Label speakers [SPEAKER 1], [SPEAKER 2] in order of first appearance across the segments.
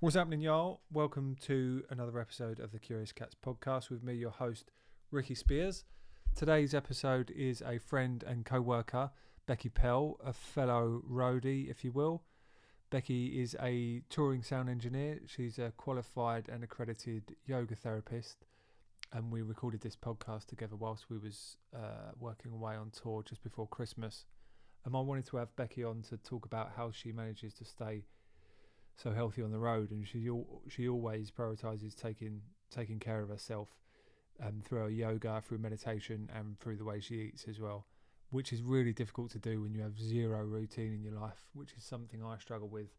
[SPEAKER 1] What's happening, y'all? Welcome to another episode of the Curious Cats podcast with me, your host, Ricky Spears. Today's episode is a friend and co worker, Becky Pell, a fellow roadie, if you will. Becky is a touring sound engineer. She's a qualified and accredited yoga therapist. And we recorded this podcast together whilst we was uh, working away on tour just before Christmas. And I wanted to have Becky on to talk about how she manages to stay so healthy on the road, and she al- she always prioritizes taking taking care of herself um, through her yoga, through meditation, and through the way she eats as well, which is really difficult to do when you have zero routine in your life, which is something I struggle with.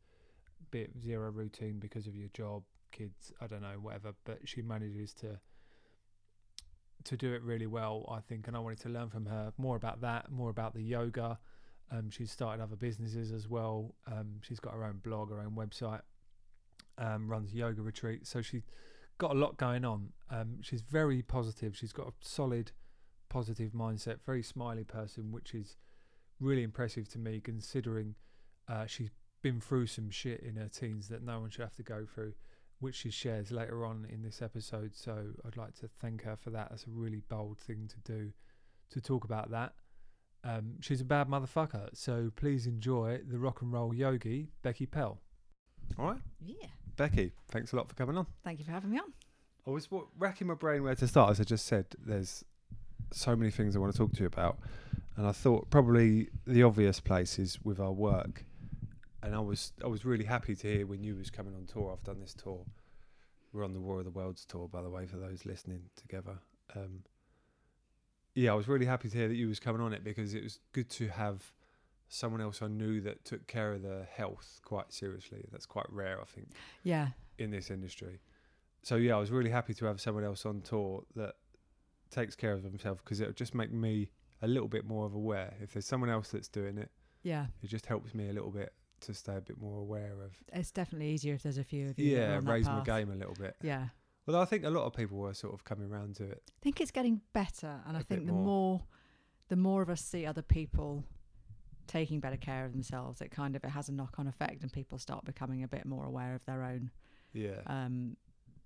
[SPEAKER 1] Be it zero routine because of your job, kids, I don't know, whatever. But she manages to to do it really well, I think, and I wanted to learn from her more about that, more about the yoga. Um, she's started other businesses as well. Um, she's got her own blog, her own website, um, runs yoga retreats. So she's got a lot going on. Um, she's very positive. She's got a solid, positive mindset, very smiley person, which is really impressive to me considering uh, she's been through some shit in her teens that no one should have to go through, which she shares later on in this episode. So I'd like to thank her for that. That's a really bold thing to do to talk about that. Um, she's a bad motherfucker, so please enjoy the rock and roll yogi, Becky Pell.
[SPEAKER 2] All right,
[SPEAKER 3] Yeah.
[SPEAKER 2] Becky, thanks a lot for coming on.
[SPEAKER 3] Thank you for having me on.
[SPEAKER 2] I was wa- racking my brain where to start. As I just said, there's so many things I want to talk to you about, and I thought probably the obvious place is with our work. And I was I was really happy to hear when you was coming on tour. I've done this tour. We're on the War of the Worlds tour, by the way, for those listening together. Um, yeah, I was really happy to hear that you was coming on it because it was good to have someone else I knew that took care of their health quite seriously. That's quite rare, I think
[SPEAKER 3] Yeah.
[SPEAKER 2] in this industry. So yeah, I was really happy to have someone else on tour that takes care of themselves because it'll just make me a little bit more of aware. If there's someone else that's doing it,
[SPEAKER 3] Yeah.
[SPEAKER 2] it just helps me a little bit to stay a bit more aware of.
[SPEAKER 3] It's definitely easier if there's a few of you. that
[SPEAKER 2] Yeah,
[SPEAKER 3] are on that
[SPEAKER 2] raise my
[SPEAKER 3] path.
[SPEAKER 2] game a little bit.
[SPEAKER 3] Yeah.
[SPEAKER 2] Although I think a lot of people were sort of coming round to it.
[SPEAKER 3] I think it's getting better and
[SPEAKER 2] A
[SPEAKER 3] I think
[SPEAKER 2] bit
[SPEAKER 3] the
[SPEAKER 2] more.
[SPEAKER 3] more. the more of us see other people taking better care of themselves, it kind of it has a knock on effect and people start becoming a bit more aware of their own
[SPEAKER 2] Yeah,
[SPEAKER 3] um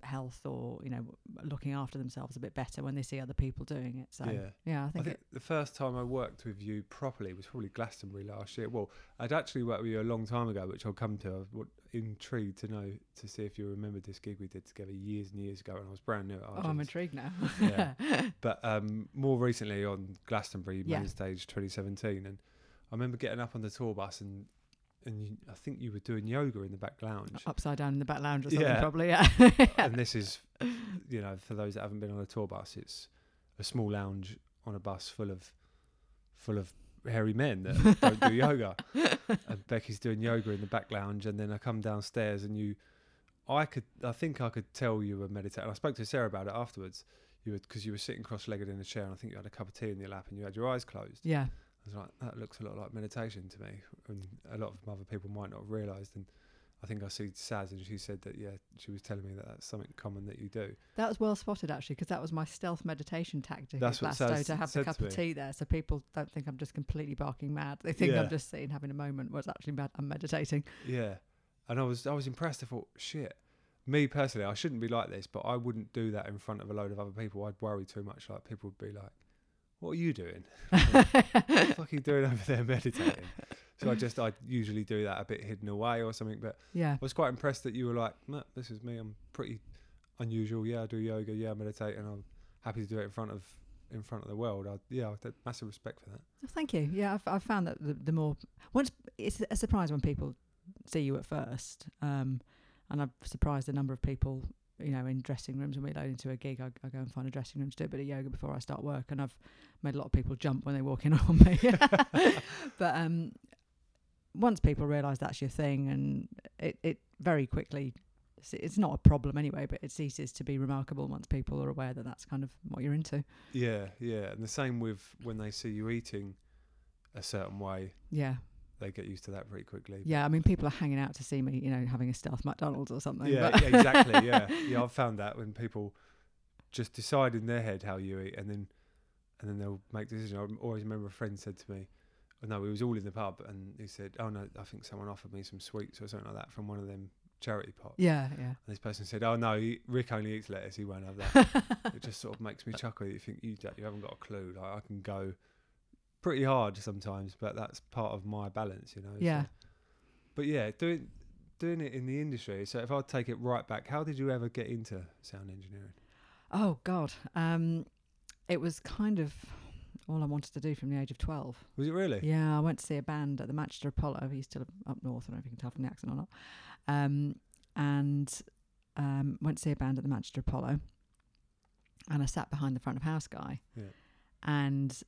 [SPEAKER 3] health or, you know, looking after themselves a bit better when they see other people doing it. So
[SPEAKER 2] yeah.
[SPEAKER 3] yeah, I
[SPEAKER 2] I
[SPEAKER 3] think,
[SPEAKER 2] think
[SPEAKER 3] it,
[SPEAKER 2] the first time I worked with you properly was probably Glastonbury last year. Well, I'd actually worked with you a long time ago, which I'll come to. I was intrigued to know to see if you remembered this gig we did together years and years ago, and I was brand new at
[SPEAKER 3] oh, I'm
[SPEAKER 2] Argent's.
[SPEAKER 3] intrigued now.
[SPEAKER 2] Yeah. But um, more recently on Glastonbury
[SPEAKER 3] Yeah.
[SPEAKER 2] Main Stage 2017, and I remember getting up on the tour bus and and you, I think you were doing yoga in the back lounge.
[SPEAKER 3] Upside down in the back lounge or something
[SPEAKER 2] Yeah.
[SPEAKER 3] probably. Yeah.
[SPEAKER 2] and this is, you know, for those that haven't been on a tour bus, it's a small lounge on a bus full of full of hairy men that don't do yoga. And Becky's doing yoga in the back lounge, and then I come downstairs and you, I could, I think I could tell you were meditating. I spoke to Sarah about it afterwards. You were because you were sitting cross-legged in a chair, and I think you had a cup of tea in your lap, and you had your eyes closed.
[SPEAKER 3] yeah.
[SPEAKER 2] I was like, that looks a lot like meditation to me, and a lot of other people might not have realised. And I think I see Saz, and she said that yeah, she was telling me that that's something common that you do.
[SPEAKER 3] That was well spotted actually, because that was my stealth meditation tactic
[SPEAKER 2] That's
[SPEAKER 3] That's
[SPEAKER 2] what
[SPEAKER 3] at Blasto
[SPEAKER 2] Saz
[SPEAKER 3] to have
[SPEAKER 2] said
[SPEAKER 3] the
[SPEAKER 2] to
[SPEAKER 3] cup of
[SPEAKER 2] me.
[SPEAKER 3] tea there, so people don't think I'm just completely barking mad. They think
[SPEAKER 2] Yeah.
[SPEAKER 3] I'm just sitting having a moment, whereas actually mad, I'm meditating.
[SPEAKER 2] Yeah, and I was I was impressed. I thought, shit, me personally, I shouldn't be like this, but I wouldn't do that in front of a load of other people. I'd worry too much. Like people would be like, "What are you doing? what the fuck are you doing over there meditating?" So I just I usually do that a bit hidden away or something. But
[SPEAKER 3] Yeah,
[SPEAKER 2] I was quite impressed that you were like, "Nah, "This is me. I'm pretty unusual. Yeah, I do yoga. Yeah, I meditate, and I'm happy to do it in front of." In front of the world, I, yeah, I had massive respect for that.
[SPEAKER 3] Oh, thank you. Yeah, I've, I've found that the, the more once it's a surprise when people see you at first, um, and I'm surprised the number of people you know in dressing rooms when we load into a gig. I, I go and find a dressing room to do a bit of yoga before I start work, and I've made a lot of people jump when they walk in on me. but um, once people realise that's your thing, and it, it very quickly. it's- It's not a problem anyway, but it ceases to be remarkable once people are aware that that's kind of what you're into.
[SPEAKER 2] Yeah, yeah, and the same with when they see you eating a certain way,
[SPEAKER 3] Yeah.
[SPEAKER 2] they get used to that pretty quickly.
[SPEAKER 3] Yeah, I mean, people are hanging out to see me, you know, having a stealth McDonald's or something.
[SPEAKER 2] Yeah,
[SPEAKER 3] but-
[SPEAKER 2] yeah, exactly. Yeah, yeah. I've found that when people just decide in their head how you eat, and then and then they'll make the decision. I always remember a friend said to me, oh, "No, we was all in the pub," and he said, "Oh no, I think someone offered me some sweets or something like that from one of them charity pot.
[SPEAKER 3] Yeah, yeah.
[SPEAKER 2] And this person said, "Oh no, he, Rick only eats lettuce. He won't have that." it just sort of makes me chuckle. You think you don't- you haven't got a clue. Like I can go pretty hard sometimes, but that's part of my balance, you know. so-
[SPEAKER 3] Yeah.
[SPEAKER 2] But yeah, doing doing it in the industry. So if I take it right back, how did you ever get into sound engineering?
[SPEAKER 3] Oh God, um, it was kind of all I wanted to do from the age of twelve.
[SPEAKER 2] Was it really?
[SPEAKER 3] Yeah, I went to see a band at the Manchester Apollo. He's still up north. I don't know if you can tell from the accent or not. Um, and um, went to see a band at the Manchester Apollo. And I sat behind the front of house guy,
[SPEAKER 2] Yeah.
[SPEAKER 3] and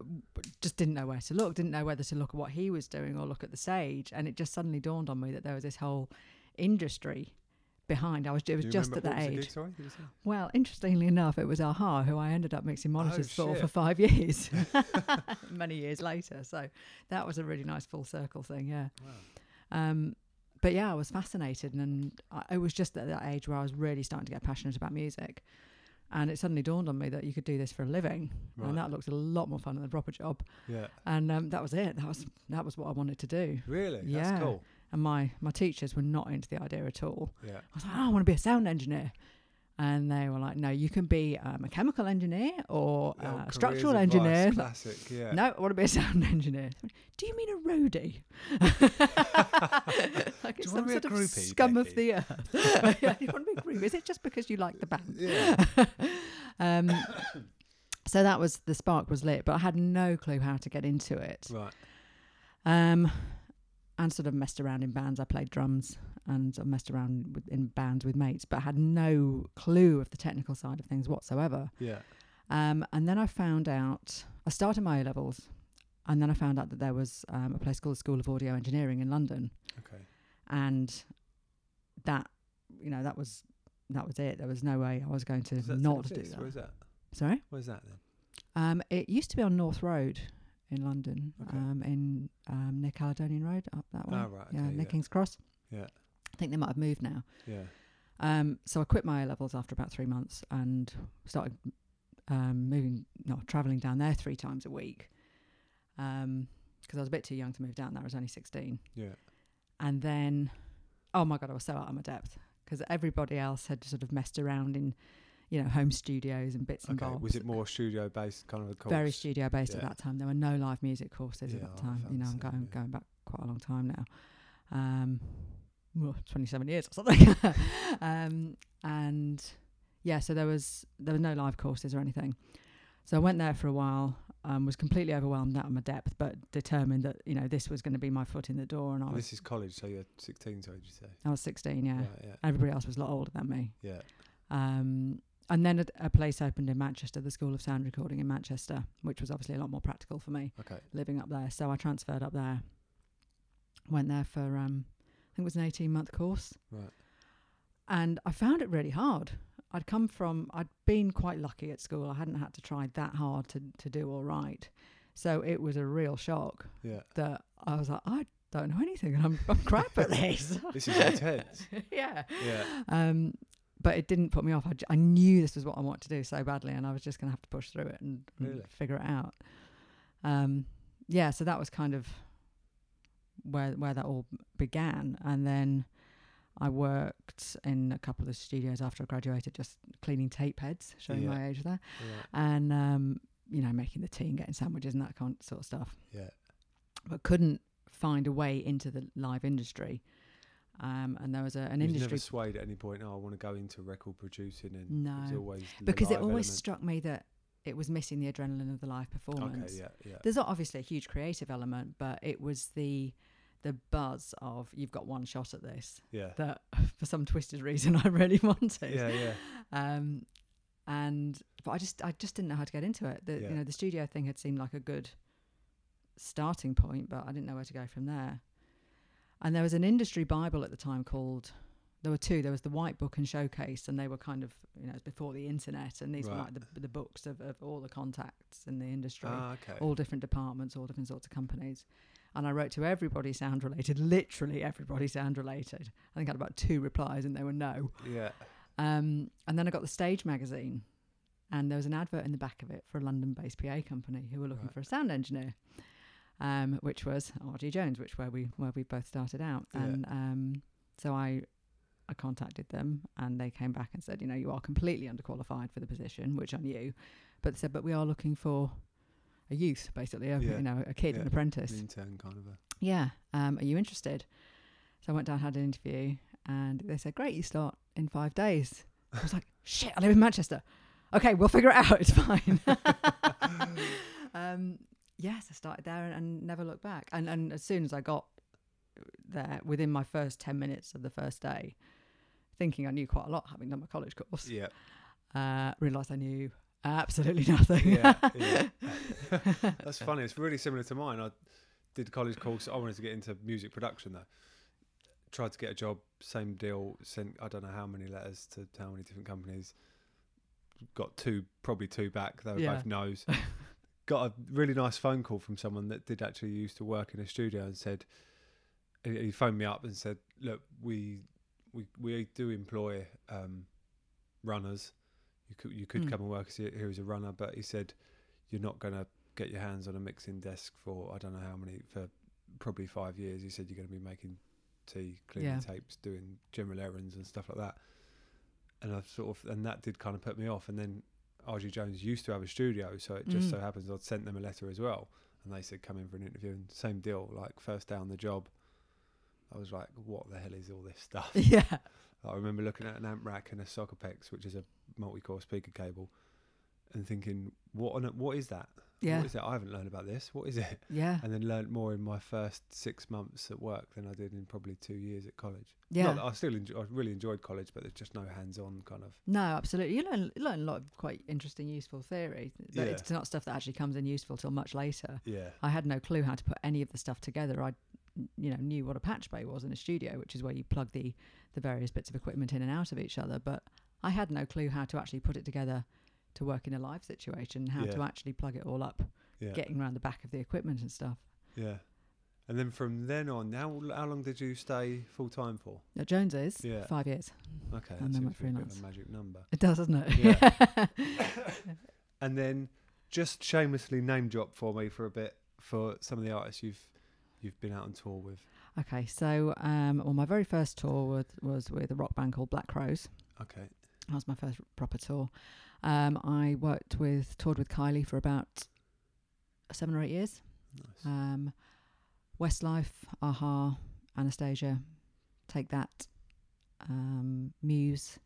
[SPEAKER 3] w- just didn't know where to look. Didn't know whether to look at what he was doing or look at the stage. And it just suddenly dawned on me that there was this whole industry behind. I was it was
[SPEAKER 2] Do you
[SPEAKER 3] just
[SPEAKER 2] remember-
[SPEAKER 3] at
[SPEAKER 2] what
[SPEAKER 3] that
[SPEAKER 2] was the
[SPEAKER 3] age.
[SPEAKER 2] gig, sorry, did you say?
[SPEAKER 3] Well, interestingly enough, it was Aha who I ended up mixing monitors for
[SPEAKER 2] Oh, shit.
[SPEAKER 3] for five years, many years later. So that was a really nice full circle thing, yeah.
[SPEAKER 2] Wow.
[SPEAKER 3] Um, but yeah, I was fascinated, and, I, it was just at that age where I was really starting to get passionate about music. And it suddenly dawned on me that you could do this for a living,
[SPEAKER 2] Right.
[SPEAKER 3] and that looked a lot more fun than a proper job.
[SPEAKER 2] Yeah.
[SPEAKER 3] And um, that was it. That was that was what I wanted to do.
[SPEAKER 2] Really?
[SPEAKER 3] Yeah.
[SPEAKER 2] That's cool.
[SPEAKER 3] And my my teachers were not into the idea at all.
[SPEAKER 2] Yeah.
[SPEAKER 3] I was like, oh, I want to be a sound engineer. And they were like, no, you can be um, a chemical engineer or
[SPEAKER 2] Little
[SPEAKER 3] a
[SPEAKER 2] careers
[SPEAKER 3] Uh, structural
[SPEAKER 2] advice,
[SPEAKER 3] engineer. Like,
[SPEAKER 2] Classic. Yeah.
[SPEAKER 3] No, I want to be a sound engineer. Do you mean a roadie? like it's
[SPEAKER 2] wanna
[SPEAKER 3] some
[SPEAKER 2] be a
[SPEAKER 3] sort of
[SPEAKER 2] groupie,
[SPEAKER 3] scum of
[SPEAKER 2] Becky?
[SPEAKER 3] the earth. yeah, you want to be a groupie? Is it just because you like the band?
[SPEAKER 2] Yeah.
[SPEAKER 3] um, so that was the spark was lit, but I had no clue how to get into it.
[SPEAKER 2] Right.
[SPEAKER 3] Um, and sort of messed around in bands. I played drums and I messed around with, in bands with mates, but had no clue of the technical side of things whatsoever.
[SPEAKER 2] Yeah.
[SPEAKER 3] Um, and then I found out, I started my O levels, and then I found out that there was um, a place called the School of Audio Engineering in London.
[SPEAKER 2] Okay.
[SPEAKER 3] And that, you know, that was. That was it. There was no way I was going to
[SPEAKER 2] Does that still
[SPEAKER 3] not do
[SPEAKER 2] exist?
[SPEAKER 3] that.
[SPEAKER 2] Where's that?
[SPEAKER 3] Sorry.
[SPEAKER 2] Where's that then?
[SPEAKER 3] Um, it used to be on North Road in London,
[SPEAKER 2] Okay.
[SPEAKER 3] um, in um, near Caledonian Road, up that way.
[SPEAKER 2] Oh, right. Okay,
[SPEAKER 3] yeah, near
[SPEAKER 2] yeah.
[SPEAKER 3] King's Cross.
[SPEAKER 2] Yeah.
[SPEAKER 3] I think they might have moved now.
[SPEAKER 2] Yeah.
[SPEAKER 3] Um, so I quit my A levels after about three months and started um, moving, no, travelling down there three times a week. Um 'cause because I was a bit too young to move down there. I was only 16.
[SPEAKER 2] Yeah.
[SPEAKER 3] And then, oh my God, I was so out of my depth because everybody else had sort of messed around in, you know, home studios and bits and
[SPEAKER 2] Okay.
[SPEAKER 3] bobs.
[SPEAKER 2] Was it more studio based kind of a course?
[SPEAKER 3] Very studio based at
[SPEAKER 2] Yeah.
[SPEAKER 3] that time. There were no live music courses at
[SPEAKER 2] Yeah,
[SPEAKER 3] that
[SPEAKER 2] I
[SPEAKER 3] time.
[SPEAKER 2] felt
[SPEAKER 3] You know,
[SPEAKER 2] the
[SPEAKER 3] I'm
[SPEAKER 2] same,
[SPEAKER 3] going
[SPEAKER 2] yeah.
[SPEAKER 3] going back quite a long time now. Um, well, 27 years or something. um, and yeah, so there was there were no live courses or anything. So I went there for a while. Um, was completely overwhelmed out of my depth, but determined that you know this was going to be my foot in the door. And I
[SPEAKER 2] Well,
[SPEAKER 3] was
[SPEAKER 2] This is college, so you're 16, so did you say?
[SPEAKER 3] I was 16. Yeah,
[SPEAKER 2] Right, yeah.
[SPEAKER 3] everybody else was a lot older than me.
[SPEAKER 2] Yeah.
[SPEAKER 3] Um, and then a, a place opened in Manchester, the School of Sound Recording in Manchester, which was obviously a lot more practical for me
[SPEAKER 2] Okay.
[SPEAKER 3] living up there. So I transferred up there. Went there for um I think it was an 18 month course.
[SPEAKER 2] Right.
[SPEAKER 3] And I found it really hard. I'd come from I'd been quite lucky at school. I hadn't had to try that hard to to do all right. So it was a real shock
[SPEAKER 2] Yeah.
[SPEAKER 3] that I was like I don't know anything and I'm, I'm crap at this.
[SPEAKER 2] This is intense.
[SPEAKER 3] yeah.
[SPEAKER 2] Yeah.
[SPEAKER 3] Um but it didn't put me off. I, j- I knew this was what I wanted to do so badly, and I was just going to have to push through it and, and
[SPEAKER 2] Really?
[SPEAKER 3] figure it out. Um, yeah, so that was kind of where where that all began, and then I worked in a couple of studios after I graduated, just cleaning tape heads, showing
[SPEAKER 2] Yeah.
[SPEAKER 3] my age there,
[SPEAKER 2] Right.
[SPEAKER 3] and um, you know making the tea and getting sandwiches and that kind sort of stuff
[SPEAKER 2] Yeah.
[SPEAKER 3] but couldn't find a way into the live industry. Um, and there was a, an
[SPEAKER 2] You've
[SPEAKER 3] industry
[SPEAKER 2] never swayed at any point. Oh, I want to go into record producing, and it was
[SPEAKER 3] No.
[SPEAKER 2] always the
[SPEAKER 3] because it
[SPEAKER 2] live
[SPEAKER 3] always
[SPEAKER 2] element.
[SPEAKER 3] struck me that it was missing the adrenaline of the live performance.
[SPEAKER 2] Okay. Yeah. Yeah.
[SPEAKER 3] There's not obviously a huge creative element, but it was the the buzz of you've got one shot at this
[SPEAKER 2] Yeah.
[SPEAKER 3] that for some twisted reason I really wanted.
[SPEAKER 2] Yeah. Yeah.
[SPEAKER 3] Um, and but I just I just didn't know how to get into it. The
[SPEAKER 2] Yeah.
[SPEAKER 3] you know the studio thing had seemed like a good starting point, but I didn't know where to go from there. And there was an industry bible at the time called. There were two. There was the White Book and Showcase, and they were kind of you know it was before the internet, and these were
[SPEAKER 2] Right.
[SPEAKER 3] like the, the books of, of all the contacts in the industry,
[SPEAKER 2] Ah, okay.
[SPEAKER 3] all different departments, all different sorts of companies. And I wrote to everybody sound related, literally everybody sound related. I think I had about two replies, and they were no.
[SPEAKER 2] Yeah.
[SPEAKER 3] Um, and then I got the Stage magazine, and there was an advert in the back of it for a London-based PA company who were looking
[SPEAKER 2] Right.
[SPEAKER 3] for a sound engineer, um, which was RG Jones, which where we where we both started out,
[SPEAKER 2] Yeah.
[SPEAKER 3] and um, So I I contacted them and they came back and said, you know, you are completely underqualified for the position, which I knew, but they said, but we are looking for a youth, basically, a,
[SPEAKER 2] Yeah.
[SPEAKER 3] you know, a kid,
[SPEAKER 2] Yeah.
[SPEAKER 3] an apprentice.
[SPEAKER 2] An intern kind of a.
[SPEAKER 3] Yeah, um, are you interested? So I went down, had an interview, and they said, great, you start in five days. I was like, shit, I live in Manchester. Okay, we'll figure it out. It's fine. um, yes, I started there and, and never looked back. And, and as soon as I got there, within my first 10 minutes of the first day, thinking I knew quite a lot, having done my college course,
[SPEAKER 2] Yeah.
[SPEAKER 3] uh, realised I knew absolutely nothing.
[SPEAKER 2] Yeah. yeah. That's funny. It's really similar to mine. I did college course. I wanted to get into music production though. Tried to get a job, same deal. Sent I don't know how many letters to how many different companies. Got two, probably two back. They were
[SPEAKER 3] Yeah.
[SPEAKER 2] both no's. Got a really nice phone call from someone that did actually used to work in a studio and said, he he phoned me up and said, look, we we we do employ um, runners. You could you could
[SPEAKER 3] Mm.
[SPEAKER 2] come and work as a- here as a runner, but he said you're not going to get your hands on a mixing desk for I don't know how many for probably five years. He said you're going to be making tea, cleaning
[SPEAKER 3] Yeah.
[SPEAKER 2] tapes, doing general errands and stuff like that. And I sort of and that did kind of put me off. And then RG Jones used to have a studio, so it just
[SPEAKER 3] Mm.
[SPEAKER 2] so happens I'd sent them a letter as well, and they said come in for an interview. And same deal, like first day on the job. I was like, what the hell is all this stuff?
[SPEAKER 3] yeah.
[SPEAKER 2] I remember looking at an amp rack and a socket pex, which is a multi-core speaker cable, and thinking, what on, what is that?
[SPEAKER 3] Yeah.
[SPEAKER 2] What is that? I haven't learned about this. What is it?
[SPEAKER 3] Yeah.
[SPEAKER 2] And then learned more in my first six months at work than I did in probably two years at college.
[SPEAKER 3] Yeah.
[SPEAKER 2] Not that I still enjoy, I really enjoyed college, but there's just no hands-on kind of.
[SPEAKER 3] No, absolutely. You learn you learn a lot of quite interesting, useful theory, but
[SPEAKER 2] Yeah.
[SPEAKER 3] it's not stuff that actually comes in useful till much later.
[SPEAKER 2] Yeah.
[SPEAKER 3] I had no clue how to put any of the stuff together. I, you know, knew what a patch bay was in a studio, which is where you plug the the various bits of equipment in and out of each other. But I had no clue how to actually put it together to work in a live situation, how to
[SPEAKER 2] Yeah.
[SPEAKER 3] actually plug it all up,
[SPEAKER 2] Yeah.
[SPEAKER 3] getting around the back of the equipment and stuff.
[SPEAKER 2] yeah. And then from then on, how how long did you stay full time for?
[SPEAKER 3] Now Jones's
[SPEAKER 2] Yeah.
[SPEAKER 3] five years.
[SPEAKER 2] Okay, that
[SPEAKER 3] And then
[SPEAKER 2] seems
[SPEAKER 3] went
[SPEAKER 2] to be a bit of
[SPEAKER 3] freelance.
[SPEAKER 2] a magic number.
[SPEAKER 3] It does, doesn't it?
[SPEAKER 2] Yeah. and then just shamelessly name drop for me for a bit for some of the artists you've you've been out on tour with.
[SPEAKER 3] okay, so um, well, my very first tour was, was with a rock band called Black Rose.
[SPEAKER 2] Okay.
[SPEAKER 3] That was my first proper tour. Um, I worked with toured with Kylie for about seven or eight years.
[SPEAKER 2] Nice.
[SPEAKER 3] Um, Westlife, Aha, Anastasia, Take That, um, Muse,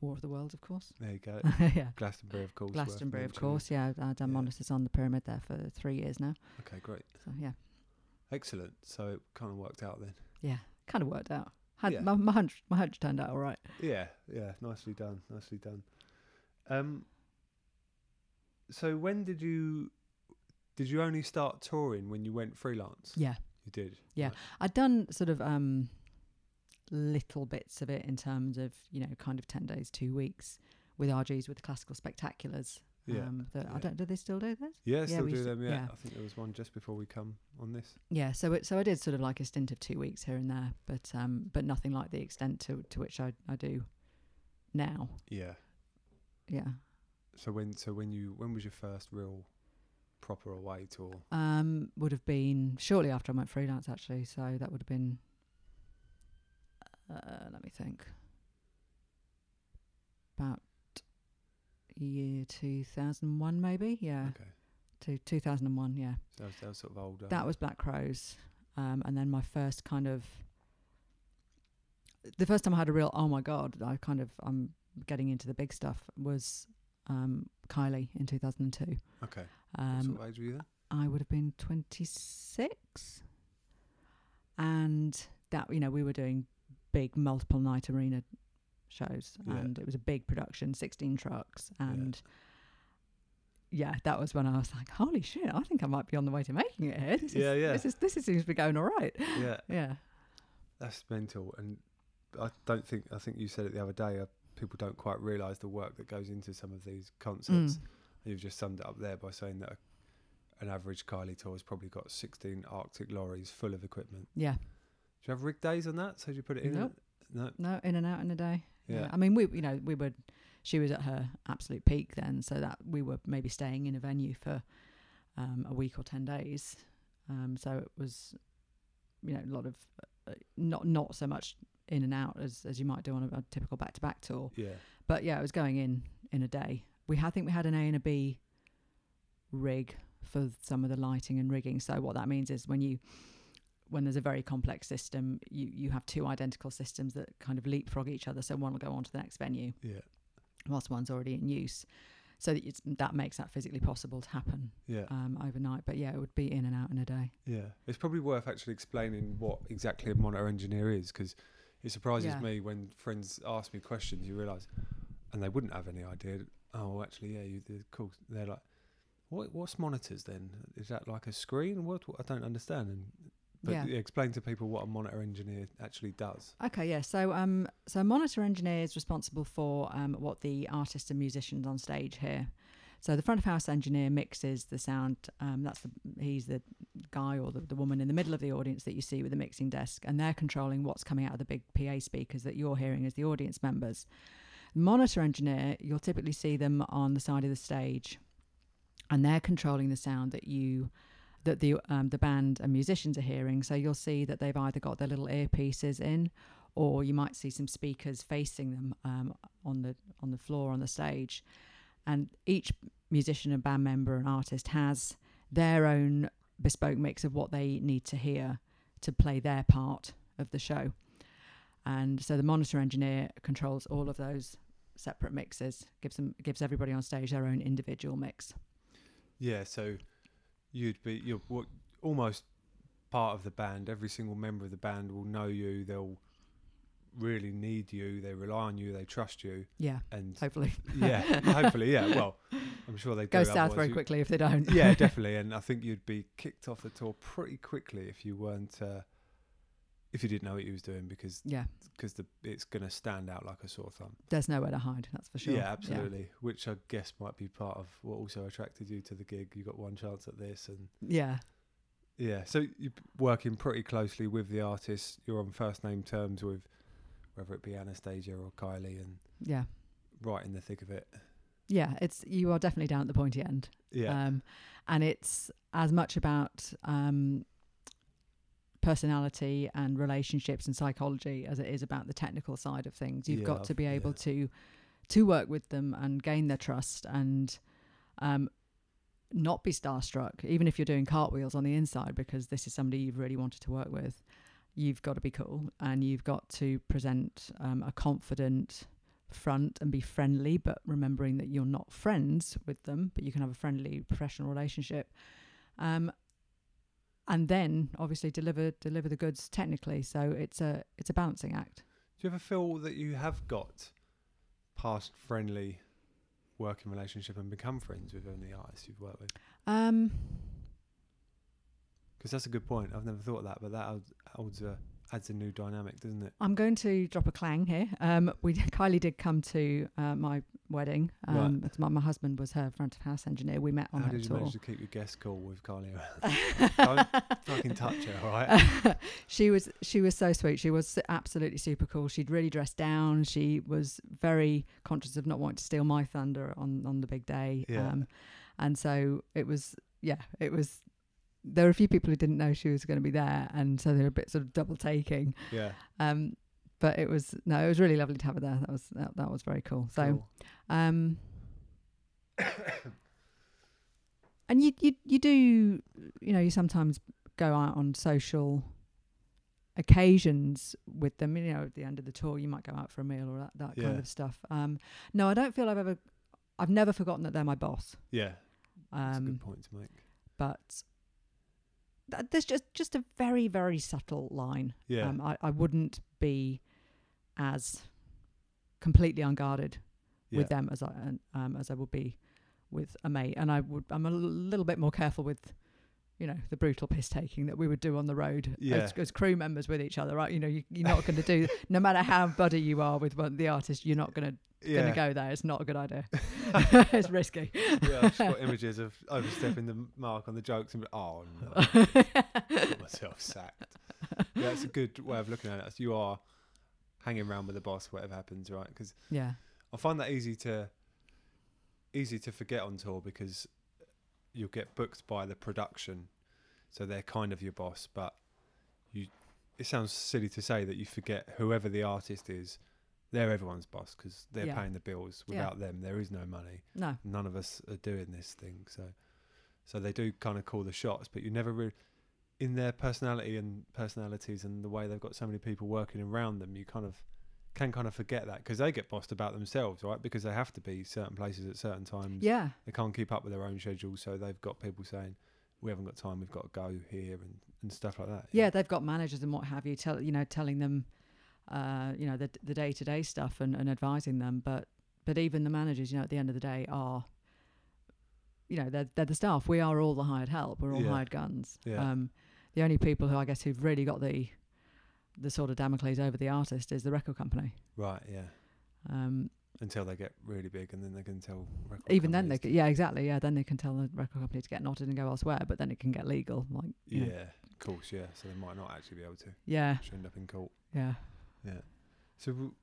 [SPEAKER 3] War of the Worlds, of course.
[SPEAKER 2] there you go.
[SPEAKER 3] yeah,
[SPEAKER 2] Glastonbury, of course. worth
[SPEAKER 3] Glastonbury, of
[SPEAKER 2] mentioning.
[SPEAKER 3] course. Yeah, I've done
[SPEAKER 2] Yeah.
[SPEAKER 3] monitors on the pyramid there for three years now.
[SPEAKER 2] Okay, great.
[SPEAKER 3] So yeah,
[SPEAKER 2] Excellent. So it kind of worked out then.
[SPEAKER 3] yeah, kind of worked out. Had
[SPEAKER 2] Yeah.
[SPEAKER 3] my, my hunch, my hunch turned out all right.
[SPEAKER 2] Yeah, yeah. Nicely done. Nicely done. Um. So when did you did you only start touring when you went freelance?
[SPEAKER 3] Yeah.
[SPEAKER 2] You did.
[SPEAKER 3] Yeah.
[SPEAKER 2] Right.
[SPEAKER 3] I'd done sort of um, little bits of it in terms of you know kind of ten days, two weeks with RGs with the classical spectaculars.
[SPEAKER 2] Yeah.
[SPEAKER 3] Um, that I
[SPEAKER 2] yeah.
[SPEAKER 3] don't. Do they still do this?
[SPEAKER 2] yeah, still
[SPEAKER 3] we
[SPEAKER 2] do
[SPEAKER 3] used to-
[SPEAKER 2] them. Yeah.
[SPEAKER 3] yeah.
[SPEAKER 2] I think there was one just before we come on this.
[SPEAKER 3] Yeah. So it, so I did sort of like a stint of two weeks here and there, but um, but nothing like the extent to to which I I do now.
[SPEAKER 2] Yeah.
[SPEAKER 3] Yeah.
[SPEAKER 2] So when so when you when was your first real proper away tour?
[SPEAKER 3] Um, would have been shortly after I went freelance actually. So that would have been. Uh, let me think. About year two thousand one, maybe. Yeah.
[SPEAKER 2] Okay.
[SPEAKER 3] to 2001 yeah
[SPEAKER 2] So that was, that was sort of older.
[SPEAKER 3] that was black crows um, and then my first kind of the first time i had a real oh my god i kind of i'm getting into the big stuff was um, kylie in 2002
[SPEAKER 2] okay. what
[SPEAKER 3] um,
[SPEAKER 2] sort of age were you then?
[SPEAKER 3] i would have been 26 and that you know we were doing big multiple night arena shows
[SPEAKER 2] Yeah.
[SPEAKER 3] and it was a big production 16 trucks and yeah, that was when I was like, "Holy shit! I think I might be on the way to making it here. This
[SPEAKER 2] Yeah,
[SPEAKER 3] is,
[SPEAKER 2] yeah.
[SPEAKER 3] This is this is, seems to be going all right."
[SPEAKER 2] yeah,
[SPEAKER 3] Yeah,
[SPEAKER 2] that's mental. And I don't think I think you said it the other day. Uh, people don't quite realise the work that goes into some of these concerts.
[SPEAKER 3] Mm.
[SPEAKER 2] You've just summed it up there by saying that an average Kylie tour has probably got 16 Arctic lorries full of equipment.
[SPEAKER 3] yeah.
[SPEAKER 2] Do you have rig days on that? So do you put it in?
[SPEAKER 3] Nope.
[SPEAKER 2] it? No.
[SPEAKER 3] No, in and out in a day.
[SPEAKER 2] Yeah.
[SPEAKER 3] Uh, I mean, we you know we were, she was at her absolute peak then, so that we were maybe staying in a venue for um, a week or ten days. Um, so it was, you know, a lot of uh, not not so much in and out as, as you might do on a, a typical back to back tour.
[SPEAKER 2] Yeah.
[SPEAKER 3] But yeah, it was going in in a day. We had, I think we had an A and a B rig for some of the lighting and rigging. So what that means is when you when there's a very complex system, you you have two identical systems that kind of leapfrog each other. So one will go on to the next venue
[SPEAKER 2] Yeah.
[SPEAKER 3] whilst one's already in use. So that, it's, that makes that physically possible to happen
[SPEAKER 2] Yeah.
[SPEAKER 3] um, overnight. But yeah, it would be in and out in a day.
[SPEAKER 2] Yeah, it's probably worth actually explaining what exactly a monitor engineer is because it surprises
[SPEAKER 3] Yeah.
[SPEAKER 2] me when friends ask me questions. You realise, and they wouldn't have any idea. Oh, well, actually, yeah, you the cool. They're like, what? What's monitors then? Is that like a screen? What? what I don't understand. And but
[SPEAKER 3] yeah.
[SPEAKER 2] yeah, explain to people what a monitor engineer actually does.
[SPEAKER 3] Okay, yeah. So, um, so a monitor engineer is responsible for um, what the artists and musicians on stage hear. So the front of house engineer mixes the sound. Um, that's the he's the guy or the, the woman in the middle of the audience that you see with the mixing desk, and they're controlling what's coming out of the big PA speakers that you're hearing as the audience members. Monitor engineer, you'll typically see them on the side of the stage, and they're controlling the sound that you that the um, the band and musicians are hearing. So you'll see that they've either got their little earpieces in, or you might see some speakers facing them um, on the on the floor on the stage, and each musician and band member and artist has their own bespoke mix of what they need to hear to play their part of the show. And so the monitor engineer controls all of those separate mixes, gives them gives everybody on stage their own individual mix.
[SPEAKER 2] Yeah, so you'd be you're wa- almost part of the band. Every single member of the band will know you. They'll really need you. They rely on you. They trust you.
[SPEAKER 3] Yeah,
[SPEAKER 2] And
[SPEAKER 3] hopefully.
[SPEAKER 2] yeah, hopefully, yeah. Well, I'm sure they
[SPEAKER 3] Go
[SPEAKER 2] do,
[SPEAKER 3] south very
[SPEAKER 2] otherwise you-
[SPEAKER 3] quickly if they don't.
[SPEAKER 2] yeah, definitely. And I think you'd be kicked off the tour pretty quickly if you weren't uh, if you didn't know what you was doing because
[SPEAKER 3] Yeah,
[SPEAKER 2] because the it's going to stand out like a sore thumb.
[SPEAKER 3] there's nowhere to hide. That's for sure.
[SPEAKER 2] Yeah, absolutely. Which I guess might be part of what also attracted you to the gig. You got one chance at this, and
[SPEAKER 3] Yeah,
[SPEAKER 2] yeah, so you're p- working pretty closely with the artists. You're on first name terms with whether it be Anastasia or Kylie, and
[SPEAKER 3] yeah,
[SPEAKER 2] right in the thick of it.
[SPEAKER 3] yeah. It's you are definitely down at the pointy end.
[SPEAKER 2] Yeah,
[SPEAKER 3] Um, and it's as much about um, personality and relationships and psychology as it is about the technical side of things. You've
[SPEAKER 2] Yeah,
[SPEAKER 3] got to be
[SPEAKER 2] yeah.
[SPEAKER 3] able to to work with them and gain their trust and um, not be starstruck, even if you're doing cartwheels on the inside, because this is somebody you've really wanted to work with. You've got to be cool and you've got to present um, a confident front and be friendly, but remembering that you're not friends with them, but you can have a friendly professional relationship. Um, and then obviously deliver deliver the goods technically. So it's a it's a balancing act.
[SPEAKER 2] Do you ever feel that you have got past friendly working relationship and become friends with any artists you've worked with?
[SPEAKER 3] Um,
[SPEAKER 2] Because that's a good point. I've never thought of that, but that adds, adds, a, adds a new dynamic, doesn't it?
[SPEAKER 3] I'm going to drop a clang here. Um, we Kylie did come to uh, my wedding.
[SPEAKER 2] Right.
[SPEAKER 3] Um, it's my, my husband was her front of house engineer. We met on
[SPEAKER 2] How
[SPEAKER 3] her
[SPEAKER 2] did you
[SPEAKER 3] tour.
[SPEAKER 2] manage to keep your guest cool with Carly? Don't fucking touch her, all right?
[SPEAKER 3] she was she was so sweet. She was su- absolutely super cool. She'd really dressed down. She was very conscious of not wanting to steal my thunder on on the big day. Um,
[SPEAKER 2] Yeah.
[SPEAKER 3] and so it was yeah, it was there were a few people who didn't know she was going to be there and so they were a bit sort of double taking.
[SPEAKER 2] Yeah.
[SPEAKER 3] Um but it was no, it was really lovely to have her there. That was that, that was very cool. So
[SPEAKER 2] cool.
[SPEAKER 3] um, and you, you you do you know you sometimes go out on social occasions with them. You know, at the end of the tour, you might go out for a meal or that, that
[SPEAKER 2] Yeah.
[SPEAKER 3] kind of stuff. Um, no, I don't feel I've ever. I've never forgotten that they're my boss.
[SPEAKER 2] yeah, that's a
[SPEAKER 3] Um,
[SPEAKER 2] good point to make.
[SPEAKER 3] but th- there's just just a very very subtle line.
[SPEAKER 2] Yeah.
[SPEAKER 3] Um, I, I wouldn't be as completely unguarded
[SPEAKER 2] yeah.
[SPEAKER 3] with them as I um, as I would be with a mate, and I would I'm a little bit more careful with you know the brutal piss taking that we would do on the road
[SPEAKER 2] Yeah.
[SPEAKER 3] as, as crew members with each other. Right, you know you, you're not going to do no matter how buddy you are with one, the artist, you're not going to
[SPEAKER 2] yeah.
[SPEAKER 3] going to go there. It's not a good idea. it's risky.
[SPEAKER 2] yeah, I've just got images of overstepping the mark on the jokes and be, oh no, got myself sacked. Yeah, that's a good way of looking at it. You are hanging around with the boss, whatever happens, right? Because
[SPEAKER 3] yeah,
[SPEAKER 2] I find that easy to easy to forget on tour because you'll get booked by the production, so they're kind of your boss, but you it sounds silly to say that you forget whoever the artist is. They're everyone's boss because they're
[SPEAKER 3] Yeah.
[SPEAKER 2] paying the bills.
[SPEAKER 3] Yeah.
[SPEAKER 2] Without them, there is no money.
[SPEAKER 3] No.
[SPEAKER 2] None of us are doing this thing. So, so they do kind of call the shots, but you never really, in their personality and personalities and the way they've got so many people working around them, you kind of can kind of forget that because they get bossed about themselves, right? Because they have to be certain places at certain times
[SPEAKER 3] Yeah.
[SPEAKER 2] they can't keep up with their own schedule, so they've got people saying, "We haven't got time. We've got to go here and, and stuff like that."
[SPEAKER 3] Yeah, they've got managers and what have you. Tell you know, telling them, uh, you know, the the day to day stuff and, and advising them. But but even the managers, you know, at the end of the day, are, you know, they're they're the staff. We are all the hired help. We're all
[SPEAKER 2] Yeah.
[SPEAKER 3] hired guns.
[SPEAKER 2] Yeah.
[SPEAKER 3] Um, the only people who I guess who've really got the the sort of Damocles over the artist is the record company.
[SPEAKER 2] right. Yeah,
[SPEAKER 3] Um,
[SPEAKER 2] until they get really big, and then they can tell. record
[SPEAKER 3] even then, they
[SPEAKER 2] companies
[SPEAKER 3] c yeah, exactly, yeah. Then they can tell the record company to get knotted and go elsewhere. But then it can get legal. Like,
[SPEAKER 2] to-
[SPEAKER 3] you know.
[SPEAKER 2] yeah, of course, yeah. So they might not actually be able to.
[SPEAKER 3] yeah,
[SPEAKER 2] Should end up in court.
[SPEAKER 3] yeah.
[SPEAKER 2] Yeah. So w-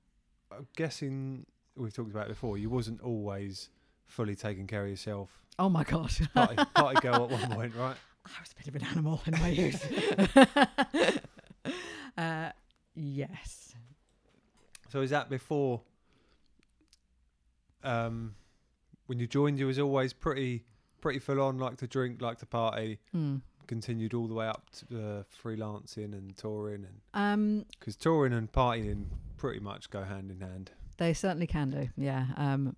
[SPEAKER 2] I'm guessing we've talked about it before. You wasn't always fully taking care of yourself.
[SPEAKER 3] Oh my god.
[SPEAKER 2] Party, party girl at one point, right?
[SPEAKER 3] I was a bit of an animal in my youth. uh, yes.
[SPEAKER 2] So is that before? Um, when you joined, you was always pretty, pretty full on, like to drink, like to party.
[SPEAKER 3] Mm.
[SPEAKER 2] continued all the way up to uh, freelancing and touring and
[SPEAKER 3] Um,
[SPEAKER 2] because touring and partying pretty much go hand in hand
[SPEAKER 3] they certainly can do. Yeah. Um,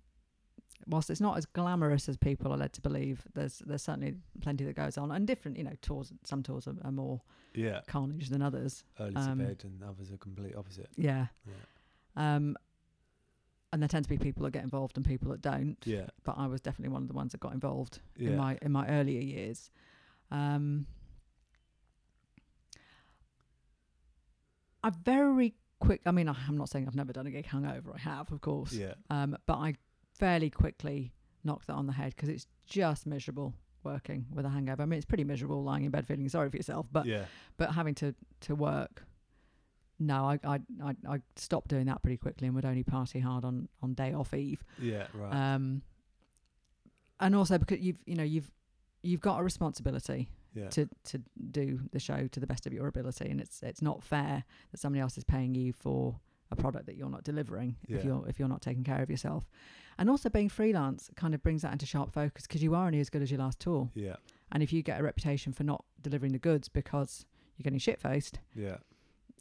[SPEAKER 3] whilst it's not as glamorous as people are led to believe, there's there's certainly plenty that goes on, and different. You know, tours. Some tours are, are more
[SPEAKER 2] yeah
[SPEAKER 3] carnage than others.
[SPEAKER 2] early
[SPEAKER 3] Um,
[SPEAKER 2] to bed and others are complete opposite
[SPEAKER 3] Yeah.
[SPEAKER 2] Yeah.
[SPEAKER 3] Um, and there tend to be people that get involved and people that don't.
[SPEAKER 2] yeah
[SPEAKER 3] But I was definitely one of the ones that got involved.
[SPEAKER 2] yeah
[SPEAKER 3] in my in my earlier years. Um, I very quick. I mean, I, I'm not saying I've never done a gig hungover. I have, of course.
[SPEAKER 2] yeah
[SPEAKER 3] Um, but I fairly quickly knocked that on the head because it's just miserable working with a hangover. I mean, it's pretty miserable lying in bed feeling sorry for yourself, but
[SPEAKER 2] yeah
[SPEAKER 3] but having to to work. No, I, I I I stopped doing that pretty quickly and would only party hard on on day off eve
[SPEAKER 2] yeah right
[SPEAKER 3] um, and also because you've you know you've you've got a responsibility
[SPEAKER 2] yeah
[SPEAKER 3] to to do the show to the best of your ability, and it's it's not fair that somebody else is paying you for a product that you're not delivering
[SPEAKER 2] Yeah.
[SPEAKER 3] if you're if you're not taking care of yourself, and also being freelance kind of brings that into sharp focus because you are only as good as your last tour,
[SPEAKER 2] yeah
[SPEAKER 3] and if you get a reputation for not delivering the goods because you're getting shit faced,
[SPEAKER 2] yeah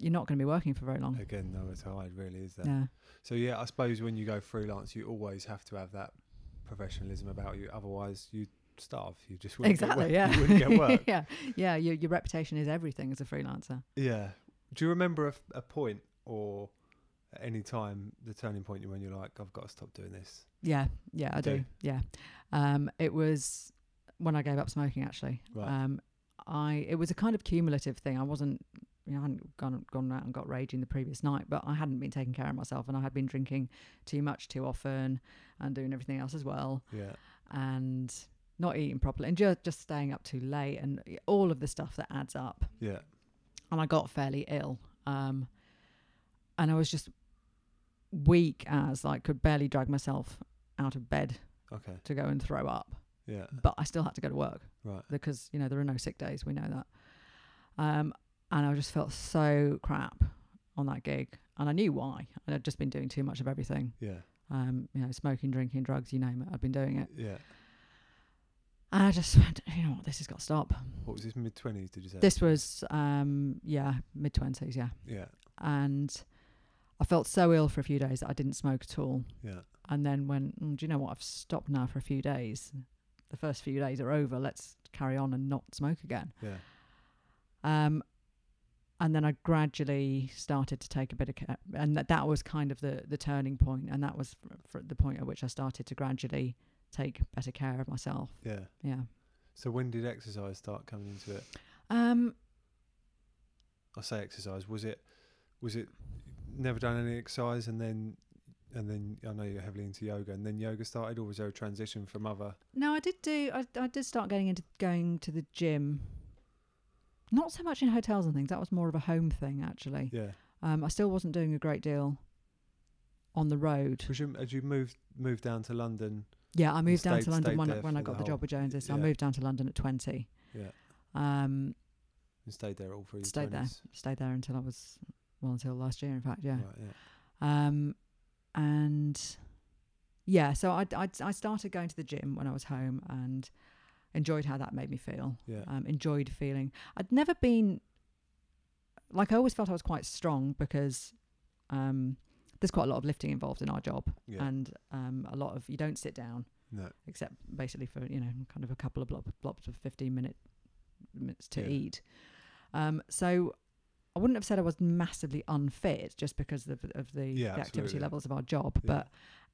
[SPEAKER 3] you're not going to be working for very long.
[SPEAKER 2] again nowhere to hide really is there
[SPEAKER 3] Yeah,
[SPEAKER 2] so yeah i suppose when you go freelance you always have to have that professionalism about you otherwise you starve you just wouldn't get
[SPEAKER 3] exactly.
[SPEAKER 2] work.
[SPEAKER 3] Yeah,
[SPEAKER 2] you wouldn't get work
[SPEAKER 3] yeah, yeah. Your your reputation is everything as a freelancer.
[SPEAKER 2] Yeah. Do you remember a, a point or at any time the turning point when you're like, I've got to stop doing this?
[SPEAKER 3] Yeah, yeah, I
[SPEAKER 2] Do
[SPEAKER 3] do.
[SPEAKER 2] you?
[SPEAKER 3] Yeah, um, it was when I gave up smoking. Actually,
[SPEAKER 2] Right.
[SPEAKER 3] um, I it was a kind of cumulative thing. I wasn't, you know, I hadn't gone gone out and got raging the previous night, but I hadn't been taking care of myself, and I had been drinking too much too often, and doing everything else as well,
[SPEAKER 2] Yeah.
[SPEAKER 3] and not eating properly, and just just staying up too late, and all of the stuff that adds up
[SPEAKER 2] Yeah.
[SPEAKER 3] and I got fairly ill. Um, and I was just weak as like could barely drag myself out of bed
[SPEAKER 2] Okay.
[SPEAKER 3] to go and throw up,
[SPEAKER 2] Yeah.
[SPEAKER 3] but I still had to go to work
[SPEAKER 2] Right.
[SPEAKER 3] because you know there are no sick days. We know that. Um, and I just felt so crap on that gig, and I knew why. And I'd just been doing too much of everything.
[SPEAKER 2] Yeah.
[SPEAKER 3] Um, you know, smoking, drinking, drugs, you name it. I'd been doing it,
[SPEAKER 2] Yeah.
[SPEAKER 3] and I just went, you know what, this has got to stop.
[SPEAKER 2] What was this mid twenties? Did you say?
[SPEAKER 3] This was, um, yeah, mid twenties, yeah.
[SPEAKER 2] Yeah.
[SPEAKER 3] and I felt so ill for a few days that I didn't smoke at all.
[SPEAKER 2] Yeah.
[SPEAKER 3] And then when mm, do you know what? I've stopped now for a few days. The first few days are over. Let's carry on and not smoke again.
[SPEAKER 2] Yeah.
[SPEAKER 3] Um, and then I gradually started to take a bit of care, and that that was kind of the the turning point, and that was fr- fr- the point at which I started to gradually take better care of myself.
[SPEAKER 2] Yeah.
[SPEAKER 3] Yeah.
[SPEAKER 2] So when did exercise start coming into it?
[SPEAKER 3] Um,
[SPEAKER 2] I say exercise. Was it? Was it? Never done any exercise, and then, and then I know you're heavily into yoga, and then yoga started, or was there a transition from other?
[SPEAKER 3] No, I did do. I, I did start getting into going to the gym. Not so much in hotels and things. That was more of a home thing, actually.
[SPEAKER 2] Yeah.
[SPEAKER 3] Um, I still wasn't doing a great deal on the road.
[SPEAKER 2] Was you, had you moved moved down to London?
[SPEAKER 3] Yeah, I moved down
[SPEAKER 2] stayed-
[SPEAKER 3] to London
[SPEAKER 2] stayed
[SPEAKER 3] when, I-
[SPEAKER 2] there
[SPEAKER 3] when
[SPEAKER 2] for
[SPEAKER 3] I
[SPEAKER 2] the
[SPEAKER 3] got the
[SPEAKER 2] whole-
[SPEAKER 3] job with Joneses. So I
[SPEAKER 2] yeah.
[SPEAKER 3] moved down to London at twenty.
[SPEAKER 2] Yeah.
[SPEAKER 3] Um,
[SPEAKER 2] and stayed there all through. your
[SPEAKER 3] stayed there,
[SPEAKER 2] 20s?
[SPEAKER 3] stayed there until I was well until last year, in fact, yeah.
[SPEAKER 2] Right, yeah.
[SPEAKER 3] Um, and yeah, so I, I I started going to the gym when I was home and enjoyed how that made me feel.
[SPEAKER 2] Yeah.
[SPEAKER 3] Um, enjoyed feeling I'd never been like I always felt I was quite strong because um, there's quite a lot of lifting involved in our job
[SPEAKER 2] Yeah.
[SPEAKER 3] and um, a lot of you don't sit down
[SPEAKER 2] No.
[SPEAKER 3] except basically for you know kind of a couple of blob, blobs of 15 minute minutes to
[SPEAKER 2] Yeah.
[SPEAKER 3] eat um so i wouldn't have said i was massively unfit just because of, of the,
[SPEAKER 2] Yeah,
[SPEAKER 3] the activity
[SPEAKER 2] absolutely.
[SPEAKER 3] levels of our job
[SPEAKER 2] Yeah.
[SPEAKER 3] but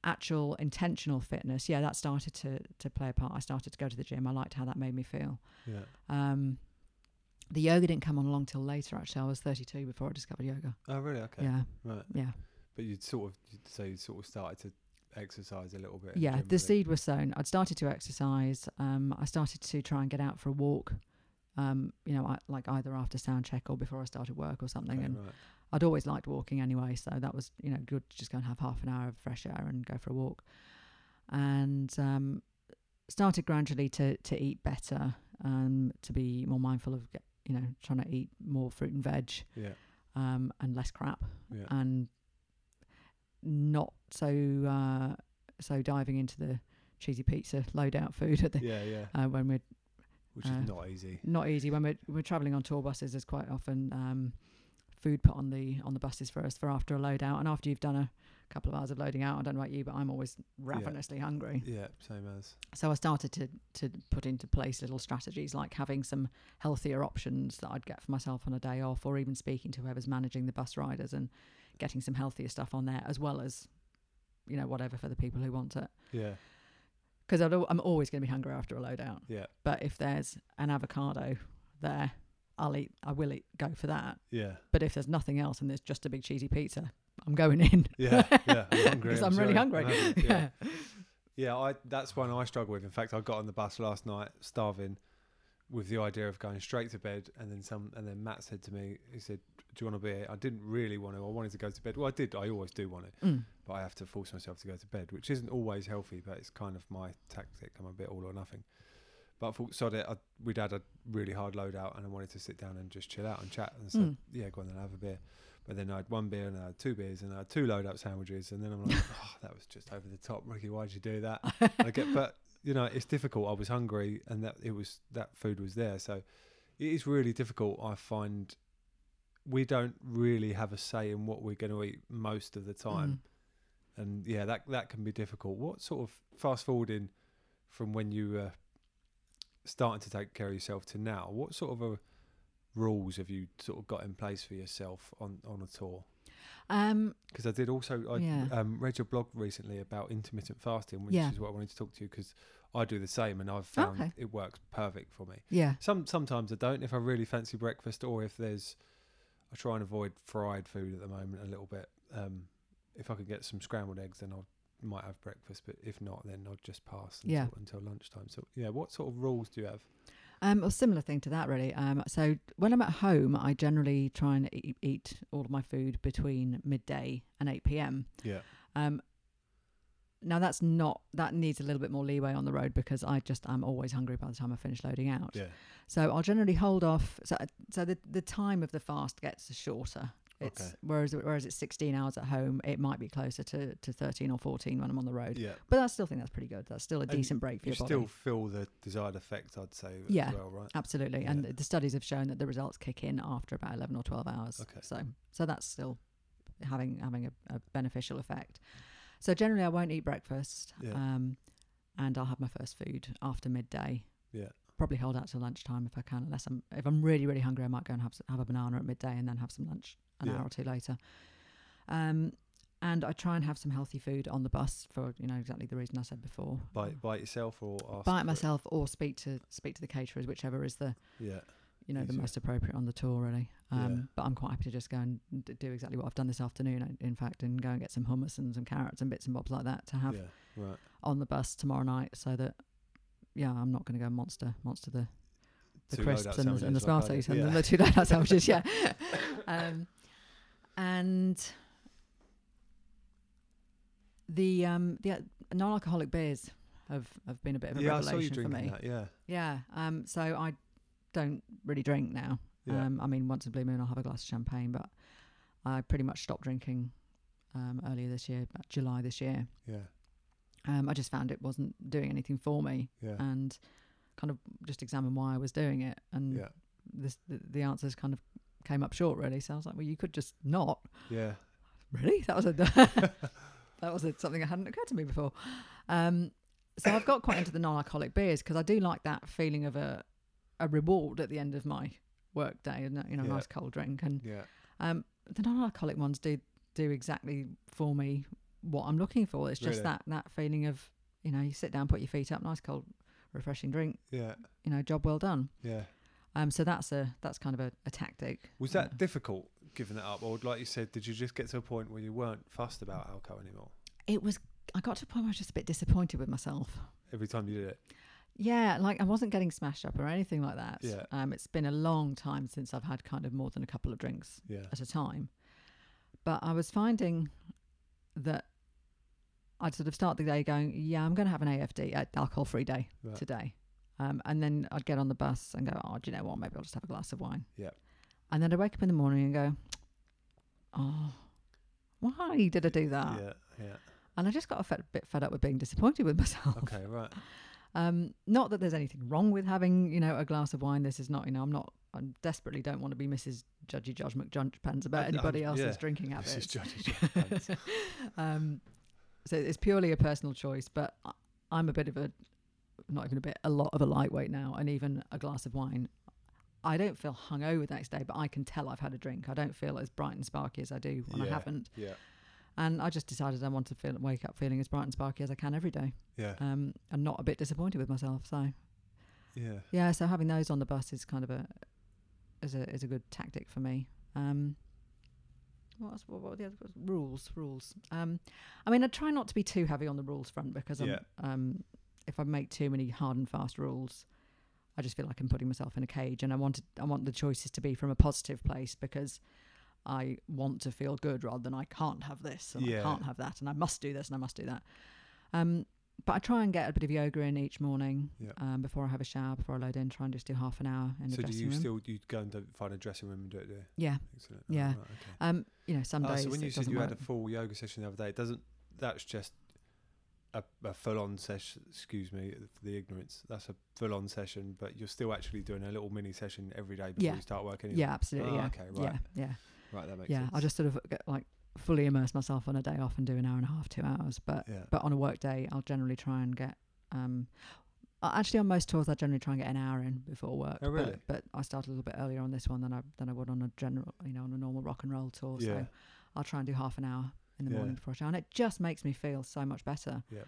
[SPEAKER 3] actual intentional fitness yeah that started to to play a part i started to go to the gym i liked how that made me feel
[SPEAKER 2] Yeah.
[SPEAKER 3] um the yoga didn't come on along till later actually i was 32 before i discovered yoga
[SPEAKER 2] Oh, really? Okay.
[SPEAKER 3] yeah
[SPEAKER 2] Right.
[SPEAKER 3] yeah
[SPEAKER 2] But you'd sort of, you'd, so you sort of started to exercise a little bit. and
[SPEAKER 3] yeah
[SPEAKER 2] gym,
[SPEAKER 3] the
[SPEAKER 2] really.
[SPEAKER 3] seed was sown i'd started to exercise um i started to try and get out for a walk um you know I, like either after sound check or before i started work or something
[SPEAKER 2] Okay,
[SPEAKER 3] and
[SPEAKER 2] right.
[SPEAKER 3] i'd always liked walking anyway so that was you know good to just go and have half an hour of fresh air and go for a walk and um started gradually to to eat better um to be more mindful of get- you know trying to eat more fruit and veg
[SPEAKER 2] Yeah.
[SPEAKER 3] um and less crap
[SPEAKER 2] Yeah.
[SPEAKER 3] and not so uh, so diving into the cheesy pizza loadout food at the,
[SPEAKER 2] yeah. Yeah.
[SPEAKER 3] uh, when we're
[SPEAKER 2] Which is
[SPEAKER 3] uh,
[SPEAKER 2] not easy.
[SPEAKER 3] not easy when we're we're traveling on tour buses. There's quite often um, food put on the on the buses for us for after a loadout, and after you've done a couple of hours of loading out, I don't know about you, but I'm always ravenously hungry.
[SPEAKER 2] Yeah. Same as.
[SPEAKER 3] So I started to to put into place little strategies like having some healthier options that I'd get for myself on a day off, or even speaking to whoever's managing the bus riders and getting some healthier stuff on there, as well as you know whatever for the people who want it.
[SPEAKER 2] Yeah.
[SPEAKER 3] Because I'm always going to be hungry after a loadout.
[SPEAKER 2] Yeah.
[SPEAKER 3] But if there's an avocado there, I'll eat. I will eat. Go for that.
[SPEAKER 2] Yeah.
[SPEAKER 3] But if there's nothing else and there's just a big cheesy pizza, I'm going in.
[SPEAKER 2] Yeah. Yeah. I'm hungry.
[SPEAKER 3] Because I'm,
[SPEAKER 2] sorry.
[SPEAKER 3] really hungry.
[SPEAKER 2] I'm hungry,
[SPEAKER 3] yeah.
[SPEAKER 2] Yeah, I that's one I struggle with. In fact, I got on the bus last night starving with the idea of going straight to bed and then some and then Matt said to me, he said, Do you want a beer? I didn't really want to. I wanted to go to bed. Well I did, I always do want it,
[SPEAKER 3] Mm.
[SPEAKER 2] but I have to force myself to go to bed, which isn't always healthy, but it's kind of my tactic. I'm a bit all or nothing. But I thought sod it, I, we'd had a really hard load out and I wanted to sit down and just chill out and chat and so
[SPEAKER 3] Mm.
[SPEAKER 2] yeah, go on then have a beer. But then I had one beer and I had two beers and I had two load up sandwiches and then I'm like, Oh, that was just over the top, Ricky, why'd you do that? I get, but you know, it's difficult. I was hungry, and that it was that food was there, so it is really difficult. I find we don't really have a say in what we're going to eat most of the time, and yeah, that that can be difficult. What sort of fast forwarding from when you were starting to take care of yourself to now? What sort of a rules have you sort of got in place for yourself on on a tour?
[SPEAKER 3] Um.
[SPEAKER 2] Because I did also, I
[SPEAKER 3] Yeah.
[SPEAKER 2] um, read your blog recently about intermittent fasting, which
[SPEAKER 3] Yeah.
[SPEAKER 2] is what I wanted to talk to you because I do the same and I've found
[SPEAKER 3] Okay.
[SPEAKER 2] it works perfect for me.
[SPEAKER 3] Yeah.
[SPEAKER 2] Some sometimes I don't if I really fancy breakfast or if there's, I try and avoid fried food at the moment a little bit. Um, if I can get some scrambled eggs, then I might have breakfast, but if not, then I'll just pass until,
[SPEAKER 3] Yeah.
[SPEAKER 2] until lunchtime. So yeah, what sort of rules do you have?
[SPEAKER 3] Um, a similar thing to that, really. Um, so when I'm at home, I generally try and eat, eat all of my food between midday and eight pm.
[SPEAKER 2] Yeah,
[SPEAKER 3] Um, now that's not that needs a little bit more leeway on the road because I just am always hungry by the time I finish loading out.
[SPEAKER 2] yeah,
[SPEAKER 3] So I'll generally hold off. So so the the time of the fast gets shorter. It's
[SPEAKER 2] Okay.
[SPEAKER 3] whereas whereas it's 16 hours at home, it might be closer to, to 13 or 14 when I'm on the road.
[SPEAKER 2] yeah.
[SPEAKER 3] But I still think that's pretty good. That's still a
[SPEAKER 2] And
[SPEAKER 3] decent break for
[SPEAKER 2] You
[SPEAKER 3] your body.
[SPEAKER 2] still feel the desired effect, I'd say.
[SPEAKER 3] Yeah.
[SPEAKER 2] as well, right?
[SPEAKER 3] Absolutely,
[SPEAKER 2] Yeah.
[SPEAKER 3] and the studies have shown that the results kick in after about eleven or twelve hours.
[SPEAKER 2] Okay.
[SPEAKER 3] So, so that's still having having a, a beneficial effect. So generally, I won't eat breakfast,
[SPEAKER 2] Yeah.
[SPEAKER 3] um, and I'll have my first food after midday.
[SPEAKER 2] Yeah.
[SPEAKER 3] Probably hold out till lunchtime if I can, unless I'm if I'm really really hungry, I might go and have s- have a banana at midday and then have some lunch an
[SPEAKER 2] Yeah.
[SPEAKER 3] hour or two later. Um, and I try and have some healthy food on the bus for you know exactly the reason I said before.
[SPEAKER 2] By by yourself or ask
[SPEAKER 3] Buy
[SPEAKER 2] for
[SPEAKER 3] it
[SPEAKER 2] it?
[SPEAKER 3] Mm. myself or speak to speak to the caterers, whichever is the
[SPEAKER 2] Yeah.
[SPEAKER 3] you know, the
[SPEAKER 2] Easier.
[SPEAKER 3] most appropriate on the tour, really.
[SPEAKER 2] Yeah.
[SPEAKER 3] Um, But I'm quite happy to just go and d- do exactly what I've done this afternoon, in fact, and go and get some hummus and some carrots and bits and bobs like that to have
[SPEAKER 2] Yeah, right.
[SPEAKER 3] on the bus tomorrow night, so that yeah, I'm not going to go monster monster the the
[SPEAKER 2] Two
[SPEAKER 3] crisps
[SPEAKER 2] loadouts
[SPEAKER 3] and, the- and the
[SPEAKER 2] sandwiches, like I
[SPEAKER 3] tomatoes
[SPEAKER 2] did.
[SPEAKER 3] and
[SPEAKER 2] Yeah.
[SPEAKER 3] the two donut sandwiches, yeah. um, and the um the uh, non-alcoholic beers have have been a bit of a
[SPEAKER 2] yeah, I
[SPEAKER 3] revelation
[SPEAKER 2] saw you
[SPEAKER 3] for me.
[SPEAKER 2] drinking that. Yeah,
[SPEAKER 3] Yeah. Um. So I don't really drink now.
[SPEAKER 2] Yeah.
[SPEAKER 3] Um, I mean, once in a blue moon, I'll have a glass of champagne, but I pretty much stopped drinking um, earlier this year, about July this year.
[SPEAKER 2] yeah,
[SPEAKER 3] Um, I just found it wasn't doing anything for me,
[SPEAKER 2] yeah,
[SPEAKER 3] and kind of just examined why I was doing it, and
[SPEAKER 2] yeah,
[SPEAKER 3] this, the, the answers kind of came up short, really. So I was like, well, you could just not.
[SPEAKER 2] yeah,
[SPEAKER 3] Really, that was a that was a, something that hadn't occurred to me before. Um, so I've got quite into the non-alcoholic beers because I do like that feeling of a a reward at the end of my work day, and you know, a
[SPEAKER 2] Yeah.
[SPEAKER 3] nice cold drink and
[SPEAKER 2] yeah,
[SPEAKER 3] um, the non-alcoholic ones do do exactly for me what I'm looking for. It's just
[SPEAKER 2] Really?
[SPEAKER 3] that that feeling of you know you sit down, put your feet up, nice cold, refreshing drink.
[SPEAKER 2] yeah,
[SPEAKER 3] You know, job well done.
[SPEAKER 2] yeah.
[SPEAKER 3] Um, so that's a that's kind of a, a tactic.
[SPEAKER 2] Was
[SPEAKER 3] you
[SPEAKER 2] that
[SPEAKER 3] know.
[SPEAKER 2] difficult giving that up, or like you said, did you just get to a point where you weren't fussed about alcohol anymore?
[SPEAKER 3] It was. I got to a point where I was just a bit disappointed with myself.
[SPEAKER 2] Every time you did it,
[SPEAKER 3] Yeah, like I wasn't getting smashed up or anything like that.
[SPEAKER 2] Yeah.
[SPEAKER 3] Um, it's been a long time since I've had kind of more than a couple of drinks
[SPEAKER 2] yeah,
[SPEAKER 3] at a time. But I was finding that I'd sort of start the day going, yeah, I'm going to have an AFD, uh, alcohol free day
[SPEAKER 2] Right.
[SPEAKER 3] today. Um, and then I'd get on the bus and go, oh, do you know what? Maybe I'll just have a glass of wine.
[SPEAKER 2] Yeah.
[SPEAKER 3] And then I'd wake up in the morning and go, oh, why did I do that?
[SPEAKER 2] yeah, yeah.
[SPEAKER 3] And I just got a fe- bit fed up with being disappointed with myself.
[SPEAKER 2] Okay, right.
[SPEAKER 3] Um, not that there's anything wrong with having, you know, a glass of wine. This is not, you know, I'm not, I desperately don't want to be Mrs. Judgy Judge McJudgepens about
[SPEAKER 2] Uh,
[SPEAKER 3] anybody
[SPEAKER 2] um,
[SPEAKER 3] else's
[SPEAKER 2] yeah.
[SPEAKER 3] drinking
[SPEAKER 2] This is
[SPEAKER 3] habits.
[SPEAKER 2] Johnny Jones.
[SPEAKER 3] um, so it's purely a personal choice, but I- I'm a bit of a, not even a bit, a lot of a lightweight now. And even a glass of wine, I don't feel hungover the next day, but I can tell I've had a drink. I don't feel as bright and sparky as I do when I
[SPEAKER 2] Yeah.
[SPEAKER 3] haven't.
[SPEAKER 2] yeah,
[SPEAKER 3] And I just decided I want to feel, wake up feeling as bright and sparky as I can every day.
[SPEAKER 2] yeah,
[SPEAKER 3] Um, and not a bit disappointed with myself. So.
[SPEAKER 2] yeah.
[SPEAKER 3] Yeah, so having those on the bus is kind of a is a is a good tactic for me. Um, what else, what, what were the other rules? Rules. Um, I mean, I try not to be too heavy on the rules front because I'm,
[SPEAKER 2] Yeah.
[SPEAKER 3] um, if I make too many hard and fast rules, I just feel like I'm putting myself in a cage. And I wanted I want the choices to be from a positive place because I want to feel good rather than I can't have this and
[SPEAKER 2] Yeah.
[SPEAKER 3] I can't have that and I must do this and I must do that. Um, but I try and get a bit of yoga in each morning
[SPEAKER 2] Yeah.
[SPEAKER 3] um, before I have a shower, before I load in. Try and just do half an hour in the
[SPEAKER 2] So do
[SPEAKER 3] dressing
[SPEAKER 2] you
[SPEAKER 3] room.
[SPEAKER 2] still you go and do- find a dressing room and do it there?
[SPEAKER 3] yeah,
[SPEAKER 2] Excellent. Oh,
[SPEAKER 3] Yeah.
[SPEAKER 2] right, okay.
[SPEAKER 3] um, you know, some
[SPEAKER 2] Ah,
[SPEAKER 3] days
[SPEAKER 2] so when
[SPEAKER 3] it
[SPEAKER 2] you said
[SPEAKER 3] doesn't
[SPEAKER 2] you
[SPEAKER 3] work.
[SPEAKER 2] had a full yoga session the other day, it doesn't that's just a, a full on session? Excuse me for the ignorance. That's a full on session, but you're still actually doing a little mini session every day before
[SPEAKER 3] Yeah.
[SPEAKER 2] you start working.
[SPEAKER 3] yeah, absolutely,
[SPEAKER 2] Ah,
[SPEAKER 3] yeah,
[SPEAKER 2] okay, right.
[SPEAKER 3] yeah, yeah,
[SPEAKER 2] right. That makes
[SPEAKER 3] yeah.
[SPEAKER 2] sense.
[SPEAKER 3] I just sort of get, like fully immerse myself on a day off and do an hour and a half, two hours. But
[SPEAKER 2] yeah,
[SPEAKER 3] but on a work day, I'll generally try and get. Um, uh, actually, on most tours, I generally try and get an hour in before work.
[SPEAKER 2] Oh, really?
[SPEAKER 3] But, but I start a little bit earlier on this one than I than I would on a general, you know, on a normal rock and roll tour.
[SPEAKER 2] yeah,
[SPEAKER 3] So I'll try and do half an hour in the morning
[SPEAKER 2] Yeah.
[SPEAKER 3] before I shower, and it just makes me feel so much better.
[SPEAKER 2] Yep.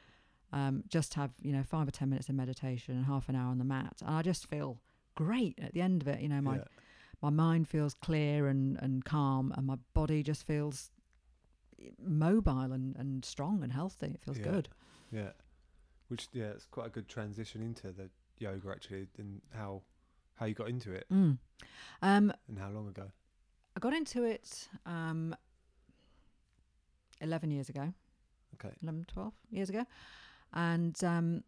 [SPEAKER 3] Um, just have you know five or ten minutes of meditation and half an hour on the mat, and I just feel great at the end of it. You know, my
[SPEAKER 2] yeah,
[SPEAKER 3] my mind feels clear and and calm, and my body just feels mobile and and strong and healthy. It feels
[SPEAKER 2] Yeah.
[SPEAKER 3] good.
[SPEAKER 2] yeah. Which yeah, it's quite a good transition into the yoga actually, and how how you got into it
[SPEAKER 3] Mm. Um,
[SPEAKER 2] and how long ago.
[SPEAKER 3] I got into it um, eleven years ago.
[SPEAKER 2] Okay.
[SPEAKER 3] 11, 12 years ago. And um,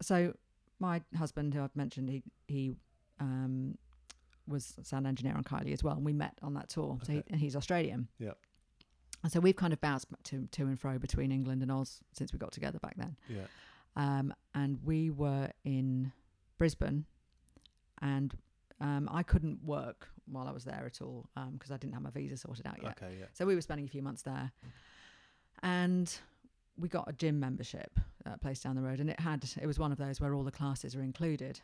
[SPEAKER 3] so my husband, who I've mentioned, he he um, was a sound engineer on Kylie as well, and we met on that tour. So he,
[SPEAKER 2] Okay.
[SPEAKER 3] and he's Australian.
[SPEAKER 2] Yeah.
[SPEAKER 3] And so we've kind of bounced back to to and fro between England and Oz since we got together back then.
[SPEAKER 2] Yeah,
[SPEAKER 3] Um, and we were in Brisbane, and um, I couldn't work while I was there at all because I didn't have my visa sorted out yet.
[SPEAKER 2] okay, yeah,
[SPEAKER 3] So we were spending a few months there, and we got a gym membership at a place down the road, and it had it was one of those where all the classes are included.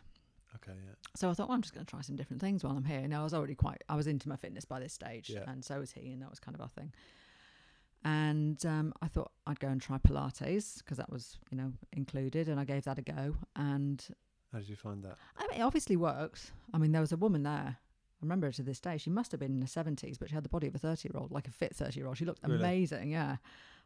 [SPEAKER 2] okay, yeah,
[SPEAKER 3] So I thought, well, I'm just going to try some different things while I'm here. Now I was already quite I was into my fitness by this stage,
[SPEAKER 2] Yeah.
[SPEAKER 3] and so was he, and that was kind of our thing. And um, I thought I'd go and try Pilates because that was you know included, and I gave that a go, and
[SPEAKER 2] How did you find that?
[SPEAKER 3] I mean, it obviously worked. I mean, there was a woman there. I remember her to this day. She must have been in her seventies, but she had the body of a thirty-year-old, like a fit thirty-year-old. She looked
[SPEAKER 2] Really?
[SPEAKER 3] amazing. Yeah,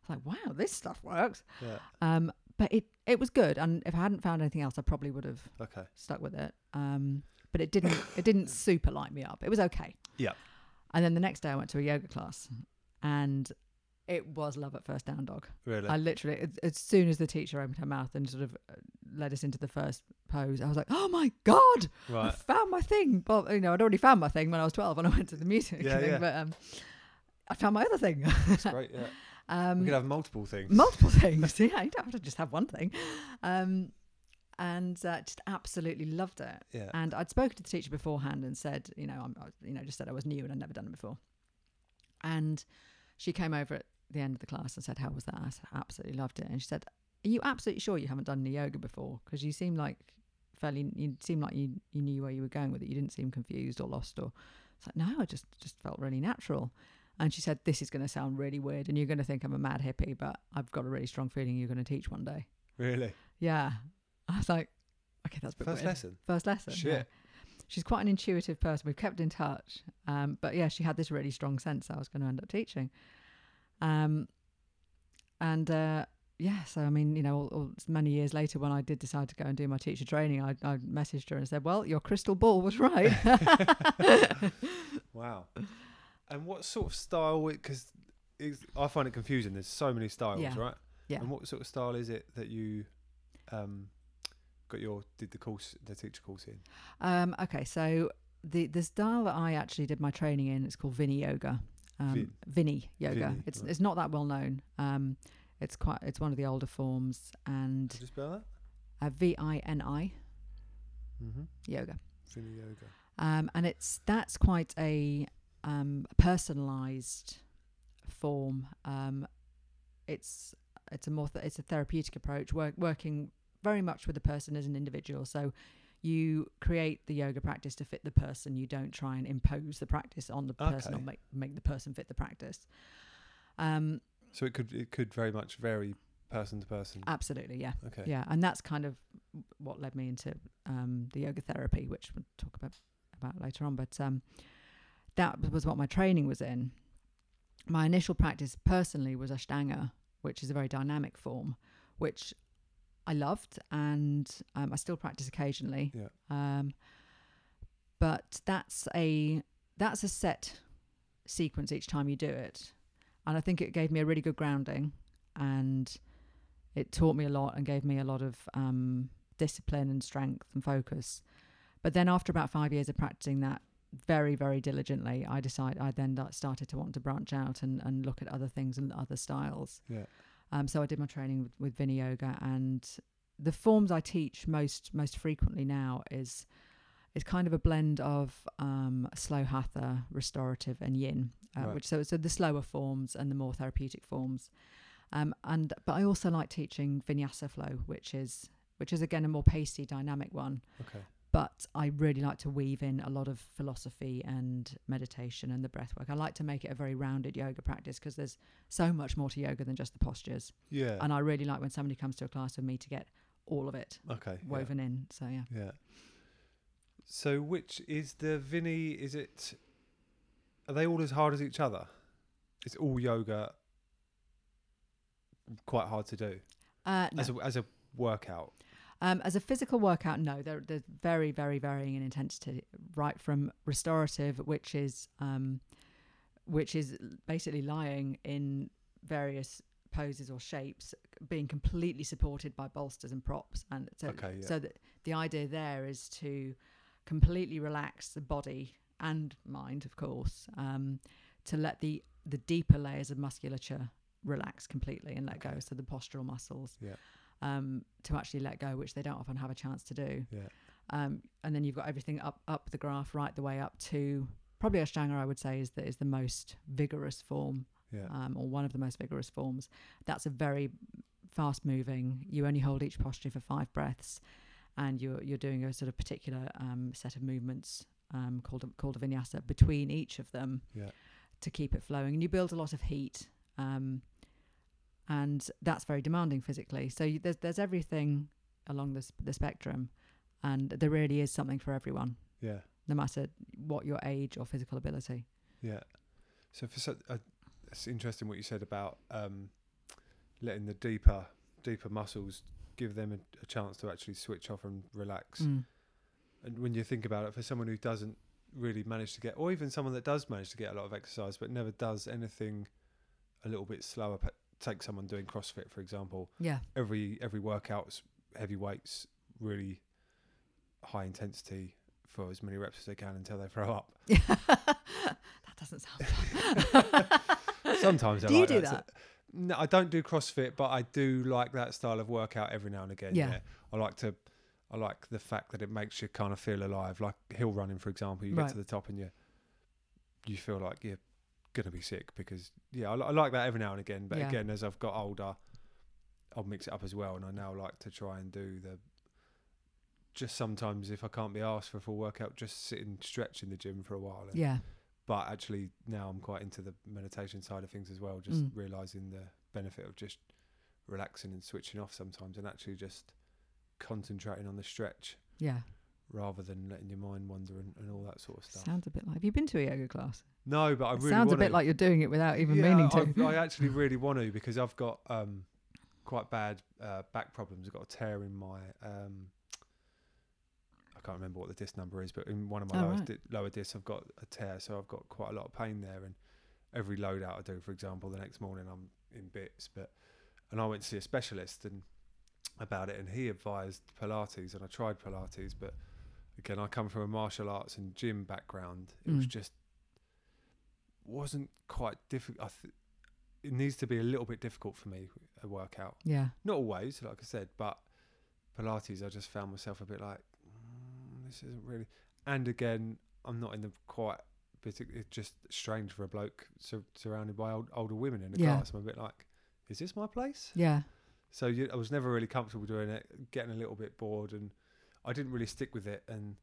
[SPEAKER 3] I was like, wow, this stuff works.
[SPEAKER 2] Yeah,
[SPEAKER 3] Um, but it it was good, and if I hadn't found anything else, I probably would have
[SPEAKER 2] okay,
[SPEAKER 3] stuck with it. Um, but it didn't it didn't super light me up. It was okay.
[SPEAKER 2] Yeah.
[SPEAKER 3] And then the next day, I went to a yoga class, and it was love at first down dog.
[SPEAKER 2] really,
[SPEAKER 3] I literally, as, as soon as the teacher opened her mouth and sort of uh, led us into the first pose. I was like, oh my god, I
[SPEAKER 2] Right.
[SPEAKER 3] found my thing. Well, you know, I'd already found my thing when I was twelve when I went to the music
[SPEAKER 2] Yeah,
[SPEAKER 3] thing,
[SPEAKER 2] yeah.
[SPEAKER 3] but um, I found my other thing.
[SPEAKER 2] That's great. Yeah. we
[SPEAKER 3] Um,
[SPEAKER 2] could have multiple things.
[SPEAKER 3] multiple things. Yeah, you don't have to just have one thing. Um, and uh, just absolutely loved it.
[SPEAKER 2] yeah.
[SPEAKER 3] And I'd spoken to the teacher beforehand and said, you know, I'm, I, you know, just said I was new and I'd never done it before. And she came over at the end of the class and said, "How was that?" I said, "I "Absolutely loved it." And she said, "Are you absolutely sure you haven't done any yoga before? Because you seem like fairly, you seem like you you knew where you were going with it. You didn't seem confused or lost or." It's like, "No, I just just felt really natural." And she said, "This is going to sound really weird, and you're going to think I'm a mad hippie, but I've got a really strong feeling you're going to teach one day."
[SPEAKER 2] Really.
[SPEAKER 3] Yeah, I was like, "Okay, that's a bit
[SPEAKER 2] First
[SPEAKER 3] weird."
[SPEAKER 2] lesson.
[SPEAKER 3] First lesson. yeah.
[SPEAKER 2] Shit.
[SPEAKER 3] She's quite an intuitive person. We've kept in touch. Um, but yeah, she had this really strong sense I was going to end up teaching. Um, and uh, yeah, so I mean, you know, all, all, many years later when I did decide to go and do my teacher training, I, I messaged her and said, well, your crystal ball was right.
[SPEAKER 2] Wow. And what sort of style? Because I find it confusing. There's so many styles,
[SPEAKER 3] Yeah.
[SPEAKER 2] right?
[SPEAKER 3] Yeah.
[SPEAKER 2] And what sort of style is it that you um, got your did the course the teacher course in?
[SPEAKER 3] um, okay, so the, the style that I actually did my training in is called Vinny Yoga. Um,
[SPEAKER 2] Vin.
[SPEAKER 3] Vinny Yoga.
[SPEAKER 2] Vinny,
[SPEAKER 3] it's,
[SPEAKER 2] right.
[SPEAKER 3] it's not that well known. Um, it's quite it's one of the older forms and
[SPEAKER 2] Could you spell that?
[SPEAKER 3] uh, V I N I
[SPEAKER 2] Mm-hmm.
[SPEAKER 3] yoga.
[SPEAKER 2] Vini yoga.
[SPEAKER 3] Um, and it's that's quite a um, personalized form. Um, it's it's a more th- it's a therapeutic approach, work, working very much with the person as an individual. So you create the yoga practice to fit the person. You don't try and impose the practice on the person or
[SPEAKER 2] Okay.
[SPEAKER 3] make make the person fit the practice. Um,
[SPEAKER 2] So it could it could very much vary person to person.
[SPEAKER 3] absolutely, yeah.
[SPEAKER 2] okay.
[SPEAKER 3] Ah, Yeah, and that's kind of what led me into um, the yoga therapy, which we'll talk about about later on. But um, that was what my training was in. My initial practice personally was Ashtanga, which is a very dynamic form, which I loved, and um, I still practice occasionally.
[SPEAKER 2] Yeah.
[SPEAKER 3] Um, but that's a that's a set sequence each time you do it, and I think it gave me a really good grounding, and it taught me a lot and gave me a lot of um, discipline and strength and focus. But then after about five years of practicing that very very diligently, I decided I then da- started to want to branch out and, and look at other things and other styles.
[SPEAKER 2] Yeah.
[SPEAKER 3] Um, so I did my training with, with Vinny Yoga, and the forms I teach most most frequently now is is kind of a blend of um, slow hatha, restorative, and yin, uh,
[SPEAKER 2] Right.
[SPEAKER 3] which so so the slower forms and the more therapeutic forms. Um, and but I also like teaching vinyasa flow, which is which is again a more pacey, dynamic one.
[SPEAKER 2] Okay.
[SPEAKER 3] But I really like to weave in a lot of philosophy and meditation and the breath work. I like to make it a very rounded yoga practice because there's so much more to yoga than just the postures
[SPEAKER 2] Yeah.
[SPEAKER 3] and I really like when somebody comes to a class with me to get all of it
[SPEAKER 2] okay. yeah,
[SPEAKER 3] woven in. So yeah,
[SPEAKER 2] Yeah. So which is the Vinny? Is it? Are they all as hard as each other? It's all yoga. Quite hard to do
[SPEAKER 3] uh, no.
[SPEAKER 2] as a, as a workout.
[SPEAKER 3] um, as a physical workout, no, they're, they're very, very varying in intensity, right from restorative, which is um, which is basically lying in various poses or shapes, being completely supported by bolsters and props, and so
[SPEAKER 2] Okay, yeah.
[SPEAKER 3] so that the idea there is to completely relax the body and mind, of course, um, to let the the deeper layers of musculature relax completely and let go.
[SPEAKER 2] Okay.
[SPEAKER 3] So the postural muscles,
[SPEAKER 2] Yeah.
[SPEAKER 3] um, to actually let go, which they don't often have a chance to do.
[SPEAKER 2] Yeah.
[SPEAKER 3] Um, and then you've got everything up up the graph, right the way up to probably Ashtanga. I would say is the, is the most vigorous form,
[SPEAKER 2] Yeah.
[SPEAKER 3] um, or one of the most vigorous forms. That's a very fast moving. You only hold each posture for five breaths, and you're you're doing a sort of particular um, set of movements um, called a, called a vinyasa between each of them
[SPEAKER 2] Yeah.
[SPEAKER 3] to keep it flowing. And you build a lot of heat, um, and that's very demanding physically. So you, there's there's everything along this the spectrum, and there really is something for everyone,
[SPEAKER 2] Yeah.
[SPEAKER 3] no matter what your age or physical ability.
[SPEAKER 2] Yeah. So for such, uh, it's interesting what you said about um, letting the deeper deeper muscles give them a, a chance to actually switch off and relax.
[SPEAKER 3] Mm.
[SPEAKER 2] And when you think about it, for someone who doesn't really manage to get, or even someone that does manage to get a lot of exercise but never does anything a little bit slower, pa- take someone doing CrossFit for example.
[SPEAKER 3] Yeah.
[SPEAKER 2] Every every workout's heavy weights, really high intensity for as many reps as they can until they throw up.
[SPEAKER 3] that doesn't sound fun.
[SPEAKER 2] Sometimes I
[SPEAKER 3] do you
[SPEAKER 2] like
[SPEAKER 3] do
[SPEAKER 2] that.
[SPEAKER 3] that?
[SPEAKER 2] No, I don't do CrossFit, but I do like that style of workout every now and again.
[SPEAKER 3] Yeah.
[SPEAKER 2] Yeah. I like to I like the fact that it makes you kind of feel alive. Like hill running, for example, you
[SPEAKER 3] Right.
[SPEAKER 2] get to the top and you you feel like you're gonna be sick because yeah, I, li- I like that every now and again. But
[SPEAKER 3] Yeah.
[SPEAKER 2] again, as I've got older, I'll mix it up as well, and I now like to try and do the just sometimes if I can't be asked for a full workout, just sit and stretch in the gym for a while. And
[SPEAKER 3] Yeah.
[SPEAKER 2] but actually now I'm quite into the meditation side of things as well. Just
[SPEAKER 3] Mm.
[SPEAKER 2] realizing the benefit of just relaxing and switching off sometimes, and actually just concentrating on the stretch
[SPEAKER 3] Yeah.
[SPEAKER 2] rather than letting your mind wander and, and all that sort of stuff.
[SPEAKER 3] Sounds a bit like. Have you been to a yoga class?
[SPEAKER 2] no, but I really
[SPEAKER 3] sounds a
[SPEAKER 2] want
[SPEAKER 3] bit
[SPEAKER 2] to.
[SPEAKER 3] like you're doing it without even
[SPEAKER 2] Yeah,
[SPEAKER 3] meaning
[SPEAKER 2] I,
[SPEAKER 3] to.
[SPEAKER 2] I actually really want to because I've got um, quite bad uh, back problems. I've got a tear in my. Um, I can't remember what the disc number is, but in one of my
[SPEAKER 3] Oh,
[SPEAKER 2] lowest
[SPEAKER 3] right.
[SPEAKER 2] di- lower discs, I've got a tear, so I've got quite a lot of pain there. And every load out I do, for example, the next morning I'm in bits. But and I went to see a specialist and about it, and he advised Pilates, and I tried Pilates, but again, I come from a martial arts and gym background. It was
[SPEAKER 3] Mm.
[SPEAKER 2] just wasn't quite difficult. I th- it needs to be a little bit difficult for me a workout.
[SPEAKER 3] yeah.
[SPEAKER 2] Not always, like I said, but Pilates, I just found myself a bit like mm, this isn't really. And again, I'm not in the quite. partic- It's just strange for a bloke sur- surrounded by old, older women in a
[SPEAKER 3] Yeah.
[SPEAKER 2] class. I'm a bit like, is this my place?
[SPEAKER 3] Yeah.
[SPEAKER 2] So you, I was never really comfortable doing it, getting a little bit bored, and I didn't really stick with it. And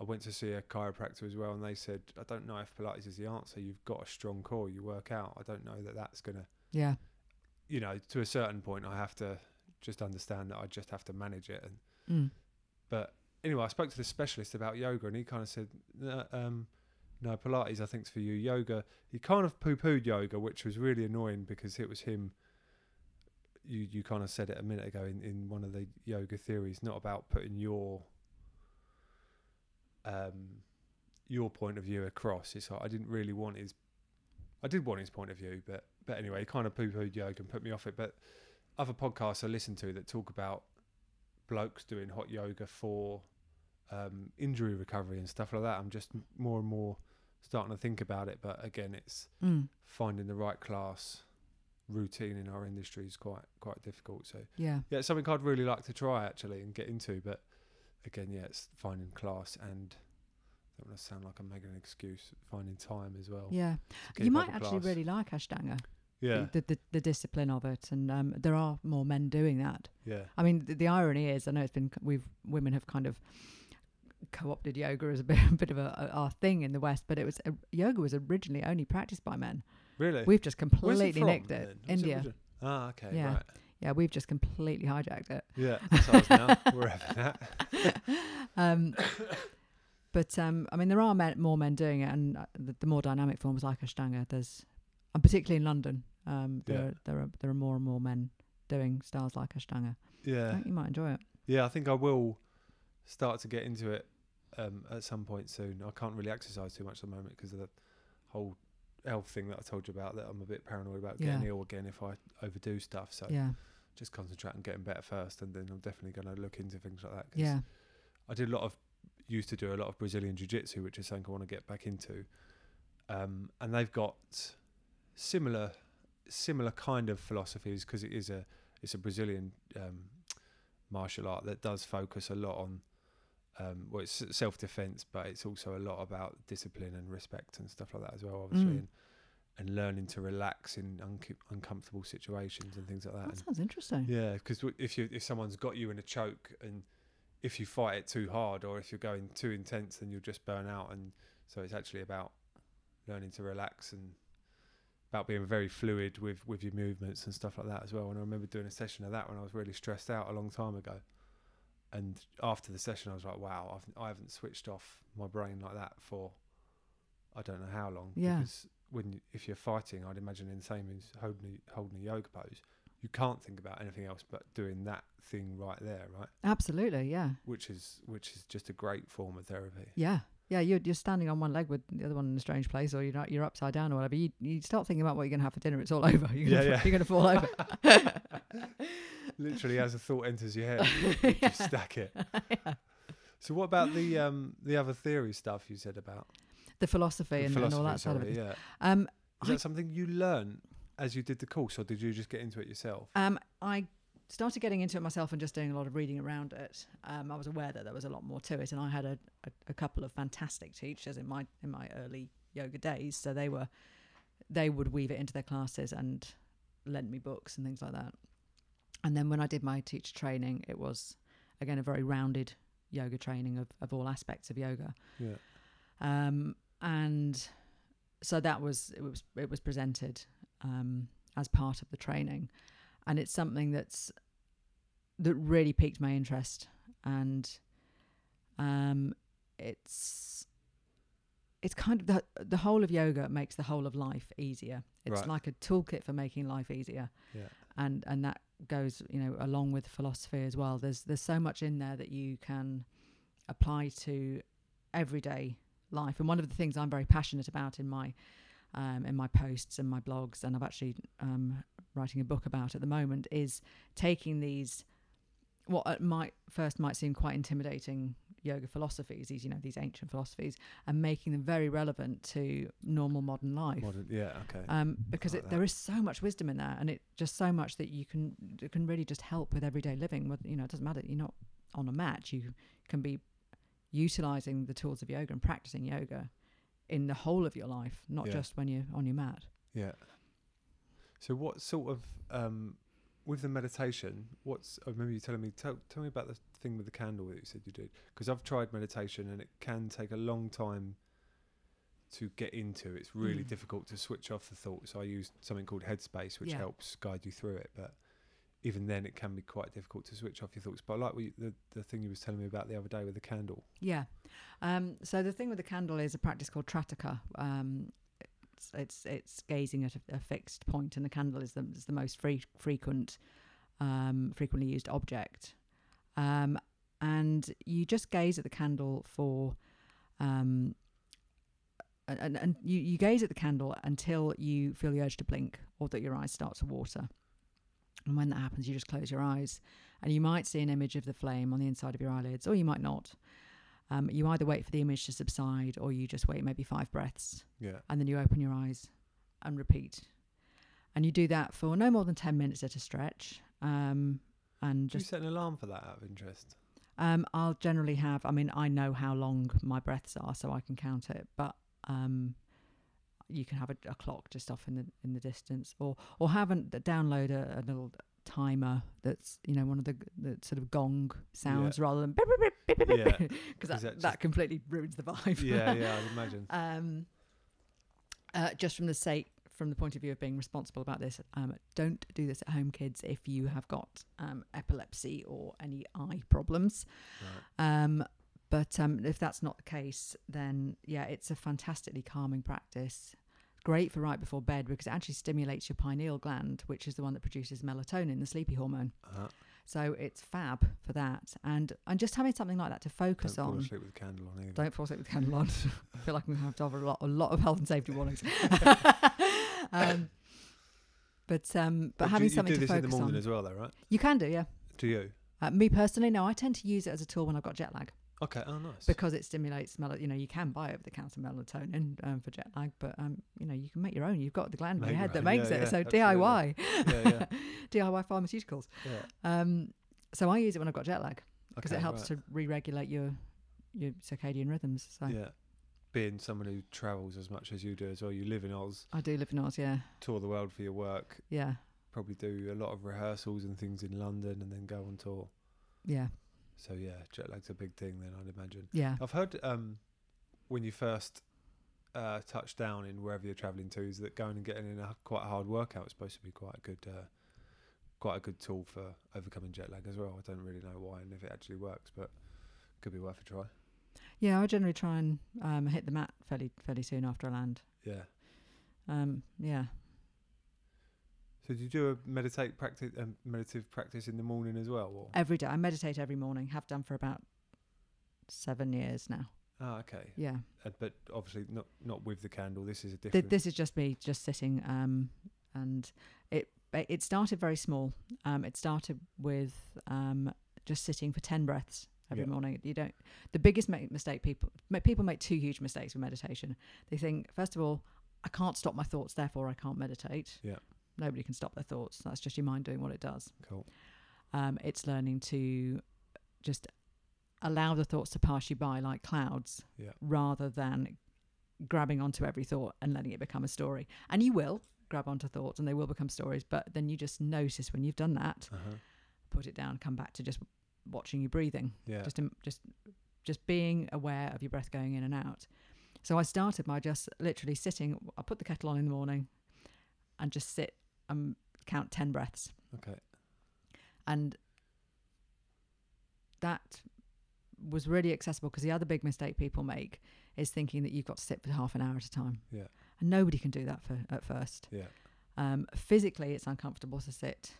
[SPEAKER 2] I went to see a chiropractor as well, and they said, I don't know if Pilates is the answer. You've got a strong core, you work out. I don't know that that's going to,
[SPEAKER 3] Yeah.
[SPEAKER 2] you know, to a certain point, I have to just understand that I just have to manage it. And
[SPEAKER 3] Mm.
[SPEAKER 2] But anyway, I spoke to the specialist about yoga, and he kind of said, "No, um, "No, Pilates, I think's for you. Yoga." He kind of poo-pooed yoga, which was really annoying because it was him. You you kind of said it a minute ago in, in one of the yoga theories, not about putting your um your point of view across. It's like I didn't really want his. I did want his point of view, but but anyway, he kind of poo-pooed yoga and put me off it. But other podcasts I listen to that talk about blokes doing hot yoga for um, injury recovery and stuff like that. I'm just m- more and more starting to think about it, but again, it's
[SPEAKER 3] Mm.
[SPEAKER 2] finding the right class routine in our industry is quite quite difficult. So
[SPEAKER 3] Yeah.
[SPEAKER 2] yeah, it's something I'd really like to try actually and get into, but again, yeah, it's finding class and. I don't want to sound like I'm making an excuse. Finding time as well.
[SPEAKER 3] Yeah.
[SPEAKER 2] to keep
[SPEAKER 3] You
[SPEAKER 2] up
[SPEAKER 3] might
[SPEAKER 2] a
[SPEAKER 3] actually
[SPEAKER 2] class.
[SPEAKER 3] really like Ashtanga.
[SPEAKER 2] Yeah,
[SPEAKER 3] The, the the discipline of it, and um, there are more men doing that.
[SPEAKER 2] yeah,
[SPEAKER 3] I mean, the, the irony is, I know it's been we've women have kind of co-opted yoga as a bit, a bit of a, a our thing in the West, but it was uh, yoga was originally only practiced by men.
[SPEAKER 2] really.
[SPEAKER 3] We've just
[SPEAKER 2] Where's
[SPEAKER 3] completely
[SPEAKER 2] from,
[SPEAKER 3] nicked it.
[SPEAKER 2] then? Where's
[SPEAKER 3] India.
[SPEAKER 2] origin- Ah, okay,
[SPEAKER 3] Yeah.
[SPEAKER 2] right.
[SPEAKER 3] yeah, we've just completely hijacked it.
[SPEAKER 2] Yeah, that's ours now. We're having that.
[SPEAKER 3] Um, but um, I mean, there are men, more men doing it, and uh, the, the more dynamic forms like Ashtanga, there's, and particularly in London, um, there,
[SPEAKER 2] Yeah.
[SPEAKER 3] are, there are there are more and more men doing styles like Ashtanga. I
[SPEAKER 2] Yeah.
[SPEAKER 3] think you might enjoy it.
[SPEAKER 2] Yeah, I think I will start to get into it um, at some point soon. I can't really exercise too much at the moment because of the whole health thing that I told you about. That I'm a bit paranoid about getting
[SPEAKER 3] Yeah.
[SPEAKER 2] ill again if I overdo stuff. So
[SPEAKER 3] Yeah,
[SPEAKER 2] just concentrate on getting better first, and then I'm definitely going to look into things like that. 'cause
[SPEAKER 3] yeah,
[SPEAKER 2] I did a lot of used to do a lot of Brazilian jiu jitsu, which is something I want to get back into. Um, and they've got similar similar kind of philosophies because it is a it's a Brazilian um, martial art that does focus a lot on um, well it's self defense, but it's also a lot about discipline and respect and stuff like that as well, obviously.
[SPEAKER 3] Mm.
[SPEAKER 2] And, and learning to relax in unco- uncomfortable situations and things like that.
[SPEAKER 3] that
[SPEAKER 2] And-
[SPEAKER 3] sounds interesting.
[SPEAKER 2] yeah, because if you if someone's got you in a choke and if you fight it too hard or if you're going too intense, then you'll just burn out. And so it's actually about learning to relax and about being very fluid with with your movements and stuff like that as well. And I remember doing a session of that when I was really stressed out a long time ago. And after the session, I was like, "Wow, I've I haven't switched off my brain like that for I don't know how long."
[SPEAKER 3] Yeah.
[SPEAKER 2] Because when you, if you're fighting, I'd imagine in the same as holding a, holding a yoga pose you can't think about anything else but doing that thing right there, right?
[SPEAKER 3] Absolutely, yeah,
[SPEAKER 2] Which is which is just a great form of therapy.
[SPEAKER 3] yeah, yeah. You're you're standing on one leg with the other one in a strange place, or you're not, you're upside down or whatever. You you start thinking about what you're gonna have for dinner. It's all over. You're
[SPEAKER 2] Yeah,
[SPEAKER 3] gonna, fa-
[SPEAKER 2] yeah.
[SPEAKER 3] You're gonna fall over.
[SPEAKER 2] Literally, as a thought enters your head, you
[SPEAKER 3] Yeah.
[SPEAKER 2] just stack it. So what about the um the other theory stuff you said about
[SPEAKER 3] the philosophy, and, and all that side of
[SPEAKER 2] sorry,
[SPEAKER 3] it.
[SPEAKER 2] Yeah,
[SPEAKER 3] Um,
[SPEAKER 2] is
[SPEAKER 3] I-
[SPEAKER 2] that something you learn as you did the course, or did you just get into it yourself?
[SPEAKER 3] Um, I started getting into it myself and just doing a lot of reading around it. Um, I was aware that there was a lot more to it, and I had a, a, a couple of fantastic teachers in my in my early yoga days. So they were they would weave it into their classes and lend me books and things like that. And then when I did my teacher training, it was again a very rounded yoga training of, of all aspects of yoga
[SPEAKER 2] Yeah,
[SPEAKER 3] um, and so that was it was it was presented um, as part of the training, and it's something that's that really piqued my interest, and um, it's it's kind of the the whole of yoga makes the whole of life easier. It's
[SPEAKER 2] Right.
[SPEAKER 3] like a toolkit for making life easier,
[SPEAKER 2] Yeah.
[SPEAKER 3] and and that goes you know along with philosophy as well. There's there's so much in there that you can apply to everyday life. And one of the things I'm very passionate about in my um, in my posts and my blogs, and I've actually um, writing a book about at the moment, is taking these what at might first might seem quite intimidating yoga philosophies, these you know these ancient philosophies, and making them very relevant to normal modern life.
[SPEAKER 2] Modern, yeah, okay.
[SPEAKER 3] Um, because
[SPEAKER 2] like
[SPEAKER 3] it,
[SPEAKER 2] that.
[SPEAKER 3] there is so much wisdom in there, and it just so much that you can it can really just help with everyday living. With you know, it doesn't matter you're not on a mat, you can be utilizing the tools of yoga and practicing yoga in the whole of your life, not
[SPEAKER 2] Yeah.
[SPEAKER 3] just when you're on your mat.
[SPEAKER 2] Yeah. So what sort of um with the meditation? What's I remember you telling me. Tell, tell me about the thing with the candle that you said you did because I've tried meditation and it can take a long time to get into. It's really
[SPEAKER 3] Mm.
[SPEAKER 2] difficult to switch off the thoughts. I use something called Headspace, which
[SPEAKER 3] Yeah.
[SPEAKER 2] helps guide you through it, but even then it can be quite difficult to switch off your thoughts. But I like what you, the the thing you was telling me about the other day with the candle.
[SPEAKER 3] Yeah. Um, so the thing with the candle is a practice called trataka. Um, it's, it's it's gazing at a, a fixed point, and the candle is the is the most free, frequent, um, frequently used object. Um, and you just gaze at the candle for, um, a- and, and you, you gaze at the candle until you feel the urge to blink or that your eyes start to water. And when that happens, you just close your eyes, and you might see an image of the flame on the inside of your eyelids, or you might not. Um, you either wait for the image to subside or you just wait maybe five breaths
[SPEAKER 2] Yeah.
[SPEAKER 3] and then you open your eyes and repeat. And you do that for no more than 10 minutes at a stretch. Um, and
[SPEAKER 2] Did you
[SPEAKER 3] just,
[SPEAKER 2] set an alarm for that out of interest?
[SPEAKER 3] um, I'll generally have, I mean, I know how long my breaths are so I can count it, but um, you can have a, a clock just off in the in the distance or or have an, download a, a little timer that's you know one of the, the sort of gong sounds rather than
[SPEAKER 2] Yeah.
[SPEAKER 3] because
[SPEAKER 2] that
[SPEAKER 3] that, that completely ruins the vibe.
[SPEAKER 2] yeah, yeah, I'd imagine.
[SPEAKER 3] um, uh, just from the sake, from the point of view of being responsible about this, um, don't do this at home, kids. If you have got um, epilepsy or any eye problems,
[SPEAKER 2] Right.
[SPEAKER 3] um, but um, if that's not the case, then yeah, it's a fantastically calming practice. Great for right before bed because it actually stimulates your pineal gland, which is the one that produces melatonin, the sleepy hormone.
[SPEAKER 2] Uh-huh.
[SPEAKER 3] So it's fab for that, and and just having something like that to
[SPEAKER 2] Don't
[SPEAKER 3] focus
[SPEAKER 2] fall
[SPEAKER 3] on.
[SPEAKER 2] asleep with the candle on either.
[SPEAKER 3] Don't force it with the candle on. I feel like I'm gonna have to have a lot, a lot of health and safety warnings. um, but um, but
[SPEAKER 2] do
[SPEAKER 3] having
[SPEAKER 2] you,
[SPEAKER 3] something
[SPEAKER 2] you do
[SPEAKER 3] to
[SPEAKER 2] this in the
[SPEAKER 3] focus
[SPEAKER 2] morning
[SPEAKER 3] on,
[SPEAKER 2] as well, though, right?
[SPEAKER 3] you can do, yeah.
[SPEAKER 2] Do you?
[SPEAKER 3] Uh, me personally, no, I tend to use it as a tool when I've got jet lag
[SPEAKER 2] Okay. Oh, nice.
[SPEAKER 3] because it stimulates mel. You know, you can buy over the counter melatonin um, for jet lag, but um, you know, you can make your own. You've got the gland in
[SPEAKER 2] Make
[SPEAKER 3] your head
[SPEAKER 2] your
[SPEAKER 3] that
[SPEAKER 2] own,
[SPEAKER 3] makes
[SPEAKER 2] yeah,
[SPEAKER 3] it.
[SPEAKER 2] yeah,
[SPEAKER 3] so
[SPEAKER 2] absolutely.
[SPEAKER 3] DIY,
[SPEAKER 2] yeah, yeah,
[SPEAKER 3] DIY pharmaceuticals.
[SPEAKER 2] yeah.
[SPEAKER 3] Um, so I use it when I've got jet lag because
[SPEAKER 2] Okay,
[SPEAKER 3] it helps
[SPEAKER 2] right.
[SPEAKER 3] to re-regulate your your circadian rhythms. So
[SPEAKER 2] Yeah. Being someone who travels as much as you do as well, you live in Oz,
[SPEAKER 3] I do live in Oz. Yeah,
[SPEAKER 2] tour the world for your work,
[SPEAKER 3] yeah,
[SPEAKER 2] probably do a lot of rehearsals and things in London, and then go on tour.
[SPEAKER 3] yeah,
[SPEAKER 2] So yeah, jet lag's a big thing. Then I'd imagine.
[SPEAKER 3] yeah.
[SPEAKER 2] I've heard um, when you first uh, touch down in wherever you're travelling to, is that going and getting in a quite a hard workout is supposed to be quite a good, uh, quite a good tool for overcoming jet lag as well. I don't really know why and if it actually works, but could be worth a try.
[SPEAKER 3] Yeah, I generally try and um, hit the mat fairly fairly soon after I land.
[SPEAKER 2] Yeah.
[SPEAKER 3] Um, yeah,
[SPEAKER 2] So do you do a meditate practice, um, meditative practice in the morning as well? Or?
[SPEAKER 3] every day I meditate every morning. Have done for about seven years now.
[SPEAKER 2] Ah, okay.
[SPEAKER 3] Yeah,
[SPEAKER 2] Uh, but obviously not not with the candle. This is a
[SPEAKER 3] Th-
[SPEAKER 2] different.
[SPEAKER 3] this is just me just sitting, um, and it it started very small. Um, it started with um, just sitting for ten breaths every
[SPEAKER 2] Yeah.
[SPEAKER 3] morning. You don't. The biggest ma- mistake people ma- people make two huge mistakes with meditation. They think first of all, I can't stop my thoughts, therefore I can't meditate.
[SPEAKER 2] Yeah.
[SPEAKER 3] Nobody can stop their thoughts. That's just your mind doing what it does.
[SPEAKER 2] Cool.
[SPEAKER 3] Um, it's learning to just allow the thoughts to pass you by like clouds,
[SPEAKER 2] Yeah.
[SPEAKER 3] rather than grabbing onto every thought and letting it become a story. And you will grab onto thoughts, and they will become stories. But then you just notice when you've done that
[SPEAKER 2] Uh-huh.
[SPEAKER 3] put it down, come back to just watching your breathing,
[SPEAKER 2] Yeah.
[SPEAKER 3] just im- just just being aware of your breath going in and out. So I started by just literally sitting. I put the kettle on in the morning, and just sit and count ten breaths.
[SPEAKER 2] Okay.
[SPEAKER 3] And that was really accessible because the other big mistake people make is thinking that you've got to sit for half an hour at a time.
[SPEAKER 2] Yeah.
[SPEAKER 3] And nobody can do that for at first.
[SPEAKER 2] Yeah.
[SPEAKER 3] Um, physically, it's uncomfortable to sit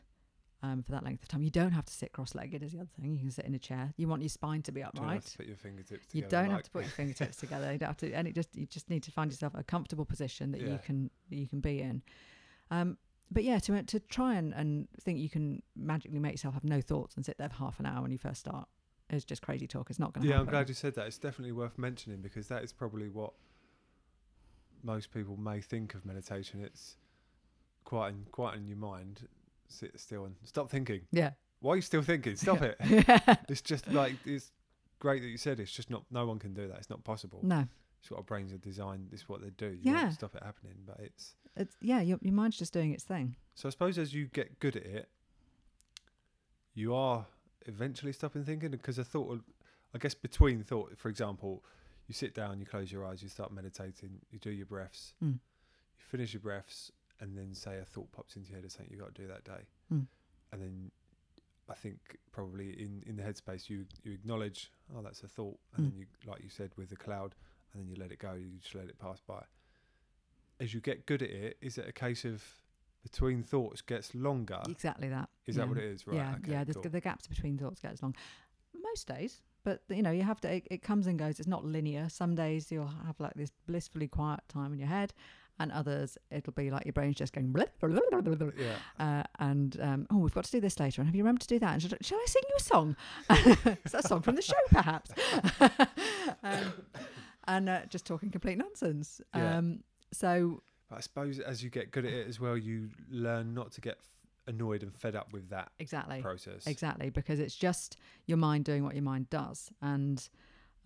[SPEAKER 3] um, for that length of time. You don't have to sit cross-legged. Is the other thing. You can sit in a chair. You want your spine to be
[SPEAKER 2] Don't have
[SPEAKER 3] upright.
[SPEAKER 2] to put your fingertips
[SPEAKER 3] You
[SPEAKER 2] together
[SPEAKER 3] don't have
[SPEAKER 2] like-
[SPEAKER 3] to put your fingertips together. You don't have to, and it just you just need to find yourself a comfortable position that
[SPEAKER 2] Yeah.
[SPEAKER 3] you can you can be in. Um, but yeah, to to try and, and think you can magically make yourself have no thoughts and sit there for half an hour when you first start is just crazy talk. It's not going to
[SPEAKER 2] Yeah, I'm
[SPEAKER 3] happen.
[SPEAKER 2] glad you said that. It's definitely worth mentioning because that is probably what most people may think of meditation. It's quiet in, quiet in your mind, sit still and stop thinking.
[SPEAKER 3] yeah.
[SPEAKER 2] Why are you still thinking? Stop it.
[SPEAKER 3] it.
[SPEAKER 2] It's just like it's great that you said. It's just not. No one can do that. It's not possible.
[SPEAKER 3] no.
[SPEAKER 2] It's what our brains are designed. It's what they do. You want
[SPEAKER 3] Yeah.
[SPEAKER 2] to stop it happening, but it's
[SPEAKER 3] It's, yeah, your, your mind's just doing its thing.
[SPEAKER 2] so. I suppose as you get good at it, you are eventually stopping thinking because a thought. will- I guess between thought, for example, you sit down, you close your eyes, you start meditating, you do your breaths,
[SPEAKER 3] Mm.
[SPEAKER 2] you finish your breaths, and then say a thought pops into your head of something you got to do that day,
[SPEAKER 3] Mm.
[SPEAKER 2] and then. I think probably in, in the headspace you you acknowledge oh that's a thought and
[SPEAKER 3] Mm.
[SPEAKER 2] then you like you said with the cloud and then you let it go, you just let it pass by. As you get good at it, is it a case of between thoughts gets longer?
[SPEAKER 3] Exactly that.
[SPEAKER 2] Uh, Is that
[SPEAKER 3] yeah.
[SPEAKER 2] what it is? Right.
[SPEAKER 3] yeah,
[SPEAKER 2] okay,
[SPEAKER 3] yeah. The,
[SPEAKER 2] cool.
[SPEAKER 3] the gaps between thoughts gets long most days, but you know you have to. It, it comes and goes. It's not linear. Some days you'll have like this blissfully quiet time in your head, and others it'll be like your brain's just going. Blah, blah, blah, blah, blah, blah.
[SPEAKER 2] Yeah.
[SPEAKER 3] Uh, and um, oh, we've got to do this later. And have you remembered to do that? And should, I- shall I sing you a song? Is that a song from the show, perhaps? um, and uh, just talking complete nonsense.
[SPEAKER 2] Yeah.
[SPEAKER 3] Um, so
[SPEAKER 2] But I suppose as you get good at it as well, you learn not to get f- annoyed and fed up with that
[SPEAKER 3] exactly.
[SPEAKER 2] process.
[SPEAKER 3] Exactly, because it's just your mind doing what your mind does. And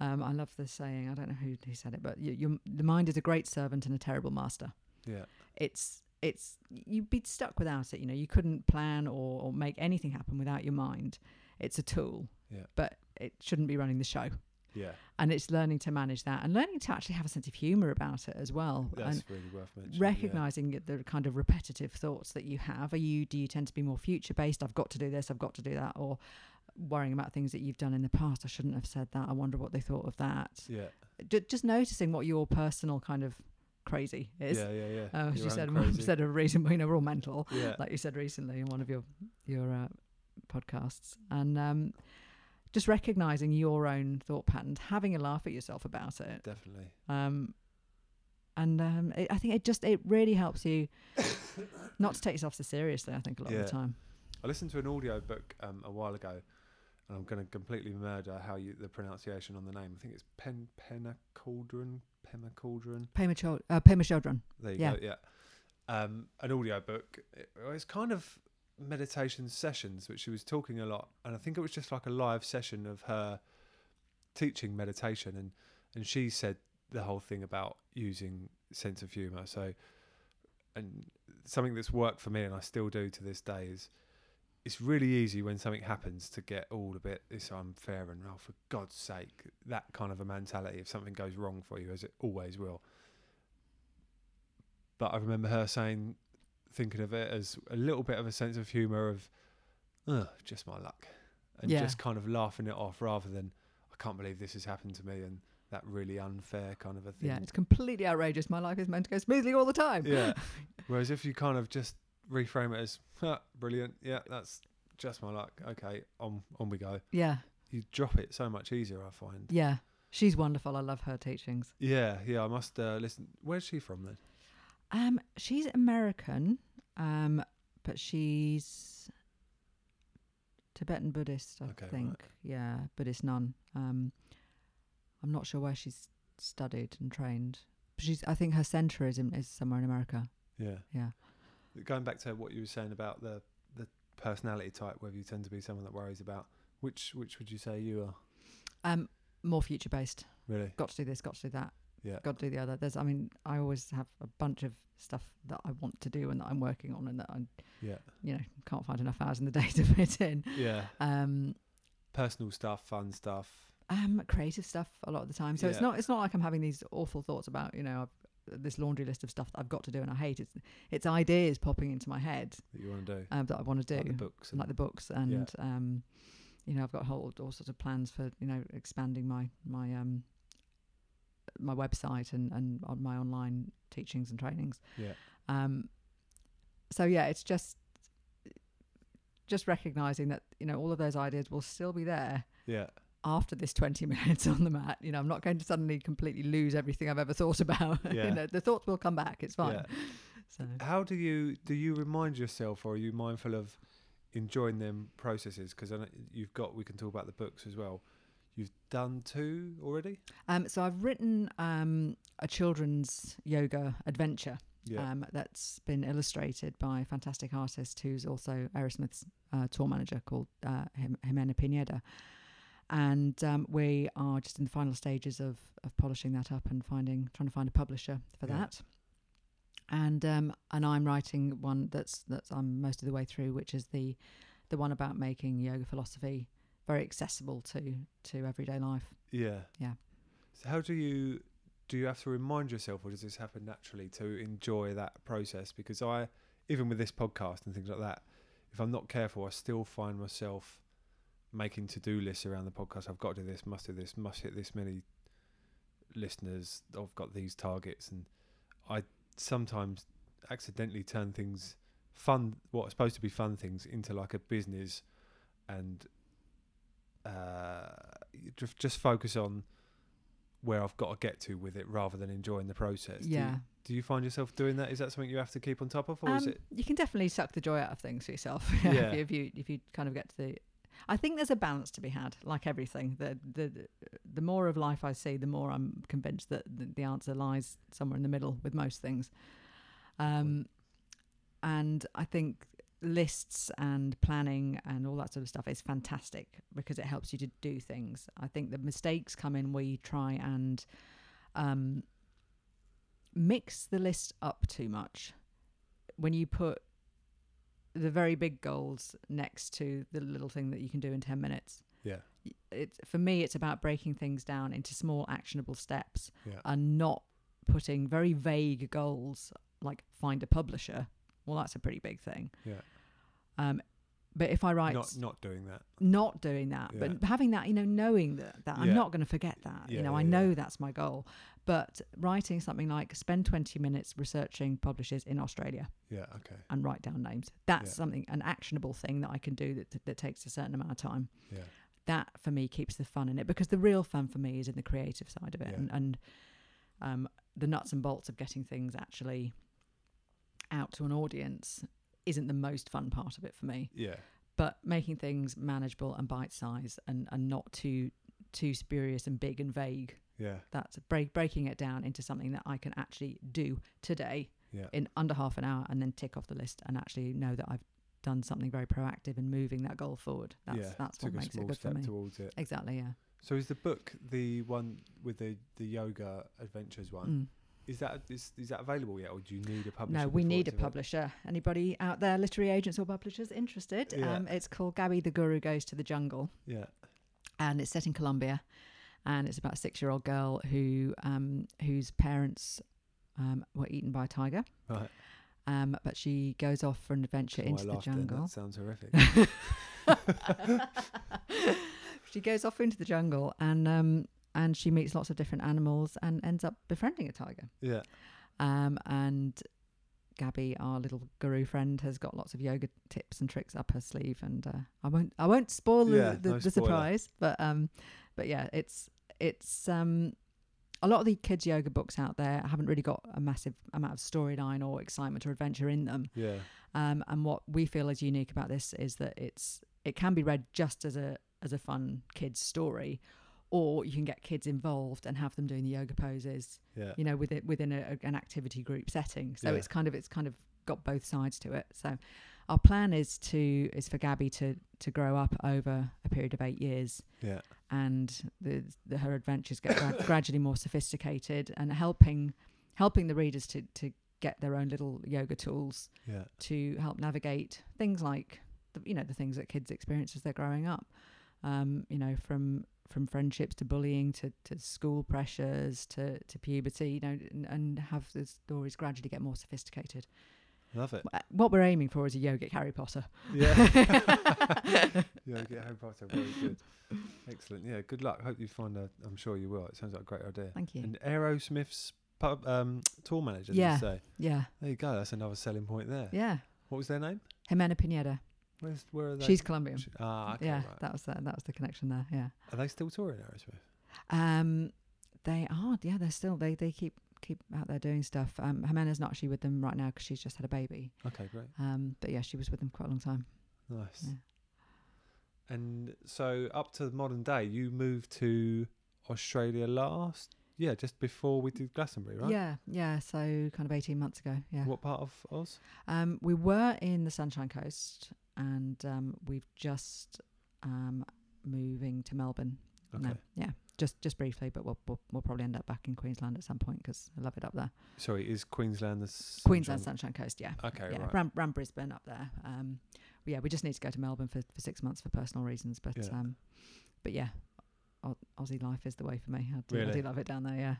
[SPEAKER 3] um, I love this saying. I don't know who, who said it, but you, you, the mind is a great servant and a terrible master.
[SPEAKER 2] Yeah.
[SPEAKER 3] It's it's you'd be stuck without it. You know, you couldn't plan or, or make anything happen without your mind. It's a tool,
[SPEAKER 2] Yeah.
[SPEAKER 3] but it shouldn't be running the show.
[SPEAKER 2] Yeah.
[SPEAKER 3] And it's learning to manage that and learning to actually have a sense of humor about it as well.
[SPEAKER 2] That's
[SPEAKER 3] and
[SPEAKER 2] really worth mentioning.
[SPEAKER 3] recognizing the kind of repetitive thoughts that you have are you do you tend to be more future based i've got to do this i've got to do that or worrying about things that you've done in the past i shouldn't have said that i wonder what they thought of that
[SPEAKER 2] Yeah. Yeah.
[SPEAKER 3] D- just noticing what your personal kind of crazy is
[SPEAKER 2] yeah. Yeah. Yeah.
[SPEAKER 3] uh, as
[SPEAKER 2] Your
[SPEAKER 3] you
[SPEAKER 2] own
[SPEAKER 3] said
[SPEAKER 2] crazy.
[SPEAKER 3] instead of reason you know we're all mental
[SPEAKER 2] Yeah.
[SPEAKER 3] like you said recently in one of your your uh, podcasts and um just recognizing your own thought patterns having a laugh at yourself about it
[SPEAKER 2] Definitely.
[SPEAKER 3] um, and um, it, I think it just it really helps you not to take yourself so seriously. I think a lot of
[SPEAKER 2] Yeah.
[SPEAKER 3] the time.
[SPEAKER 2] I listened to an audio book um, a while ago, and I'm going to completely murder how you the pronunciation on the name. I think it's Pen Pena Cauldron, Pema Cauldron.
[SPEAKER 3] Pay my child, uh, pay my children.
[SPEAKER 2] There you
[SPEAKER 3] Yeah.
[SPEAKER 2] go. Yeah. Um, an audio book. It, it's kind of meditation sessions, which she was talking a lot, and I think it was just like a live session of her teaching meditation, and and she said the whole thing about using sense of humor. So, and something that's worked for me, and I still do to this day, is it's really easy when something happens to get all a bit this unfair and oh for God's sake that kind of a mentality if something goes wrong for you as it always will. But I remember her saying, thinking of it as a little bit of a sense of humour of, Ugh, just my luck, and
[SPEAKER 3] Yeah.
[SPEAKER 2] just kind of laughing it off rather than I can't believe this has happened to me and that really unfair kind of a thing.
[SPEAKER 3] Yeah, it's completely outrageous. My life is meant to go smoothly all the time.
[SPEAKER 2] Yeah. Whereas if you kind of just reframe it as "Ha, brilliant, yeah, that's just my luck. Okay, on on we go.
[SPEAKER 3] yeah,
[SPEAKER 2] You drop it so much easier, I find.
[SPEAKER 3] yeah. She's wonderful. I love her teachings.
[SPEAKER 2] Yeah, yeah. I must uh, listen. Where's she from then?
[SPEAKER 3] Um, she's American, um, but she's Tibetan Buddhist, I
[SPEAKER 2] Okay, right.
[SPEAKER 3] think. Yeah, Buddhist nun. Um, I'm not sure where she's studied and trained. But she's, I think her centre is, in, is somewhere in America.
[SPEAKER 2] Yeah.
[SPEAKER 3] Yeah.
[SPEAKER 2] Going back to what you were saying about the the personality type, whether you tend to be someone that worries about which which would you say you are?
[SPEAKER 3] Um, more future based.
[SPEAKER 2] Really?
[SPEAKER 3] Got to do this. Got to do that.
[SPEAKER 2] Yeah.
[SPEAKER 3] Got to do the other. There's, I mean, I always have a bunch of stuff that I want to do and that I'm working on and that I,
[SPEAKER 2] Yeah.
[SPEAKER 3] you know, can't find enough hours in the day to fit in.
[SPEAKER 2] Yeah.
[SPEAKER 3] Um,
[SPEAKER 2] Personal stuff, fun stuff.
[SPEAKER 3] um creative stuff a lot of the time so it's
[SPEAKER 2] Yeah.
[SPEAKER 3] not it's not like i'm having these awful thoughts about you know I've, this laundry list of stuff that i've got to do and i hate it it's ideas popping into my head
[SPEAKER 2] that you want to do.
[SPEAKER 3] um, that i want to do
[SPEAKER 2] Like the books. And
[SPEAKER 3] like the books and um you know i've got whole all sorts of plans for you know expanding my my um my website and and on my online teachings and trainings
[SPEAKER 2] Yeah.
[SPEAKER 3] um so yeah it's just just recognizing that you know all of those ideas will still be there
[SPEAKER 2] yeah.
[SPEAKER 3] after this 20 minutes on the mat you know i'm not going to suddenly completely lose everything i've ever thought about
[SPEAKER 2] Yeah.
[SPEAKER 3] you know the thoughts will come back it's fine
[SPEAKER 2] Yeah.
[SPEAKER 3] so
[SPEAKER 2] How do you do you remind yourself, or are you mindful of enjoying them processes? Because you've got, we can talk about the books as well. You've done two already.
[SPEAKER 3] um so i've written um a children's yoga adventure
[SPEAKER 2] Yeah,
[SPEAKER 3] um that's been illustrated by a fantastic artist who's also aerosmith's uh, tour manager called uh, Jim- jimena pineda and um, we are just in the final stages of of polishing that up and finding trying to find a publisher for
[SPEAKER 2] Yeah.
[SPEAKER 3] that. And um, and I'm writing one that's that's I'm most of the way through, which is the the one about making yoga philosophy very accessible to to everyday life.
[SPEAKER 2] yeah,
[SPEAKER 3] yeah.
[SPEAKER 2] So how do you do? You have to remind yourself, or does this happen naturally to enjoy that process? Because I, even with this podcast and things like that, if I'm not careful, I still find myself making to-do lists around the podcast. I've got to do this, must do this, must hit this many listeners. I've got these targets, and I sometimes accidentally turn things fun, what are supposed to be fun things, into like a business, and uh, you just just focus on where I've got to get to with it, rather than enjoying the process. Do you-
[SPEAKER 3] yeah,
[SPEAKER 2] do you find yourself doing that? Is that something you have to keep on top of, or is
[SPEAKER 3] Um,
[SPEAKER 2] it?
[SPEAKER 3] you can definitely suck the joy out of things for yourself. yeah,
[SPEAKER 2] Yeah.
[SPEAKER 3] If, you, if you if you kind of get to the, I think there's a balance to be had, like everything. The the the more of life I see, the more I'm convinced that the, the answer lies somewhere in the middle with most things. Um, and I think lists and planning and all that sort of stuff is fantastic because it helps you to do things. I think the mistakes come in where you try and um, mix the list up too much. When you put the very big goals next to the little thing that you can do in 10 minutes.
[SPEAKER 2] Yeah.
[SPEAKER 3] Y- It's for me it's about breaking things down into small actionable steps
[SPEAKER 2] Yeah.
[SPEAKER 3] and not putting very vague goals like find a publisher. Well, that's a pretty big thing.
[SPEAKER 2] Yeah.
[SPEAKER 3] Um but if I write
[SPEAKER 2] Not not doing that.
[SPEAKER 3] not doing that, but having that, you know, knowing that, that
[SPEAKER 2] Yeah.
[SPEAKER 3] I'm not going to forget that.
[SPEAKER 2] Yeah,
[SPEAKER 3] you know,
[SPEAKER 2] yeah,
[SPEAKER 3] I
[SPEAKER 2] yeah.
[SPEAKER 3] know that's my goal. But writing something like spend 20 minutes researching publishers in Australia
[SPEAKER 2] Yeah. Okay.
[SPEAKER 3] and write down names. That's
[SPEAKER 2] Yeah.
[SPEAKER 3] something, an actionable thing that I can do that, that takes a certain amount of time.
[SPEAKER 2] Yeah.
[SPEAKER 3] That for me keeps the fun in it because the real fun for me is in the creative side of it
[SPEAKER 2] Yeah.
[SPEAKER 3] and, and um, the nuts and bolts of getting things actually out to an audience isn't the most fun part of it for me
[SPEAKER 2] Yeah.
[SPEAKER 3] but making things manageable and bite size and, and not too too spurious and big and vague.
[SPEAKER 2] Yeah.
[SPEAKER 3] That's break, breaking it down into something that I can actually do today
[SPEAKER 2] Yeah.
[SPEAKER 3] in under half an hour and then tick off the list and actually know that I've done something very proactive in moving that goal forward. That's
[SPEAKER 2] yeah.
[SPEAKER 3] that's
[SPEAKER 2] Took
[SPEAKER 3] what
[SPEAKER 2] a
[SPEAKER 3] makes
[SPEAKER 2] small
[SPEAKER 3] it good for
[SPEAKER 2] step
[SPEAKER 3] me.
[SPEAKER 2] towards it.
[SPEAKER 3] Exactly, yeah.
[SPEAKER 2] So is the book the one with the the yoga adventures one?
[SPEAKER 3] Mm.
[SPEAKER 2] Is that is, is that available yet, or do you need a publisher?
[SPEAKER 3] No, we
[SPEAKER 2] before it's
[SPEAKER 3] need a
[SPEAKER 2] available?
[SPEAKER 3] publisher. Anybody out there, literary agents or publishers interested?
[SPEAKER 2] Yeah.
[SPEAKER 3] Um, it's called Gabby the Guru Goes to the Jungle.
[SPEAKER 2] Yeah.
[SPEAKER 3] and it's set in Colombia, and it's about a six-year-old girl who um, whose parents um, were eaten by a tiger,
[SPEAKER 2] Right.
[SPEAKER 3] um, but she goes off for an adventure
[SPEAKER 2] That's why I laughed
[SPEAKER 3] into the
[SPEAKER 2] then,
[SPEAKER 3] jungle.
[SPEAKER 2] That sounds horrific.
[SPEAKER 3] she goes off into the jungle and um, and she meets lots of different animals and ends up befriending a tiger.
[SPEAKER 2] yeah.
[SPEAKER 3] Um, and Gabby, our little guru friend, has got lots of yoga tips and tricks up her sleeve, and uh, I won't I won't spoil the-
[SPEAKER 2] Yeah,
[SPEAKER 3] the,
[SPEAKER 2] no
[SPEAKER 3] the
[SPEAKER 2] spoiler.
[SPEAKER 3] surprise, but um, but yeah, it's it's um, a lot of the kids yoga books out there haven't really got a massive amount of storyline or excitement or adventure in them.
[SPEAKER 2] Yeah.
[SPEAKER 3] Um, and what we feel is unique about this is that it's it can be read just as a as a fun kids story, or you can get kids involved and have them doing the yoga poses.
[SPEAKER 2] Yeah.
[SPEAKER 3] You know, within within a, an activity group setting. So
[SPEAKER 2] Yeah.
[SPEAKER 3] it's kind of it's kind of got both sides to it. So our plan is to is for Gabby to to grow up over a period of eight years
[SPEAKER 2] Yeah.
[SPEAKER 3] and the, the her adventures get gra- gradually more sophisticated and helping helping the readers to to get their own little yoga tools
[SPEAKER 2] Yeah.
[SPEAKER 3] to help navigate things like the, you know the things that kids experience as they're growing up um you know from from friendships to bullying to, to school pressures to, to puberty you know and, and have the stories gradually get more sophisticated
[SPEAKER 2] Love it.
[SPEAKER 3] Wh- what we're aiming for is a yogic harry potter
[SPEAKER 2] Yeah.
[SPEAKER 3] uh,
[SPEAKER 2] yeah, get Harry Potter. Very good. Excellent. Yeah, good luck. Hope you find a. I'm sure you will. It sounds like a great idea.
[SPEAKER 3] thank you
[SPEAKER 2] And Aerosmith's pub, um, tour manager, did
[SPEAKER 3] Yeah.
[SPEAKER 2] you say?
[SPEAKER 3] yeah
[SPEAKER 2] There you go. That's another selling point there.
[SPEAKER 3] yeah
[SPEAKER 2] What was their name?
[SPEAKER 3] jimena pineda
[SPEAKER 2] Where's, where are they?
[SPEAKER 3] she's colombian
[SPEAKER 2] Sh- Ah, okay,
[SPEAKER 3] yeah,
[SPEAKER 2] right.
[SPEAKER 3] that was the, that was the connection there. Yeah.
[SPEAKER 2] Are they still touring Aerosmith?
[SPEAKER 3] Um, they are. Yeah, they're still. They they keep keep out there doing stuff. Um, Jimena's not actually with them right now because she's just had a baby.
[SPEAKER 2] Okay, great.
[SPEAKER 3] Um, but yeah, she was with them quite a long time.
[SPEAKER 2] Nice.
[SPEAKER 3] Yeah.
[SPEAKER 2] And so up to the modern day, you moved to Australia last? Yeah, just before we did Glastonbury, right?
[SPEAKER 3] Yeah, yeah. So kind of eighteen months ago. Yeah.
[SPEAKER 2] What part of Oz?
[SPEAKER 3] Um, we were in the Sunshine Coast, and um, we've just um moving to Melbourne. now.
[SPEAKER 2] Okay.
[SPEAKER 3] Yeah. Just just briefly, but we'll, we'll we'll probably end up back in Queensland at some point because I love it up there.
[SPEAKER 2] Sorry, is Queensland the s-
[SPEAKER 3] Queensland
[SPEAKER 2] Sunshine-
[SPEAKER 3] Sunshine Coast. Yeah.
[SPEAKER 2] Okay,
[SPEAKER 3] yeah,
[SPEAKER 2] right.
[SPEAKER 3] around, around Brisbane up there. Um, but yeah, we just need to go to Melbourne for, for six months for personal reasons, but
[SPEAKER 2] Yeah.
[SPEAKER 3] um, but yeah, Au- Aussie life is the way for me. I do, I
[SPEAKER 2] Really?
[SPEAKER 3] do love it down there. Yeah.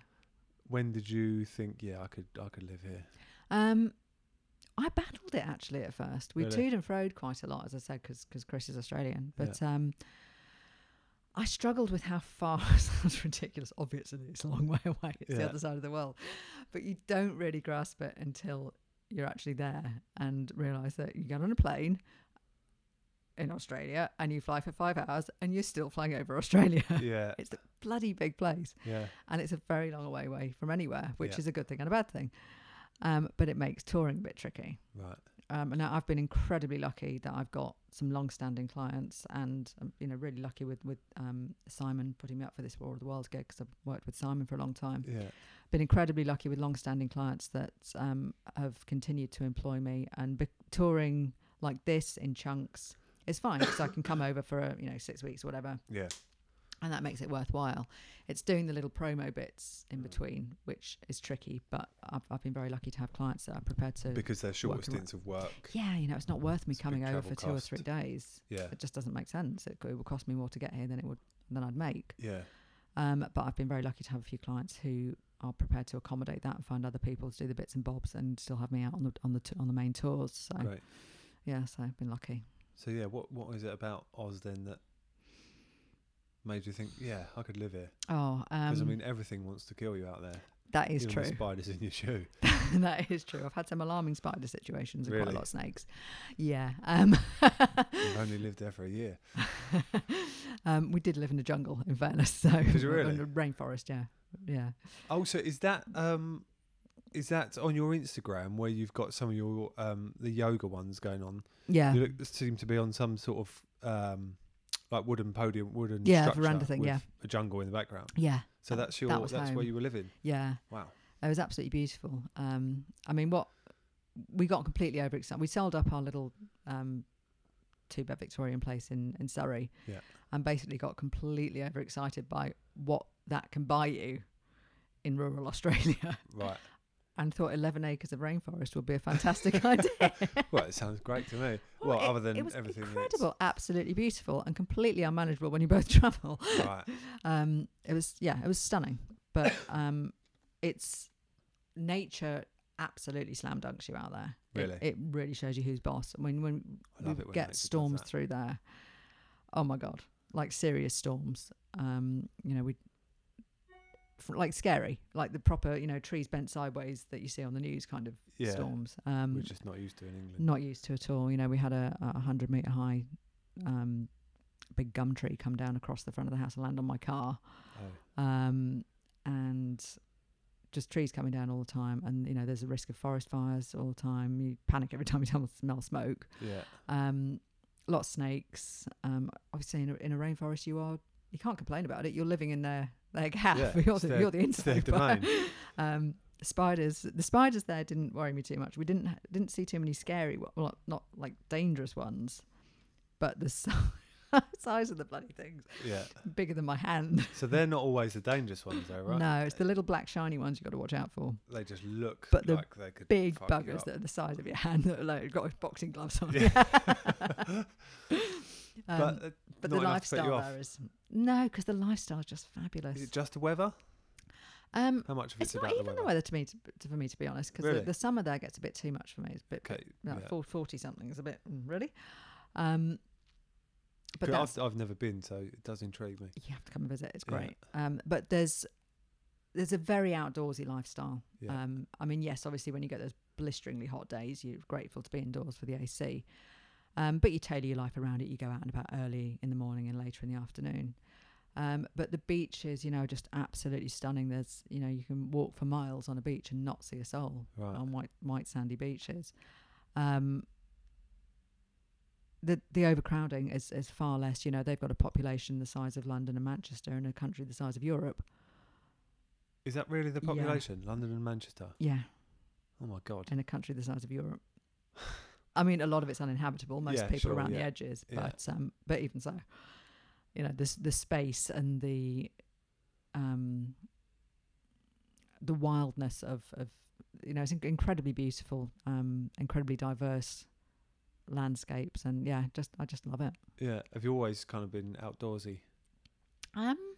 [SPEAKER 2] when did you think, yeah, I could I could live here?
[SPEAKER 3] Um, I battled it actually at first. We
[SPEAKER 2] Really?
[SPEAKER 3] toed and froed quite a lot, as I said, because Chris is Australian. But um, I struggled with how far. sounds ridiculous. Obviously, it's a long way away. It's the
[SPEAKER 2] Yeah.
[SPEAKER 3] other side of the world. But you don't really grasp it until you're actually there and realise that you get on a plane in Australia and you fly for five hours and you're still flying over Australia.
[SPEAKER 2] yeah,
[SPEAKER 3] It's a bloody big place
[SPEAKER 2] yeah,
[SPEAKER 3] and it's a very long way away from anywhere, which
[SPEAKER 2] Yeah.
[SPEAKER 3] is a good thing and a bad thing. Um, but it makes touring a bit tricky.
[SPEAKER 2] right.
[SPEAKER 3] Um, and I've been incredibly lucky that I've got some long-standing clients, and um, you know, really lucky with with um, Simon putting me up for this War of the Worlds gig because I've worked with Simon for a long time.
[SPEAKER 2] Yeah,
[SPEAKER 3] Been incredibly lucky with long-standing clients that um, have continued to employ me, and be- touring like this in chunks is fine because I can come over for a, you know six weeks or whatever,
[SPEAKER 2] yeah,
[SPEAKER 3] and that makes it worthwhile. It's doing the little promo bits in
[SPEAKER 2] Mm.
[SPEAKER 3] between, which is tricky, but I've, I've been very lucky to have clients that are prepared to.
[SPEAKER 2] because they're short
[SPEAKER 3] Working
[SPEAKER 2] stints of work.
[SPEAKER 3] yeah, you know, it's not worth me
[SPEAKER 2] It's a big
[SPEAKER 3] coming over
[SPEAKER 2] travel
[SPEAKER 3] for two or
[SPEAKER 2] cost.
[SPEAKER 3] three days.
[SPEAKER 2] Yeah,
[SPEAKER 3] It just doesn't make sense. It, it would cost me more to get here than it would than I'd make.
[SPEAKER 2] yeah,
[SPEAKER 3] Um, but I've been very lucky to have a few clients who are prepared to accommodate that and find other people to do the bits and bobs and still have me out on the on the t- on the main tours. So
[SPEAKER 2] great.
[SPEAKER 3] yeah, so I've been lucky.
[SPEAKER 2] So yeah, what what is it about Oz then that made you think, yeah, I could live here?
[SPEAKER 3] Oh, um,
[SPEAKER 2] Because I mean, everything wants to kill you out there.
[SPEAKER 3] that is
[SPEAKER 2] Even
[SPEAKER 3] true.
[SPEAKER 2] The spiders in your shoe.
[SPEAKER 3] that is true. I've had some alarming spider situations and quite
[SPEAKER 2] Really?
[SPEAKER 3] a lot of snakes. Yeah. Um,
[SPEAKER 2] You've only lived there for a year.
[SPEAKER 3] um, we did live in a jungle, in fairness. So
[SPEAKER 2] Did you really?
[SPEAKER 3] in a rainforest, yeah, yeah.
[SPEAKER 2] Also, is that um, is that on your Instagram where you've got some of your um the yoga ones going on?
[SPEAKER 3] Yeah,
[SPEAKER 2] You look, seem to be on some sort of um like wooden podium, wooden
[SPEAKER 3] Yeah,
[SPEAKER 2] structure
[SPEAKER 3] veranda thing,
[SPEAKER 2] with
[SPEAKER 3] yeah.
[SPEAKER 2] a jungle in the background.
[SPEAKER 3] yeah,
[SPEAKER 2] So
[SPEAKER 3] That-
[SPEAKER 2] that's your
[SPEAKER 3] that was
[SPEAKER 2] that's where
[SPEAKER 3] home.
[SPEAKER 2] you were living.
[SPEAKER 3] yeah.
[SPEAKER 2] Wow.
[SPEAKER 3] It was absolutely beautiful. Um, I mean, what we got completely overexcited. We sold up our little um, two-bed Victorian place in in Surrey,
[SPEAKER 2] Yeah.
[SPEAKER 3] and basically got completely overexcited by what that can buy you in rural Australia.
[SPEAKER 2] Right.
[SPEAKER 3] and thought 11 acres of rainforest would be a fantastic idea.
[SPEAKER 2] Well, it sounds great to me. Well,
[SPEAKER 3] Well, it-
[SPEAKER 2] other than
[SPEAKER 3] it was
[SPEAKER 2] everything that's-
[SPEAKER 3] incredible, absolutely beautiful, and completely unmanageable when you both travel.
[SPEAKER 2] right.
[SPEAKER 3] Um, it was, yeah, it was stunning, but um, it's nature absolutely slam dunks you out there. It-
[SPEAKER 2] Really?
[SPEAKER 3] it, really shows you who's boss. I mean, when
[SPEAKER 2] I love
[SPEAKER 3] we
[SPEAKER 2] it when nature
[SPEAKER 3] get
[SPEAKER 2] does
[SPEAKER 3] storms
[SPEAKER 2] that.
[SPEAKER 3] through there, oh my god, like serious storms. Um, you know, we f- like scary, like the proper, you know, trees bent sideways that you see on the news kind of
[SPEAKER 2] Yeah.
[SPEAKER 3] storms. Um,
[SPEAKER 2] We're just not used to in England.
[SPEAKER 3] not used to at all. You know, we had a, a hundred meter high um, big gum tree come down across the front of the house and land on my car.
[SPEAKER 2] Oh.
[SPEAKER 3] Um, and just trees coming down all the time. And you know, there's a risk of forest fires all the time. You panic every time you smell- smell smoke.
[SPEAKER 2] Yeah.
[SPEAKER 3] Um, lots of snakes. Um, obviously, in a, in a rainforest, you are you can't complain about it. You're living in their their gap.
[SPEAKER 2] Yeah,
[SPEAKER 3] Ah, you're,
[SPEAKER 2] it's
[SPEAKER 3] the,
[SPEAKER 2] their-
[SPEAKER 3] you're the
[SPEAKER 2] It's their
[SPEAKER 3] insect.
[SPEAKER 2] domain.
[SPEAKER 3] um, spiders. The spiders there didn't worry me too much. We didn't didn't see too many scary, one- well, not like dangerous ones, but the si- size of the bloody things
[SPEAKER 2] Yeah.
[SPEAKER 3] bigger than my hand.
[SPEAKER 2] So they're not always the dangerous ones, though, right? Uh,
[SPEAKER 3] No, it's the little black shiny ones you got to watch out for.
[SPEAKER 2] They just look
[SPEAKER 3] But the
[SPEAKER 2] like they could
[SPEAKER 3] Big
[SPEAKER 2] fuck you
[SPEAKER 3] buggers
[SPEAKER 2] up.
[SPEAKER 3] that are the size of your hand that are like got boxing gloves on.
[SPEAKER 2] Yeah. but
[SPEAKER 3] Um,
[SPEAKER 2] uh, not enough to
[SPEAKER 3] but the
[SPEAKER 2] put you
[SPEAKER 3] lifestyle
[SPEAKER 2] off.
[SPEAKER 3] there is no, because the lifestyle's just fabulous.
[SPEAKER 2] Is it just the weather?
[SPEAKER 3] um,
[SPEAKER 2] How much of it's,
[SPEAKER 3] it's not
[SPEAKER 2] about
[SPEAKER 3] even
[SPEAKER 2] the weather?
[SPEAKER 3] to me, to, to- for me to be honest, because
[SPEAKER 2] Really?
[SPEAKER 3] the, the summer there gets a bit too much for me. It's a bit
[SPEAKER 2] Okay.
[SPEAKER 3] like
[SPEAKER 2] yeah.
[SPEAKER 3] full 40 something is a bit mm, really um but
[SPEAKER 2] Good,
[SPEAKER 3] that's,
[SPEAKER 2] I've, I've never been, so it does intrigue me.
[SPEAKER 3] you have to come and visit it's
[SPEAKER 2] Yeah.
[SPEAKER 3] great um but there's there's a very outdoorsy lifestyle
[SPEAKER 2] Yeah.
[SPEAKER 3] um i mean yes obviously when you get those blisteringly hot days you're grateful to be indoors for the ac um but you tailor your life around it you go out and about early in the morning and later in the afternoon um, but the beach is, you know, just absolutely stunning. There's, you know, you can walk for miles on a beach and not see a soul
[SPEAKER 2] Right.
[SPEAKER 3] on white white sandy beaches. Um, the the overcrowding is, is far less. You know, they've got a population the size of London and Manchester, and a country the size of Europe.
[SPEAKER 2] Is that really the
[SPEAKER 3] Yeah.
[SPEAKER 2] population? London and Manchester.
[SPEAKER 3] Yeah,
[SPEAKER 2] Oh my god.
[SPEAKER 3] in a country the size of Europe. I mean, a lot of it's uninhabitable. Most
[SPEAKER 2] Yeah,
[SPEAKER 3] people
[SPEAKER 2] sure,
[SPEAKER 3] around
[SPEAKER 2] yeah.
[SPEAKER 3] the edges,
[SPEAKER 2] Yeah.
[SPEAKER 3] but um, but even so, you know, this the space and the um the wildness of of you know, it's in- incredibly beautiful, um, incredibly diverse landscapes, and yeah, just I just love it.
[SPEAKER 2] Yeah. Have you always kind of been outdoorsy?
[SPEAKER 3] Um,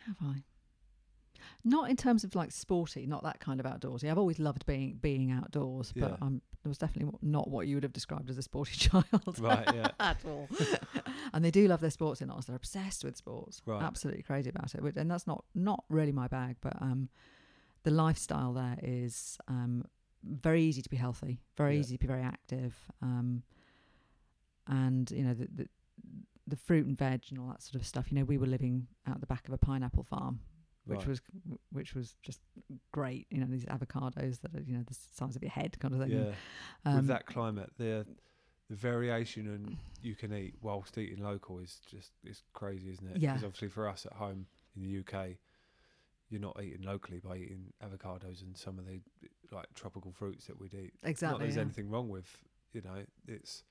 [SPEAKER 3] have I? Not in terms of like sporty, not that kind of outdoorsy. I've always loved being being outdoors,
[SPEAKER 2] Yeah.
[SPEAKER 3] but I'm, it was definitely not what you would have described as a sporty child
[SPEAKER 2] Right. Yeah.
[SPEAKER 3] at all. and they do love their sports in ours. They're obsessed with sports,
[SPEAKER 2] Right.
[SPEAKER 3] absolutely crazy about it. Which- And that's not not really my bag, but um, the lifestyle there is um, very easy to be healthy, very
[SPEAKER 2] Yeah.
[SPEAKER 3] easy to be very active, um, and you know the, the the fruit and veg and all that sort of stuff. You know, we were living out the back of a pineapple farm, which
[SPEAKER 2] Right.
[SPEAKER 3] was which was just great. You know, these avocados that are you know the size of your head kind of thing.
[SPEAKER 2] yeah.
[SPEAKER 3] Um,
[SPEAKER 2] With that climate, the the variation and you can eat whilst eating local is just it's crazy, isn't it?
[SPEAKER 3] Yeah.
[SPEAKER 2] Because obviously for us at home in the UK, you're not eating locally by eating avocados and some of the like tropical fruits that we'd eat. Not that
[SPEAKER 3] exactly.
[SPEAKER 2] there's
[SPEAKER 3] yeah.
[SPEAKER 2] anything wrong with, you know, it's.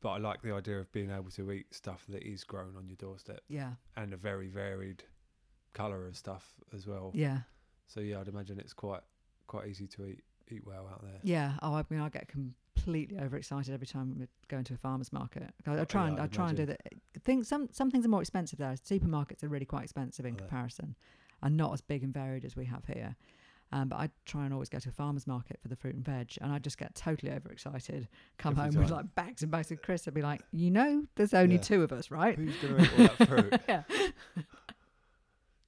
[SPEAKER 2] But I like the idea of being able to eat stuff that is grown on your doorstep
[SPEAKER 3] yeah,
[SPEAKER 2] and a very varied colour of stuff as well.
[SPEAKER 3] yeah.
[SPEAKER 2] So yeah, I'd imagine it's quite quite easy to eat eat well out there.
[SPEAKER 3] Yeah. Oh, I mean, I get completely overexcited every time we go into a farmer's market. I, I
[SPEAKER 2] Oh,
[SPEAKER 3] try
[SPEAKER 2] yeah,
[SPEAKER 3] and
[SPEAKER 2] I'd
[SPEAKER 3] I try and do that. Things some some things are more expensive there. Supermarkets are really quite expensive in
[SPEAKER 2] Are they?
[SPEAKER 3] comparison, and not as big and varied as we have here. Um, but I try and always go to a farmer's market for the fruit and veg, and I just get totally overexcited. Come
[SPEAKER 2] Every
[SPEAKER 3] home with
[SPEAKER 2] time.
[SPEAKER 3] like bags and bags of crisps, and be like, you know, there's only
[SPEAKER 2] Yeah.
[SPEAKER 3] two of us, right?
[SPEAKER 2] Who's gonna eat all that fruit?
[SPEAKER 3] yeah.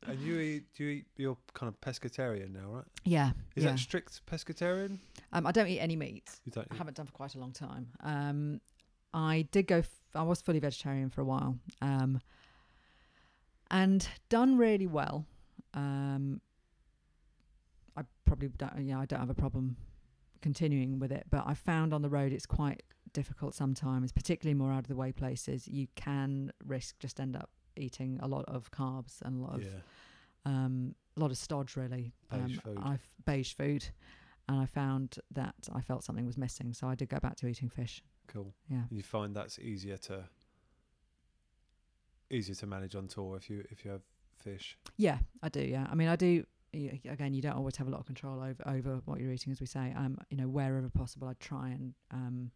[SPEAKER 2] And you eat do you eat you're kind of pescatarian now, right?
[SPEAKER 3] Yeah.
[SPEAKER 2] Is
[SPEAKER 3] yeah.
[SPEAKER 2] that strict pescatarian?
[SPEAKER 3] um, I don't eat any meat.
[SPEAKER 2] You don't
[SPEAKER 3] I
[SPEAKER 2] eat
[SPEAKER 3] haven't done for quite a long time. Um, I did go. F- I was fully vegetarian for a while, um, and done really well. Um, I probably don't. Yeah, I don't have a problem continuing with it. But I found on the road it's quite difficult sometimes, particularly more out of the way places. You can risk just end up eating a lot of carbs and a lot of
[SPEAKER 2] yeah.
[SPEAKER 3] um, a lot of stodge really.
[SPEAKER 2] Beige
[SPEAKER 3] um,
[SPEAKER 2] food.
[SPEAKER 3] I f- beige food, and I found that I felt something was missing, so I did go back to eating fish.
[SPEAKER 2] Cool.
[SPEAKER 3] Yeah,
[SPEAKER 2] And you find that's easier to easier to manage on tour if you if you have fish.
[SPEAKER 3] yeah, I do. Yeah, I mean, I do. y- Again, you don't always have a lot of control over over what you're eating, as we say. Um, you know, wherever possible, I try and um,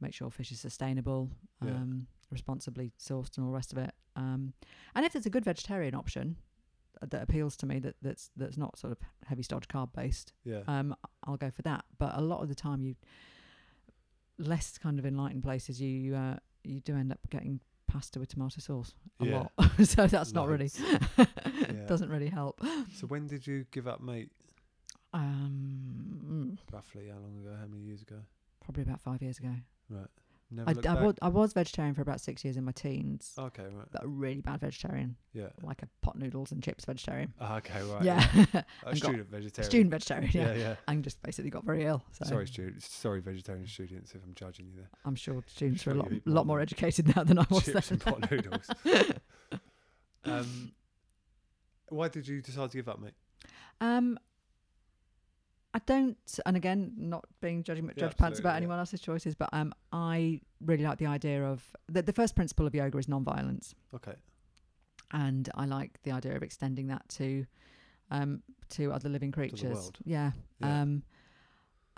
[SPEAKER 3] make sure fish is sustainable,
[SPEAKER 2] Yeah.
[SPEAKER 3] um, responsibly sourced, and all the rest of it. Um, and if there's a good vegetarian option uh, that appeals to me, that that's that's not sort of heavy stodge carb based,
[SPEAKER 2] Yeah.
[SPEAKER 3] um, I'll go for that. But a lot of the time, you less kind of enlightened places, you you, uh, you do end up getting pasta with tomato sauce a
[SPEAKER 2] Yeah.
[SPEAKER 3] lot. so that's not really
[SPEAKER 2] Loads.
[SPEAKER 3] doesn't really help.
[SPEAKER 2] So when did you give up meat
[SPEAKER 3] Um,
[SPEAKER 2] roughly? How long ago? How many years ago?
[SPEAKER 3] probably Um, about five years ago.
[SPEAKER 2] Right. Never
[SPEAKER 3] I,
[SPEAKER 2] looked
[SPEAKER 3] I,
[SPEAKER 2] back. Oh,
[SPEAKER 3] was, I was vegetarian for about six years in my teens,
[SPEAKER 2] Okay, right.
[SPEAKER 3] but a really bad vegetarian,
[SPEAKER 2] Yeah.
[SPEAKER 3] like a pot noodles and chips vegetarian.
[SPEAKER 2] Ah, okay, right.
[SPEAKER 3] yeah,
[SPEAKER 2] A
[SPEAKER 3] and got-
[SPEAKER 2] student vegetarian.
[SPEAKER 3] student vegetarian. Yeah.
[SPEAKER 2] Yeah, yeah.
[SPEAKER 3] and just basically got very ill. So
[SPEAKER 2] Sorry, students. Sorry, vegetarian students, if I'm judging you there.
[SPEAKER 3] I'm sure students are a
[SPEAKER 2] Sure
[SPEAKER 3] lot,
[SPEAKER 2] you eat more
[SPEAKER 3] lot more
[SPEAKER 2] than
[SPEAKER 3] educated now than I was
[SPEAKER 2] Chips
[SPEAKER 3] then.
[SPEAKER 2] and pot noodles. um, why did you decide to give up, mate?
[SPEAKER 3] Um, I don't, and again, not being judging,
[SPEAKER 2] Yeah,
[SPEAKER 3] judge pants
[SPEAKER 2] absolutely,
[SPEAKER 3] about
[SPEAKER 2] yeah.
[SPEAKER 3] anyone else's choices, but um, I really like the idea of the, the first principle of yoga is non-violence,
[SPEAKER 2] Okay.
[SPEAKER 3] and I like the idea of extending that to, um, to other living creatures.
[SPEAKER 2] world.
[SPEAKER 3] Yeah.
[SPEAKER 2] Yeah.
[SPEAKER 3] Um,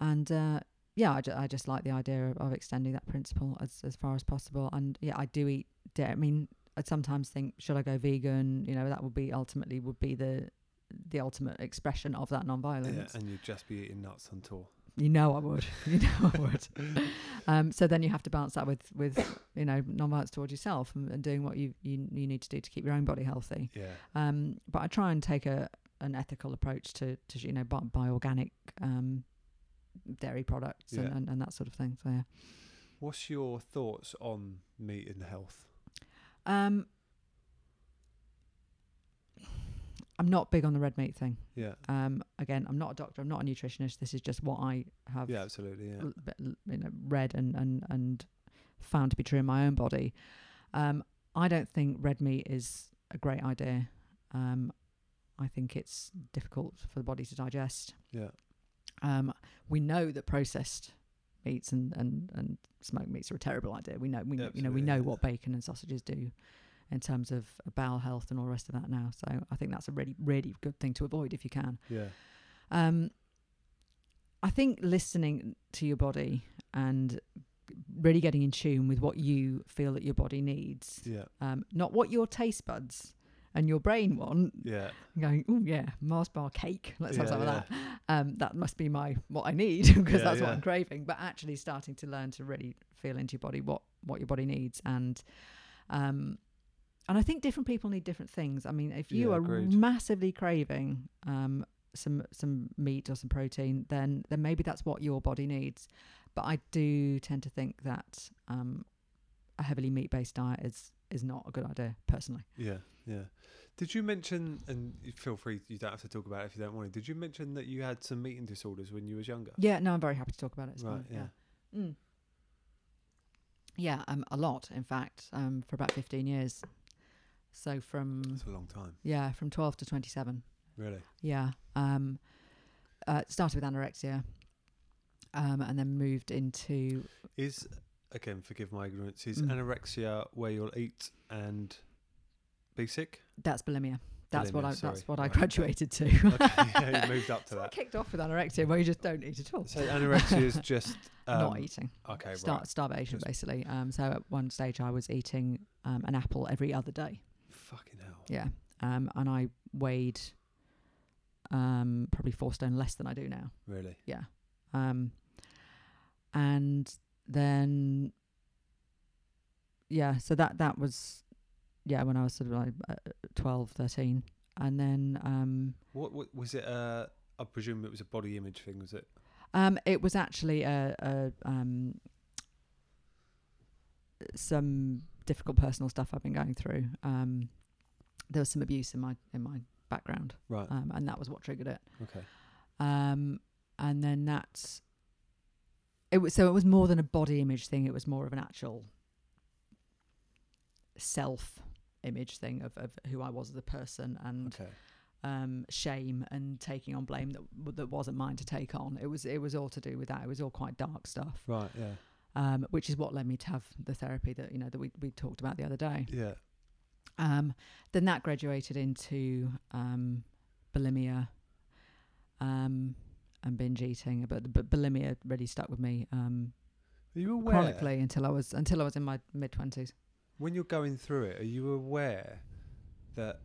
[SPEAKER 3] and uh, yeah, I, ju- I just like the idea of, of extending that principle as as far as possible. And yeah, I do eat dairy. I mean, I sometimes think should I go vegan? You know, that would be ultimately would be the the ultimate expression of that
[SPEAKER 2] yeah,
[SPEAKER 3] non-violence.
[SPEAKER 2] and you'd just be eating nuts on tour.
[SPEAKER 3] You know I would. You know I would. Um, so then you have to balance that with, with you know, non-violence towards yourself and, and doing what you, you you need to do to keep your own body healthy.
[SPEAKER 2] Yeah.
[SPEAKER 3] Um, but I try and take a an ethical approach to, to you know buy, buy organic um, dairy products and,
[SPEAKER 2] Yeah.
[SPEAKER 3] and, and that sort of thing. So yeah.
[SPEAKER 2] What's your thoughts on meat and health?
[SPEAKER 3] Um, I'm not big on the red meat thing.
[SPEAKER 2] Yeah.
[SPEAKER 3] Um, again, I'm not a doctor. I'm not a nutritionist. This is just what I have
[SPEAKER 2] Yeah, absolutely. Yeah.
[SPEAKER 3] l- bit l- you know, read and, and, and found to be true in my own body. Um, I don't think red meat is a great idea. Um, I think it's difficult for the body to digest.
[SPEAKER 2] Yeah.
[SPEAKER 3] Um, we know that processed meats and, and, and smoked meats are a terrible idea. We know we kn- you know we
[SPEAKER 2] Absolutely,
[SPEAKER 3] know
[SPEAKER 2] yeah.
[SPEAKER 3] what bacon and sausages do in terms of bowel health and all the rest of that now. So I think that's a really really good thing to avoid if you can.
[SPEAKER 2] Yeah.
[SPEAKER 3] Um, I think listening to your body and really getting in tune with what you feel that your body needs,
[SPEAKER 2] Yeah.
[SPEAKER 3] um, not what your taste buds and your brain want.
[SPEAKER 2] Yeah.
[SPEAKER 3] Going, oh yeah, Mars bar cake. Let's have
[SPEAKER 2] Yeah,
[SPEAKER 3] some of
[SPEAKER 2] yeah.
[SPEAKER 3] that. Um, that must be my what I need because
[SPEAKER 2] Yeah,
[SPEAKER 3] that's what
[SPEAKER 2] yeah.
[SPEAKER 3] I'm craving. But actually, starting to learn to really feel into your body what what your body needs and. Um, and I think different people need different things. I mean, if you
[SPEAKER 2] Yeah,
[SPEAKER 3] are
[SPEAKER 2] agreed.
[SPEAKER 3] massively craving um, some some meat or some protein, then then maybe that's what your body needs. But I do tend to think that um, a heavily meat based diet is is not a good idea personally.
[SPEAKER 2] Yeah, yeah. Did you mention, and you feel free, you don't have to talk about it if you don't want to. Did you mention that you had some eating disorders when you was younger?
[SPEAKER 3] Yeah, no, I'm very happy to talk about it. It's
[SPEAKER 2] Right,
[SPEAKER 3] fine, Yeah. Mm. Yeah, um, a lot, in fact, um, for about 15 years. So from,
[SPEAKER 2] That's a long time,
[SPEAKER 3] yeah, from 12 to 27.
[SPEAKER 2] really.
[SPEAKER 3] Yeah. Um, uh, it started with anorexia um, and then moved into,
[SPEAKER 2] Is again, forgive my ignorance. Is
[SPEAKER 3] Mm.
[SPEAKER 2] anorexia where you'll eat and be sick?
[SPEAKER 3] that's bulimia. That's what
[SPEAKER 2] Bulimia,
[SPEAKER 3] I
[SPEAKER 2] sorry.
[SPEAKER 3] that's what I
[SPEAKER 2] Right, okay.
[SPEAKER 3] graduated to.
[SPEAKER 2] Okay, yeah, you moved up to
[SPEAKER 3] so I
[SPEAKER 2] that.
[SPEAKER 3] kicked off with anorexia where you just don't eat at all.
[SPEAKER 2] So anorexia is just um,
[SPEAKER 3] not eating.
[SPEAKER 2] Okay,
[SPEAKER 3] Star-
[SPEAKER 2] right.
[SPEAKER 3] Starvation,
[SPEAKER 2] Just-
[SPEAKER 3] basically. Um, so at one stage, I was eating um, an apple every other day.
[SPEAKER 2] Fucking hell.
[SPEAKER 3] Yeah. Um, and I weighed um, probably four stone less than I do now.
[SPEAKER 2] Really.
[SPEAKER 3] Um, and then, yeah, so that, that was, yeah, when I was sort of like uh, 12, 13. And then um,
[SPEAKER 2] What, what was it? Uh, I presume it was a body image thing, was it?
[SPEAKER 3] Um, it was actually a, a um, some difficult personal stuff I've been going through. Um, there was some abuse in my in my background,
[SPEAKER 2] Right.
[SPEAKER 3] um, and that was what triggered it.
[SPEAKER 2] Okay.
[SPEAKER 3] Um, and then that's it was so it was more than a body image thing. It was more of an actual self image thing of, of who I was as a person and
[SPEAKER 2] Okay.
[SPEAKER 3] um, shame and taking on blame that w- that wasn't mine to take on. It was it was all to do with that. It was all quite dark stuff,
[SPEAKER 2] Right. Yeah.
[SPEAKER 3] um, which is what led me to have the therapy that you know that we we talked about the other day.
[SPEAKER 2] Yeah.
[SPEAKER 3] Um, then that graduated into um, bulimia um, and binge eating, but, but bulimia really stuck with me um,
[SPEAKER 2] Are you aware?
[SPEAKER 3] chronically until I was until I was in my mid twenties.
[SPEAKER 2] when you're going through it, are you aware that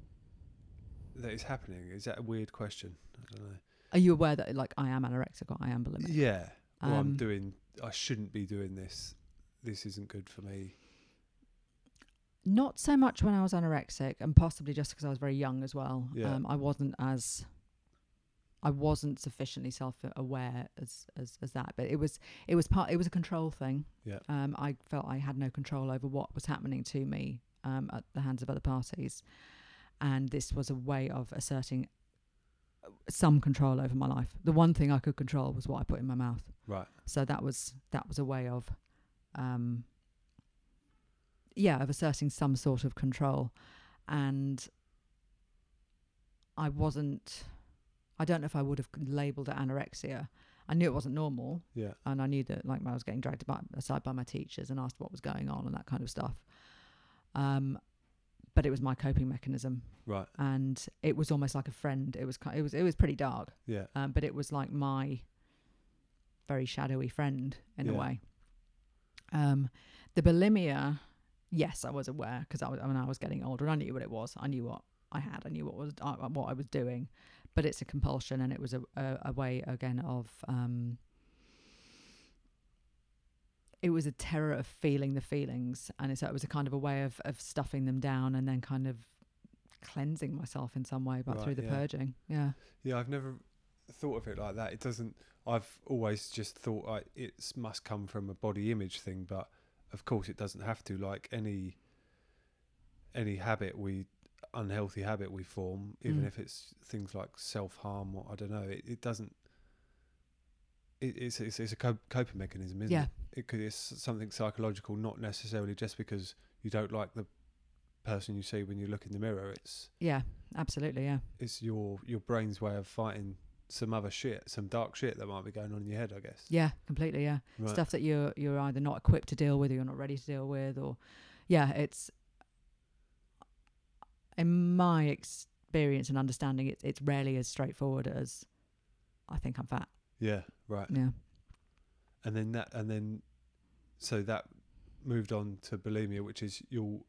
[SPEAKER 2] that is happening? Is that a weird question? I don't know.
[SPEAKER 3] Are you aware that like I am anorexic or I am bulimic?
[SPEAKER 2] Yeah. Well, I'm
[SPEAKER 3] Um,
[SPEAKER 2] doing. I shouldn't be doing this. This isn't good for me.
[SPEAKER 3] Not so much when I was anorexic, and possibly just because Um, I was very young as well.
[SPEAKER 2] Yeah.
[SPEAKER 3] Um, I wasn't as I wasn't sufficiently self aware as, as as that. But it was it was part it was a control thing.
[SPEAKER 2] Yeah.
[SPEAKER 3] Um, I felt I had no control over what was happening to me um, at the hands of other parties, and this was a way of asserting uh, some control over my life. The one thing I could control was what I put in my mouth.
[SPEAKER 2] Right.
[SPEAKER 3] So that was that was a way of, um, yeah, of asserting some sort of control, and I wasn't. I don't know if I would have labelled it anorexia. I knew it wasn't normal,
[SPEAKER 2] Yeah.
[SPEAKER 3] and I knew that like I was getting dragged by, aside by my teachers and asked what was going on and that kind of stuff. Um, but it was my coping mechanism,
[SPEAKER 2] Right.
[SPEAKER 3] and it was almost like a friend. It was ki- it was it was pretty dark
[SPEAKER 2] Yeah.
[SPEAKER 3] um, but it was like my very shadowy friend in a
[SPEAKER 2] Yeah.
[SPEAKER 3] way. Um, the bulimia, yes, I was aware because I was I mean I was getting older and I knew what it was. I knew what I had. I knew what was uh, what I was doing, but it's a compulsion and it was a a, a way again of um. It was a terror of feeling the feelings, and so it was a kind of a way of of stuffing them down and then kind of cleansing myself in some way, but
[SPEAKER 2] Right,
[SPEAKER 3] through the
[SPEAKER 2] yeah.
[SPEAKER 3] purging. Yeah,
[SPEAKER 2] Yeah. I've never thought of it like that. It doesn't. I've always just thought like, it must come from a body image thing, but of course it doesn't have to. Like any any habit we unhealthy habit we form, even
[SPEAKER 3] Mm.
[SPEAKER 2] if it's things like self harm or I don't know, it, it doesn't. It, it's, it's it's a cop- coping mechanism, isn't
[SPEAKER 3] Yeah.
[SPEAKER 2] it? It could it's something psychological, not necessarily just because you don't like the person you see when you look in the mirror. It's
[SPEAKER 3] yeah, absolutely, yeah.
[SPEAKER 2] it's your your brain's way of fighting some other shit, some dark shit that might be going on in your head, I guess.
[SPEAKER 3] Yeah, completely. Yeah,
[SPEAKER 2] Right.
[SPEAKER 3] stuff that you're you're either not equipped to deal with, or you're not ready to deal with, or yeah, it's in my experience and understanding, it's it's rarely as straightforward as I think I'm
[SPEAKER 2] Uh,
[SPEAKER 3] fat.
[SPEAKER 2] Yeah, right.
[SPEAKER 3] Yeah,
[SPEAKER 2] And then that, and then so that moved on to bulimia, which is you'll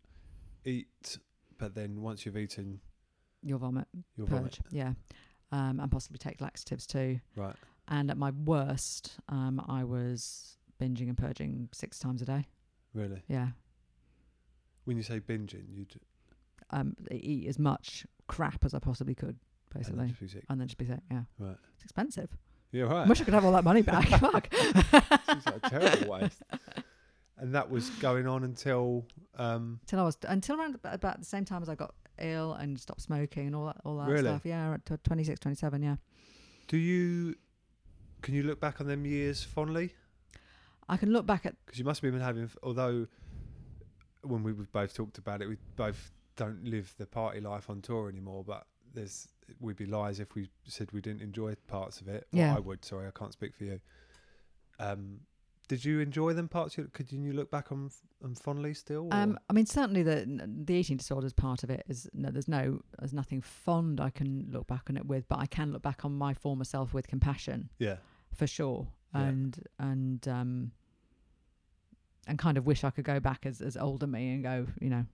[SPEAKER 2] eat, but then once you've eaten,
[SPEAKER 3] you'll vomit,
[SPEAKER 2] you'll
[SPEAKER 3] purge. Yeah, um, and possibly take laxatives too.
[SPEAKER 2] vomit. Right.
[SPEAKER 3] And at my worst, um, I was binging and purging six times a day.
[SPEAKER 2] Really.
[SPEAKER 3] Yeah,
[SPEAKER 2] When you say binging, you'd
[SPEAKER 3] um, eat as much crap as I possibly could,
[SPEAKER 2] and then
[SPEAKER 3] basically,
[SPEAKER 2] just be sick.
[SPEAKER 3] and then just be sick. Yeah,
[SPEAKER 2] Right.
[SPEAKER 3] it's expensive.
[SPEAKER 2] Yeah, right.
[SPEAKER 3] I wish I could have all that money back. Fuck.
[SPEAKER 2] Seems like a terrible waste. And that was going on until um
[SPEAKER 3] Until I was until around ab- about the same time as I got ill and stopped smoking and all that all that
[SPEAKER 2] Really?
[SPEAKER 3] stuff. Yeah, at tw- 26, 27, Yeah,
[SPEAKER 2] do you can you look back on them years fondly?
[SPEAKER 3] I can look back at
[SPEAKER 2] because you must have been having. Although, when we we've both talked about it, we both don't live the party life on tour anymore. But there's we'd be liars if we said we didn't enjoy parts of it. Well,
[SPEAKER 3] Yeah.
[SPEAKER 2] I would. Sorry, I can't speak for you. Um, did you enjoy them parts? You could you look back on on fondly still? or-
[SPEAKER 3] Um, I mean, certainly the n- the eating disorders part of it is no, there's no there's nothing fond I can look back on it with, but I can look back on my former self with compassion.
[SPEAKER 2] yeah,
[SPEAKER 3] for sure
[SPEAKER 2] Yeah.
[SPEAKER 3] and and um and kind of wish I could go back as as older me and go you know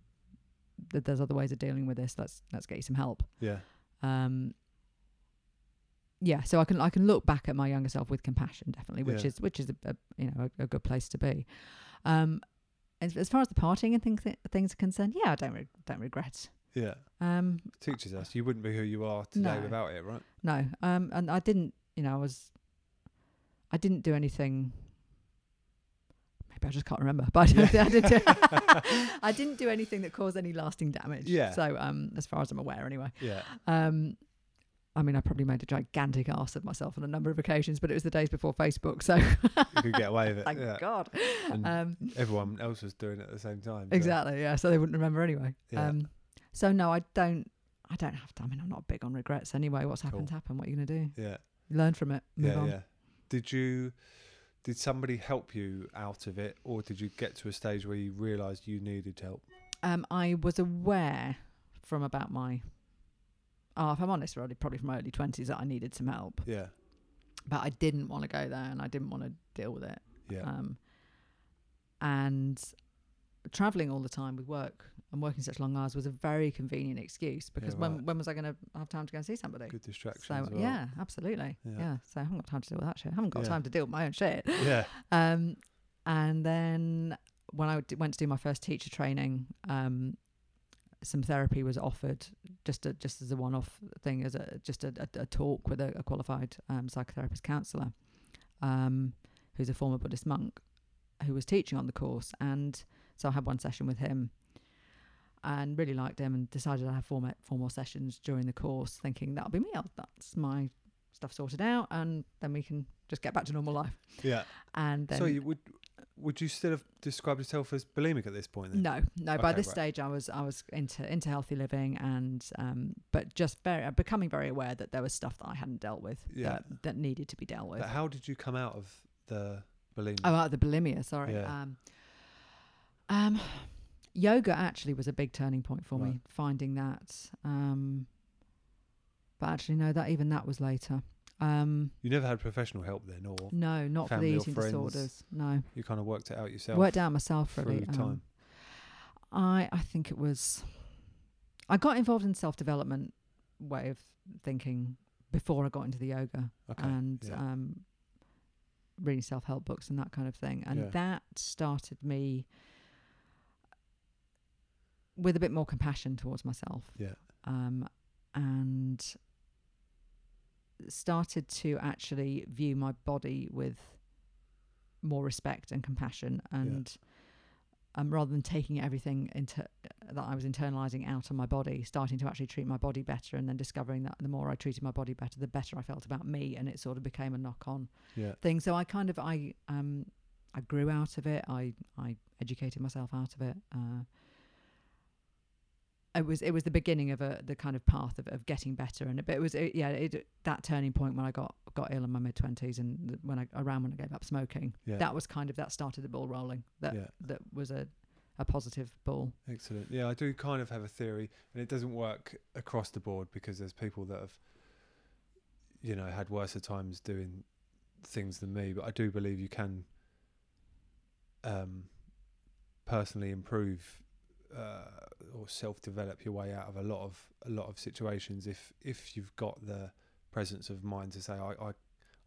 [SPEAKER 3] that there's other ways of dealing with this let's let's get you some help
[SPEAKER 2] yeah,
[SPEAKER 3] um yeah so I can I can look back at my younger self with compassion definitely which
[SPEAKER 2] Yeah.
[SPEAKER 3] is which is a, a you know a, a good place to be um as, as far as the partying and things things are concerned yeah I don't re- don't regret
[SPEAKER 2] yeah.
[SPEAKER 3] um
[SPEAKER 2] Teaches us you wouldn't be who you are today
[SPEAKER 3] No.
[SPEAKER 2] without it, right?
[SPEAKER 3] No, um, and I didn't. You know, I was. I didn't do anything. Maybe I just can't remember, but I, don't think I, did do, I didn't do anything that caused any lasting damage.
[SPEAKER 2] Yeah.
[SPEAKER 3] So, um, as far as I'm aware, anyway.
[SPEAKER 2] Yeah,
[SPEAKER 3] Um, I mean, I probably made a gigantic ass of myself on a number of occasions, but it was the days before Facebook, so
[SPEAKER 2] you could get away with it.
[SPEAKER 3] thank
[SPEAKER 2] yeah. Mm.
[SPEAKER 3] God.
[SPEAKER 2] And
[SPEAKER 3] Um,
[SPEAKER 2] everyone else was doing it at the same time. so-
[SPEAKER 3] Exactly. Yeah. So they wouldn't remember anyway.
[SPEAKER 2] Yeah.
[SPEAKER 3] Um, so no, I don't. I don't have to. I mean, I'm not big on regrets anyway. What's happened's happened. What are you going to do?
[SPEAKER 2] Yeah.
[SPEAKER 3] Learn from it. Move
[SPEAKER 2] yeah,
[SPEAKER 3] on.
[SPEAKER 2] yeah. Did you? Did somebody help you out of it, or did you get to a stage where you realised you needed help?
[SPEAKER 3] Um, I was aware from about my, oh, if I'm honest, really, probably from my early 20s that I needed some help,
[SPEAKER 2] Yeah,
[SPEAKER 3] but I didn't want to go there and I didn't want to deal with it.
[SPEAKER 2] yeah,
[SPEAKER 3] Um, and traveling all the time with work and working such long hours was a very convenient excuse because
[SPEAKER 2] right.
[SPEAKER 3] when, when was I going to have time to go and see somebody?
[SPEAKER 2] good distraction.
[SPEAKER 3] So
[SPEAKER 2] as well.
[SPEAKER 3] yeah, absolutely.
[SPEAKER 2] Yeah.
[SPEAKER 3] Yeah. So I haven't got time to deal with that shit. I haven't got
[SPEAKER 2] Yeah.
[SPEAKER 3] time to deal with my own shit.
[SPEAKER 2] yeah,
[SPEAKER 3] Um, and then when I d- went to do my first teacher training, um, some therapy was offered just a, just as a one-off thing, as a just a, a, a talk with a, a qualified um, psychotherapist counsellor, um, who's a former Buddhist monk, who was teaching on the course, and so I had one session with him, and really liked him, and decided I'd have four, ma- four more sessions during the course, thinking that'll be me, I'll- that's my stuff sorted out, and then we can just get back to normal life.
[SPEAKER 2] Yeah.
[SPEAKER 3] And then
[SPEAKER 2] so you would would you still have described yourself as bulimic at this point? Then?
[SPEAKER 3] No, no. by
[SPEAKER 2] Okay,
[SPEAKER 3] this
[SPEAKER 2] right.
[SPEAKER 3] stage, I was I was into into healthy living and um, but just very uh, becoming very aware that there was stuff that I hadn't dealt with
[SPEAKER 2] Yeah.
[SPEAKER 3] that, that needed to be dealt with.
[SPEAKER 2] But how did you come out of the bulimia?
[SPEAKER 3] Oh, out of the bulimia. Sorry.
[SPEAKER 2] Yeah.
[SPEAKER 3] Um, um, yoga actually was a big turning point for me.
[SPEAKER 2] Right.
[SPEAKER 3] Finding that, um, but actually, no. That even that was later. Um,
[SPEAKER 2] you never had professional help then, or
[SPEAKER 3] no, not for the
[SPEAKER 2] Family or
[SPEAKER 3] eating
[SPEAKER 2] friends
[SPEAKER 3] disorders. No,
[SPEAKER 2] you kind of worked it out yourself?
[SPEAKER 3] worked out myself really.
[SPEAKER 2] through time.
[SPEAKER 3] um, I I think it was I got involved in self development way of thinking before I got into the yoga
[SPEAKER 2] Okay.
[SPEAKER 3] and
[SPEAKER 2] yeah.
[SPEAKER 3] um reading self help books and that kind of thing. And
[SPEAKER 2] Yeah.
[SPEAKER 3] that started me with a bit more compassion towards myself.
[SPEAKER 2] Yeah.
[SPEAKER 3] Um and started to actually view my body with more respect and compassion and um, rather than taking everything into that I was internalizing out on my body, starting to actually treat my body better, and then discovering that the more I treated my body better, the better I felt about me, and it sort of became a knock-on
[SPEAKER 2] yeah.
[SPEAKER 3] thing. So I kind of I um I grew out of it. I I educated myself out of it. Uh, it was it was the beginning of a the kind of path of, of getting better, and but it was it, yeah it, that turning point when I got got ill in my mid twenties, and the- when I around when I gave up smoking,
[SPEAKER 2] Yeah.
[SPEAKER 3] that was kind of that started the ball rolling. That
[SPEAKER 2] yeah.
[SPEAKER 3] that was a a positive ball.
[SPEAKER 2] Excellent. Yeah, I do kind of have a theory, and it doesn't work across the board because there's people that have, you know, had worse of times doing things than me. But I do believe you can um, personally improve uh, or self-develop your way out of a lot of a lot of situations if if you've got the presence of mind to say, I, I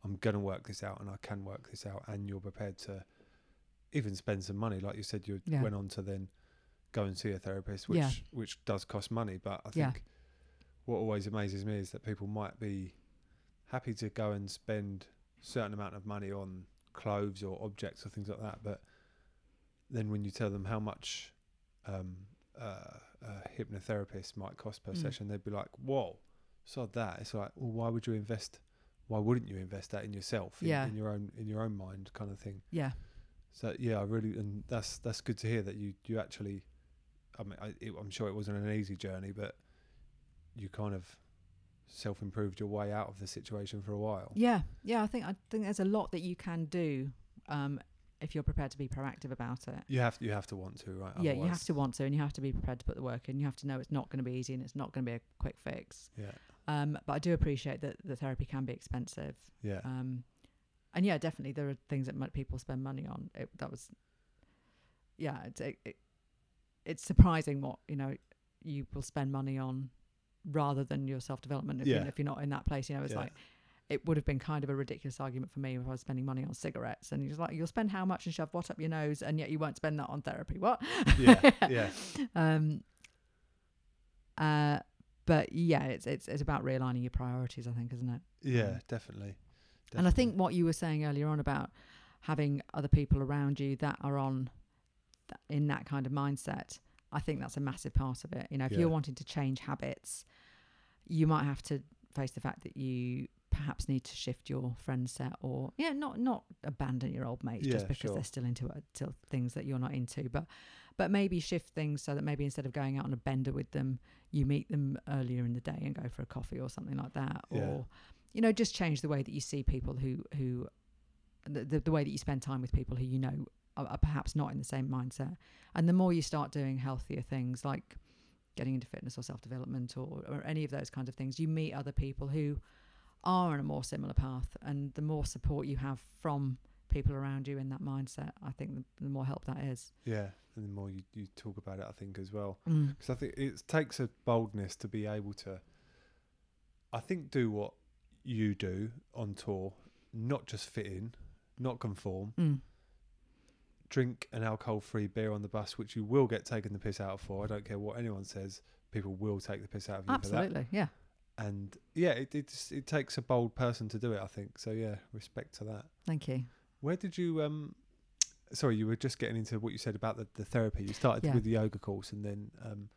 [SPEAKER 2] I'm gonna work this out, and I can work this out, and you're prepared to even spend some money, like you said, you
[SPEAKER 3] Yeah.
[SPEAKER 2] went on to then go and see a therapist, which
[SPEAKER 3] Yeah.
[SPEAKER 2] which does cost money. But I think
[SPEAKER 3] Yeah.
[SPEAKER 2] what always amazes me is that people might be happy to go and spend certain amount of money on clothes or objects or things like that, but then when you tell them how much um, uh, a hypnotherapist might cost per
[SPEAKER 3] Mm.
[SPEAKER 2] session, they'd be like, "Whoa, sod that!" It's like, well, why would you invest? Why wouldn't you invest that in yourself? in-
[SPEAKER 3] Yeah.
[SPEAKER 2] in your own in your own mind, kind of thing.
[SPEAKER 3] Yeah.
[SPEAKER 2] So yeah, I really and that's that's good to hear that you you actually. I mean, I, it, I'm sure it wasn't an easy journey, but you kind of self improved your way out of the situation for a while.
[SPEAKER 3] Yeah, yeah. I think I think there's a lot that you can do um, if you're prepared to be proactive about it.
[SPEAKER 2] You have you have to want to, right?
[SPEAKER 3] yeah, you have
[SPEAKER 2] Otherwise-
[SPEAKER 3] to want to, and you have to be prepared to put the work in. You have to know it's not going to be easy, and it's not going to be a quick fix.
[SPEAKER 2] Yeah,
[SPEAKER 3] Um, but I do appreciate that the therapy can be expensive.
[SPEAKER 2] yeah,
[SPEAKER 3] Um, and yeah, definitely there are things that might people spend money on. It, that was, yeah, it's it, it, it's surprising what you know you will spend money on rather than your self development. If, you-
[SPEAKER 2] Yeah.
[SPEAKER 3] if you're not in that place, you know, it's
[SPEAKER 2] Yeah.
[SPEAKER 3] like it would have been kind of a ridiculous argument for me if I was spending money on cigarettes. And you're just like, you'll spend how much and shove what up your nose, and yet you won't spend that on therapy. What?
[SPEAKER 2] yeah, yeah,
[SPEAKER 3] Um. Uh. But yeah, it's it's it's about realigning your priorities, I think, isn't it?
[SPEAKER 2] yeah, definitely.
[SPEAKER 3] Mm. And I
[SPEAKER 2] definitely.
[SPEAKER 3] think what you were saying earlier on about having other people around you that are on th- in that kind of mindset, I think that's a massive part of it. You know, if
[SPEAKER 2] Yeah.
[SPEAKER 3] you're wanting to change habits, you might have to face the fact that you perhaps need to shift your friend set or yeah, not not abandon your old mates
[SPEAKER 2] Yeah,
[SPEAKER 3] just because
[SPEAKER 2] sure.
[SPEAKER 3] they're still into it, still things that you're not into, but but maybe shift things so that maybe instead of going out on a bender with them, you meet them earlier in the day and go for a coffee or something like that
[SPEAKER 2] Yeah.
[SPEAKER 3] or you know just change the way that you see people who who the, the, the way that you spend time with people who you know are, are perhaps not in the same mindset and the more you start doing healthier things like getting into fitness or self-development or, or any of those kinds of things you meet other people who are on a more similar path and the more support you have from people around you in that mindset i think the, the more help that is
[SPEAKER 2] yeah, and the more you, you talk about it, I think as well. because I think it takes a boldness to be able to, I think, do what you do on tour, not just fit in, not conform,
[SPEAKER 3] Mm.
[SPEAKER 2] drink an alcohol-free beer on the bus, which you will get taken the piss out for. I don't care what anyone says; people will take the piss out of you for
[SPEAKER 3] Absolutely, yeah.
[SPEAKER 2] that. And yeah, it it's, it takes a bold person to do it. I think so. Yeah, respect to that.
[SPEAKER 3] Thank you.
[SPEAKER 2] Where did you? um Sorry, you were just getting into what you said about the, the therapy. You started
[SPEAKER 3] Yeah.
[SPEAKER 2] with the yoga course, and then um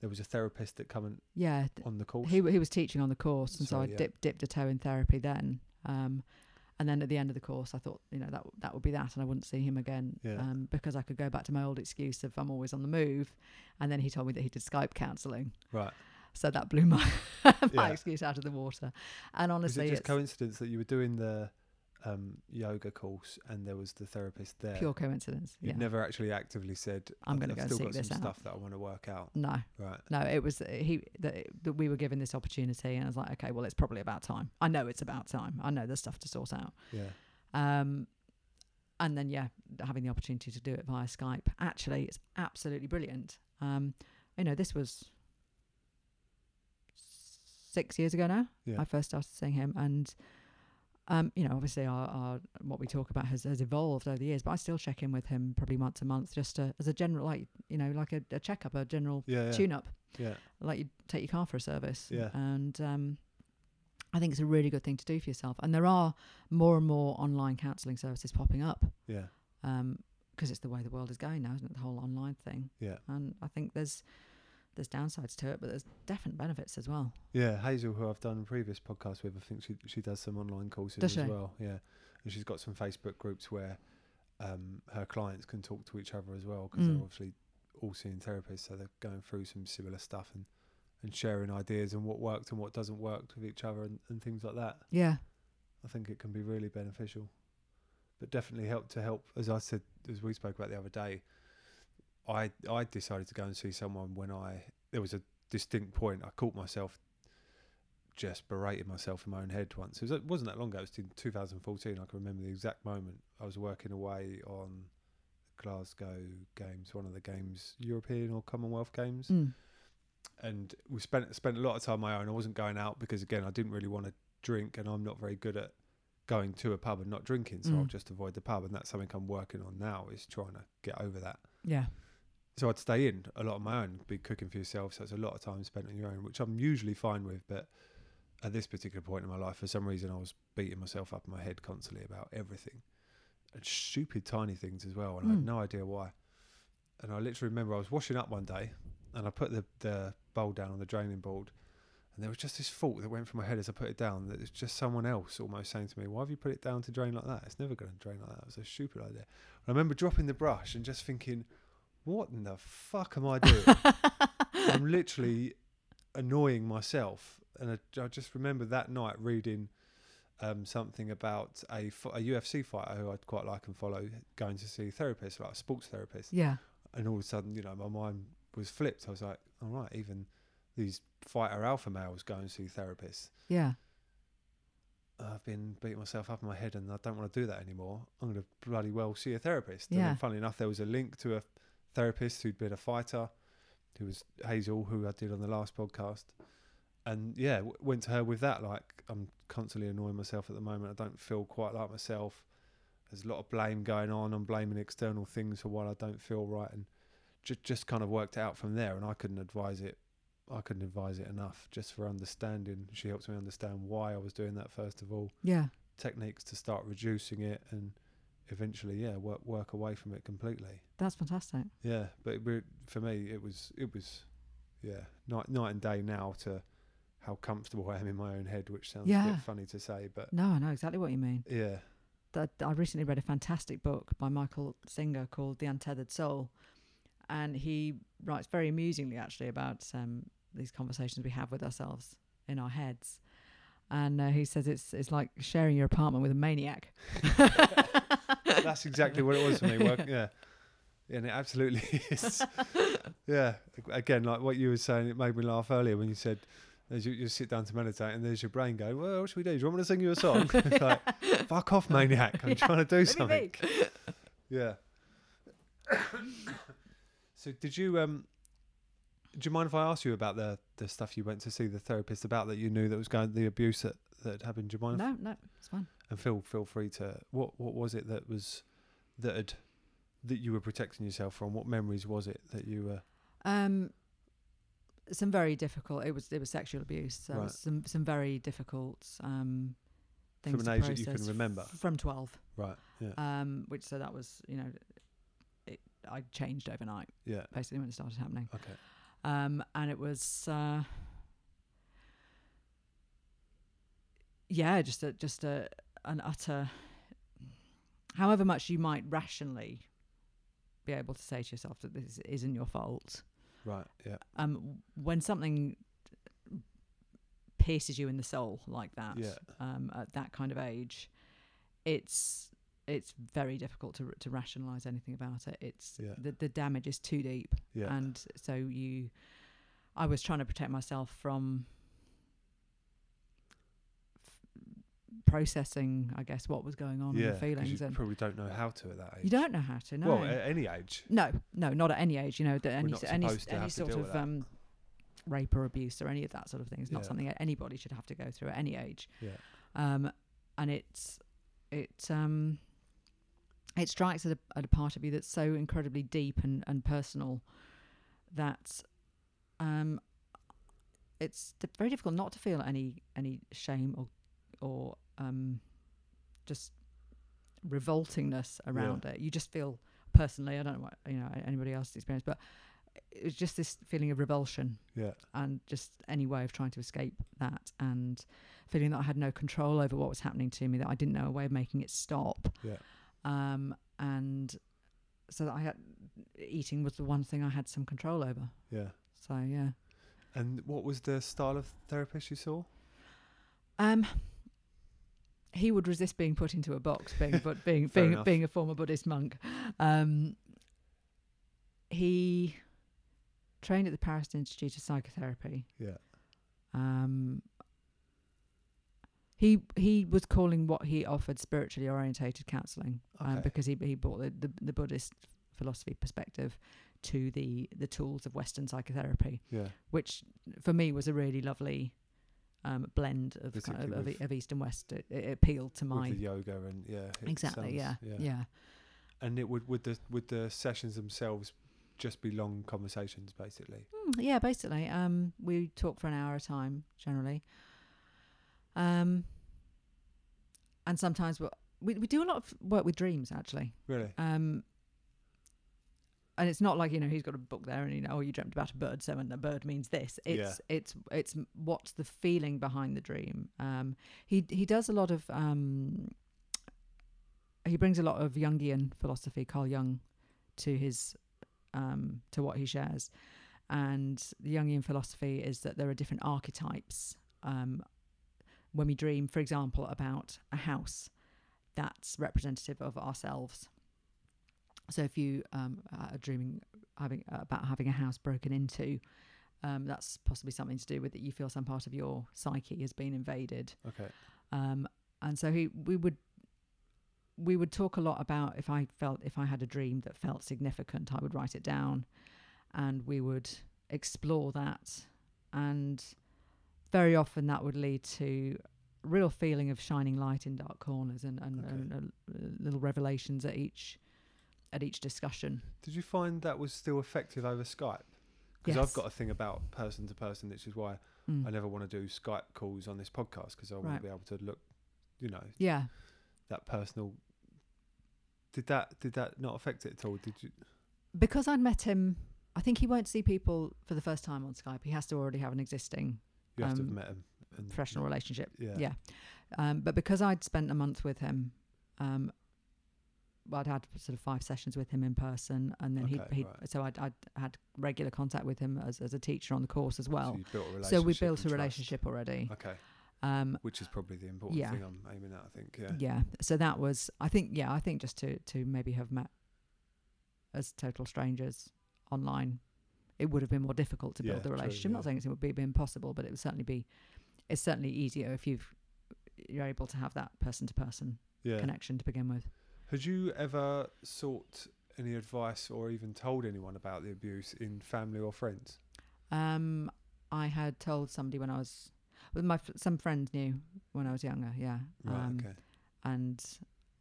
[SPEAKER 2] there was a therapist that come and,
[SPEAKER 3] Yeah, th-
[SPEAKER 2] on the course.
[SPEAKER 3] he w- he was teaching on the course, and so,
[SPEAKER 2] So,
[SPEAKER 3] I
[SPEAKER 2] yeah.
[SPEAKER 3] dipped dipped a toe in therapy then. Um, and then at the end of the course, I thought you know that w- that would be that, and I wouldn't see him again
[SPEAKER 2] Yeah.
[SPEAKER 3] um, because I could go back to my old excuse of I'm always on the move. And then he told me that he did Skype counselling,
[SPEAKER 2] right.
[SPEAKER 3] so that blew my my
[SPEAKER 2] Yeah.
[SPEAKER 3] excuse out of the water. And
[SPEAKER 2] Was
[SPEAKER 3] honestly,
[SPEAKER 2] it just
[SPEAKER 3] it's
[SPEAKER 2] coincidence that you were doing the um, yoga course and there was the therapist there?
[SPEAKER 3] pure coincidence.
[SPEAKER 2] You'd
[SPEAKER 3] Yeah,
[SPEAKER 2] never actually actively said,
[SPEAKER 3] I'm
[SPEAKER 2] "I've-
[SPEAKER 3] gonna
[SPEAKER 2] I've
[SPEAKER 3] go and
[SPEAKER 2] still
[SPEAKER 3] seek
[SPEAKER 2] got
[SPEAKER 3] this
[SPEAKER 2] some
[SPEAKER 3] out."
[SPEAKER 2] stuff that I want to work out."
[SPEAKER 3] no,
[SPEAKER 2] Right.
[SPEAKER 3] no, it was that he that, that we were given this opportunity, and I was like, okay, well, it's probably about time. I know it's about time. I know there's stuff to sort out.
[SPEAKER 2] Yeah.
[SPEAKER 3] Um, and then, yeah, having the opportunity to do it via Skype. Actually, it's absolutely brilliant. Um, you know, this was six years ago now.
[SPEAKER 2] Yeah.
[SPEAKER 3] I first started seeing him, and um, you know, obviously, our, our what we talk about has, has evolved over the years. But I still check in with him probably once a month, just to, as a general, like you know, like a, a checkup, a general
[SPEAKER 2] Yeah. Yeah.
[SPEAKER 3] tune up
[SPEAKER 2] yeah.
[SPEAKER 3] like you take your car for a service.
[SPEAKER 2] Yeah.
[SPEAKER 3] And um, I think it's a really good thing to do for yourself. And there are more and more online counselling services popping up
[SPEAKER 2] Yeah.
[SPEAKER 3] because it's the way the world is going now, isn't it? The whole online thing.
[SPEAKER 2] Yeah.
[SPEAKER 3] And I think there's there's downsides to it, but there's definite benefits as well.
[SPEAKER 2] Yeah, Hazel, who I've done previous podcasts with, I think she she does some online courses
[SPEAKER 3] Does
[SPEAKER 2] as
[SPEAKER 3] she?
[SPEAKER 2] well. Yeah, and she's got some Facebook groups where um, her clients can talk to each other as well because
[SPEAKER 3] Mm.
[SPEAKER 2] they're obviously all seeing therapists, so they're going through some similar stuff and and sharing ideas and what worked and what doesn't work with each other and, and things like that.
[SPEAKER 3] Yeah.
[SPEAKER 2] I think it can be really beneficial, but definitely help to help. As I said, as we spoke about the other day, I I decided to go and see someone when I there was a distinct point I caught myself just berating myself in my own head once. It, was, it wasn't that long ago. It was in 2014. I can remember the exact moment. I was working away on Glasgow Games, one of the games, European or Commonwealth Games
[SPEAKER 3] Mm.
[SPEAKER 2] and we spent spent a lot of time on my own. I wasn't going out because again, I didn't really want to drink, and I'm not very good at going to a pub and not drinking, so I'll
[SPEAKER 3] Mm.
[SPEAKER 2] just avoid the pub. And that's something I'm working on now is trying to get over that.
[SPEAKER 3] Yeah.
[SPEAKER 2] So I'd stay in a lot on my own, be cooking for yourself. So it's a lot of time spent on your own, which I'm usually fine with, but at this particular point in my life, for some reason, I was beating myself up in my head constantly about everything and stupid tiny things as well. And I
[SPEAKER 3] Mm.
[SPEAKER 2] had no idea why. And I literally remember I was washing up one day and I put the, the bowl down on the draining board. And there was just this thought that went through my head as I put it down that it's just someone else almost saying to me, Why have you put it down to drain like that? It's never going to drain like that. It was a stupid idea. And I remember dropping the brush and just thinking, What in the fuck am I doing? I'm literally annoying myself. And I, I just remember that night reading um, something about a, fo- a UFC fighter who I'd quite like and follow going to see a therapist, like a sports therapist.
[SPEAKER 3] yeah.
[SPEAKER 2] And all of a sudden, you know, my mind was flipped. I was like, all right, even these fighter alpha males go and see therapists.
[SPEAKER 3] Yeah.
[SPEAKER 2] I've been beating myself up in my head and I don't want to do that anymore. I'm going to bloody well see a therapist. And
[SPEAKER 3] Yeah.
[SPEAKER 2] then, funnily enough, there was a link to a therapist who'd been a fighter, who was Hazel, who I did on the last podcast. And yeah, w- went to her with that. Like, I'm constantly annoying myself at the moment. I don't feel quite like myself. There's a lot of blame going on. I'm blaming external things for what I don't feel right. And just, just kind of worked it out from there. And I couldn't advise it. I couldn't advise it enough just for understanding. She helps me understand why I was doing that, first of all
[SPEAKER 3] Yeah.
[SPEAKER 2] techniques to start reducing it and eventually yeah work work away from it completely
[SPEAKER 3] That's fantastic.
[SPEAKER 2] yeah but it, were- for me it was it was yeah night night and day now to how comfortable I am in my own head which sounds a
[SPEAKER 3] Yeah.
[SPEAKER 2] bit funny to say but
[SPEAKER 3] No, I know exactly what you mean.
[SPEAKER 2] yeah
[SPEAKER 3] that I recently read a fantastic book by Michael Singer called The Untethered Soul, and he writes very amusingly actually about um, these conversations we have with ourselves in our heads. And uh, he says it's it's like sharing your apartment with a maniac.
[SPEAKER 2] that's exactly what it was for me work, yeah and it absolutely is yeah again like what you were saying it made me laugh earlier when you said as you, you sit down to meditate and there's your brain going well what should we do do you want me to sing you a song It's like fuck off maniac I'm
[SPEAKER 3] Yeah,
[SPEAKER 2] trying to do
[SPEAKER 3] Let me
[SPEAKER 2] something
[SPEAKER 3] think.
[SPEAKER 2] Yeah. so did you um do you mind if I ask you about the the stuff you went to see the therapist about that you knew that was going the abuse that, that had happened? Do you mind? if-
[SPEAKER 3] No, no, it's fine.
[SPEAKER 2] And feel feel free to what what was it that was that had that you were protecting yourself from? What memories was it that you were?
[SPEAKER 3] Um, some very difficult. It was it was sexual abuse. So it
[SPEAKER 2] Right.
[SPEAKER 3] was some some very difficult um,
[SPEAKER 2] From an
[SPEAKER 3] things to
[SPEAKER 2] age that you
[SPEAKER 3] process
[SPEAKER 2] can remember?
[SPEAKER 3] f- From twelve,
[SPEAKER 2] Right. Yeah.
[SPEAKER 3] um, which so that was you know, it, I changed overnight
[SPEAKER 2] yeah.
[SPEAKER 3] basically when it started happening.
[SPEAKER 2] Okay.
[SPEAKER 3] um, and it was uh, yeah, just a just a an utter. However much you might rationally be able to say to yourself that this isn't your fault,
[SPEAKER 2] Right. Yeah.
[SPEAKER 3] um, when something pierces you in the soul like that,
[SPEAKER 2] Yeah.
[SPEAKER 3] um, at that kind of age, it's it's very difficult to to rationalize anything about it. It's
[SPEAKER 2] Yeah.
[SPEAKER 3] the the damage is too deep
[SPEAKER 2] Yeah.
[SPEAKER 3] and so you i was trying to protect myself from f- processing i guess what was going on
[SPEAKER 2] yeah.
[SPEAKER 3] and the
[SPEAKER 2] 'cause
[SPEAKER 3] feelings
[SPEAKER 2] you
[SPEAKER 3] and
[SPEAKER 2] probably don't know how to at that age.
[SPEAKER 3] you don't know how to know
[SPEAKER 2] Well, at any age.
[SPEAKER 3] no no not at any age you know that any
[SPEAKER 2] not
[SPEAKER 3] any,
[SPEAKER 2] supposed to
[SPEAKER 3] any
[SPEAKER 2] have to
[SPEAKER 3] sort
[SPEAKER 2] deal with
[SPEAKER 3] of
[SPEAKER 2] that.
[SPEAKER 3] um rape or abuse or any of that sort of thing is not
[SPEAKER 2] Yeah.
[SPEAKER 3] something that anybody should have to go through at any age
[SPEAKER 2] Yeah.
[SPEAKER 3] um and it's it um it strikes at a, at a part of you that's so incredibly deep and and personal that um it's di- very difficult not to feel any any shame or or um just revoltingness around it you just feel personally i don't know what you know anybody else's experience but it's just this feeling of revulsion
[SPEAKER 2] Yeah.
[SPEAKER 3] and just any way of trying to escape that and feeling that I had no control over what was happening to me, that I didn't know a way of making it stop.
[SPEAKER 2] Yeah.
[SPEAKER 3] Um, and so that I had eating was the one thing I had some control over.
[SPEAKER 2] Yeah.
[SPEAKER 3] So yeah.
[SPEAKER 2] And what was the style of therapist you saw?
[SPEAKER 3] Um he would resist being put into a box, being but being
[SPEAKER 2] Fair
[SPEAKER 3] being
[SPEAKER 2] enough.
[SPEAKER 3] being a former Buddhist monk. Um he trained at the Paris Institute of Psychotherapy.
[SPEAKER 2] Yeah.
[SPEAKER 3] um he he was calling what he offered spiritually orientated counseling um,
[SPEAKER 2] Okay.
[SPEAKER 3] because he he brought the, the the buddhist philosophy perspective to the the tools of western psychotherapy
[SPEAKER 2] Yeah.
[SPEAKER 3] which for me was a really lovely um blend of kind of,
[SPEAKER 2] Particularly
[SPEAKER 3] of,
[SPEAKER 2] with-
[SPEAKER 3] of east and west it, it appealed to my
[SPEAKER 2] With the yoga and yeah. it
[SPEAKER 3] exactly yeah,
[SPEAKER 2] sounds-
[SPEAKER 3] yeah
[SPEAKER 2] And it would would the would the sessions themselves just be long conversations basically?
[SPEAKER 3] Mm, yeah, basically. Um, we talk for an hour at a time generally. Um, and sometimes we we, we do a lot of work with dreams actually.
[SPEAKER 2] Really?
[SPEAKER 3] Um, and it's not like you know he's got a book there and you know oh you dreamt about a bird so and the bird means this.
[SPEAKER 2] Yeah.
[SPEAKER 3] It's it's it's m- what's the feeling behind the dream. Um, he he does a lot of um. He brings a lot of Jungian philosophy, Carl Jung, to his um, to what he shares, and the Jungian philosophy is that there are different archetypes. Um, when we dream, for example, about a house, that's representative of ourselves. So if you um, are dreaming having uh, about having a house broken into, um, that's possibly something to do with that you feel some part of your psyche has been invaded.
[SPEAKER 2] Okay.
[SPEAKER 3] Um, and so he, we would we would talk a lot about if I felt if I had a dream that felt significant, I would write it down, and we would explore that, and very often that would lead to real feeling of shining light in dark corners and and,
[SPEAKER 2] Okay.
[SPEAKER 3] and uh, little revelations at each at each discussion.
[SPEAKER 2] Did you find that was still effective over Skype? Because
[SPEAKER 3] Yes.
[SPEAKER 2] I've got a thing about person to person, which is why
[SPEAKER 3] Mm.
[SPEAKER 2] I never want to do Skype calls on this podcast because I want
[SPEAKER 3] Right.
[SPEAKER 2] to be able to look, you know,
[SPEAKER 3] Yeah.
[SPEAKER 2] that personal. Did that did that not affect it at all? Did you?
[SPEAKER 3] Because I'd met him, I think he won't see people for the first time on Skype. He has to already have an existing
[SPEAKER 2] You have to have
[SPEAKER 3] Um,
[SPEAKER 2] met him. And,
[SPEAKER 3] professional relationship.
[SPEAKER 2] Yeah.
[SPEAKER 3] Yeah. Um, but because I'd spent a month with him, um, well, I'd had sort of five sessions with him in person, and then he'd,
[SPEAKER 2] Okay,
[SPEAKER 3] he'd
[SPEAKER 2] right.
[SPEAKER 3] so I'd, I'd had regular contact with him as, as a teacher on the course as well.
[SPEAKER 2] you built a
[SPEAKER 3] So,
[SPEAKER 2] relationship
[SPEAKER 3] we built a
[SPEAKER 2] and trust.
[SPEAKER 3] relationship already.
[SPEAKER 2] Okay,
[SPEAKER 3] Um,
[SPEAKER 2] which is probably the important
[SPEAKER 3] Yeah.
[SPEAKER 2] thing I'm aiming at. I think. Yeah.
[SPEAKER 3] yeah so that was i think yeah i think just to to maybe have met as total strangers online it would have been more difficult to build
[SPEAKER 2] Yeah,
[SPEAKER 3] the
[SPEAKER 2] true,
[SPEAKER 3] relationship i'm
[SPEAKER 2] yeah.
[SPEAKER 3] not saying it would be, be impossible but it would certainly be it's certainly easier if you've you're able to have that person to person
[SPEAKER 2] Yeah.
[SPEAKER 3] connection to begin with
[SPEAKER 2] Had you ever sought any advice or even told anyone about the abuse in family or friends?
[SPEAKER 3] um i had told somebody when i was well, my f- some friend knew when i was younger yeah
[SPEAKER 2] Right.
[SPEAKER 3] um,
[SPEAKER 2] okay.
[SPEAKER 3] and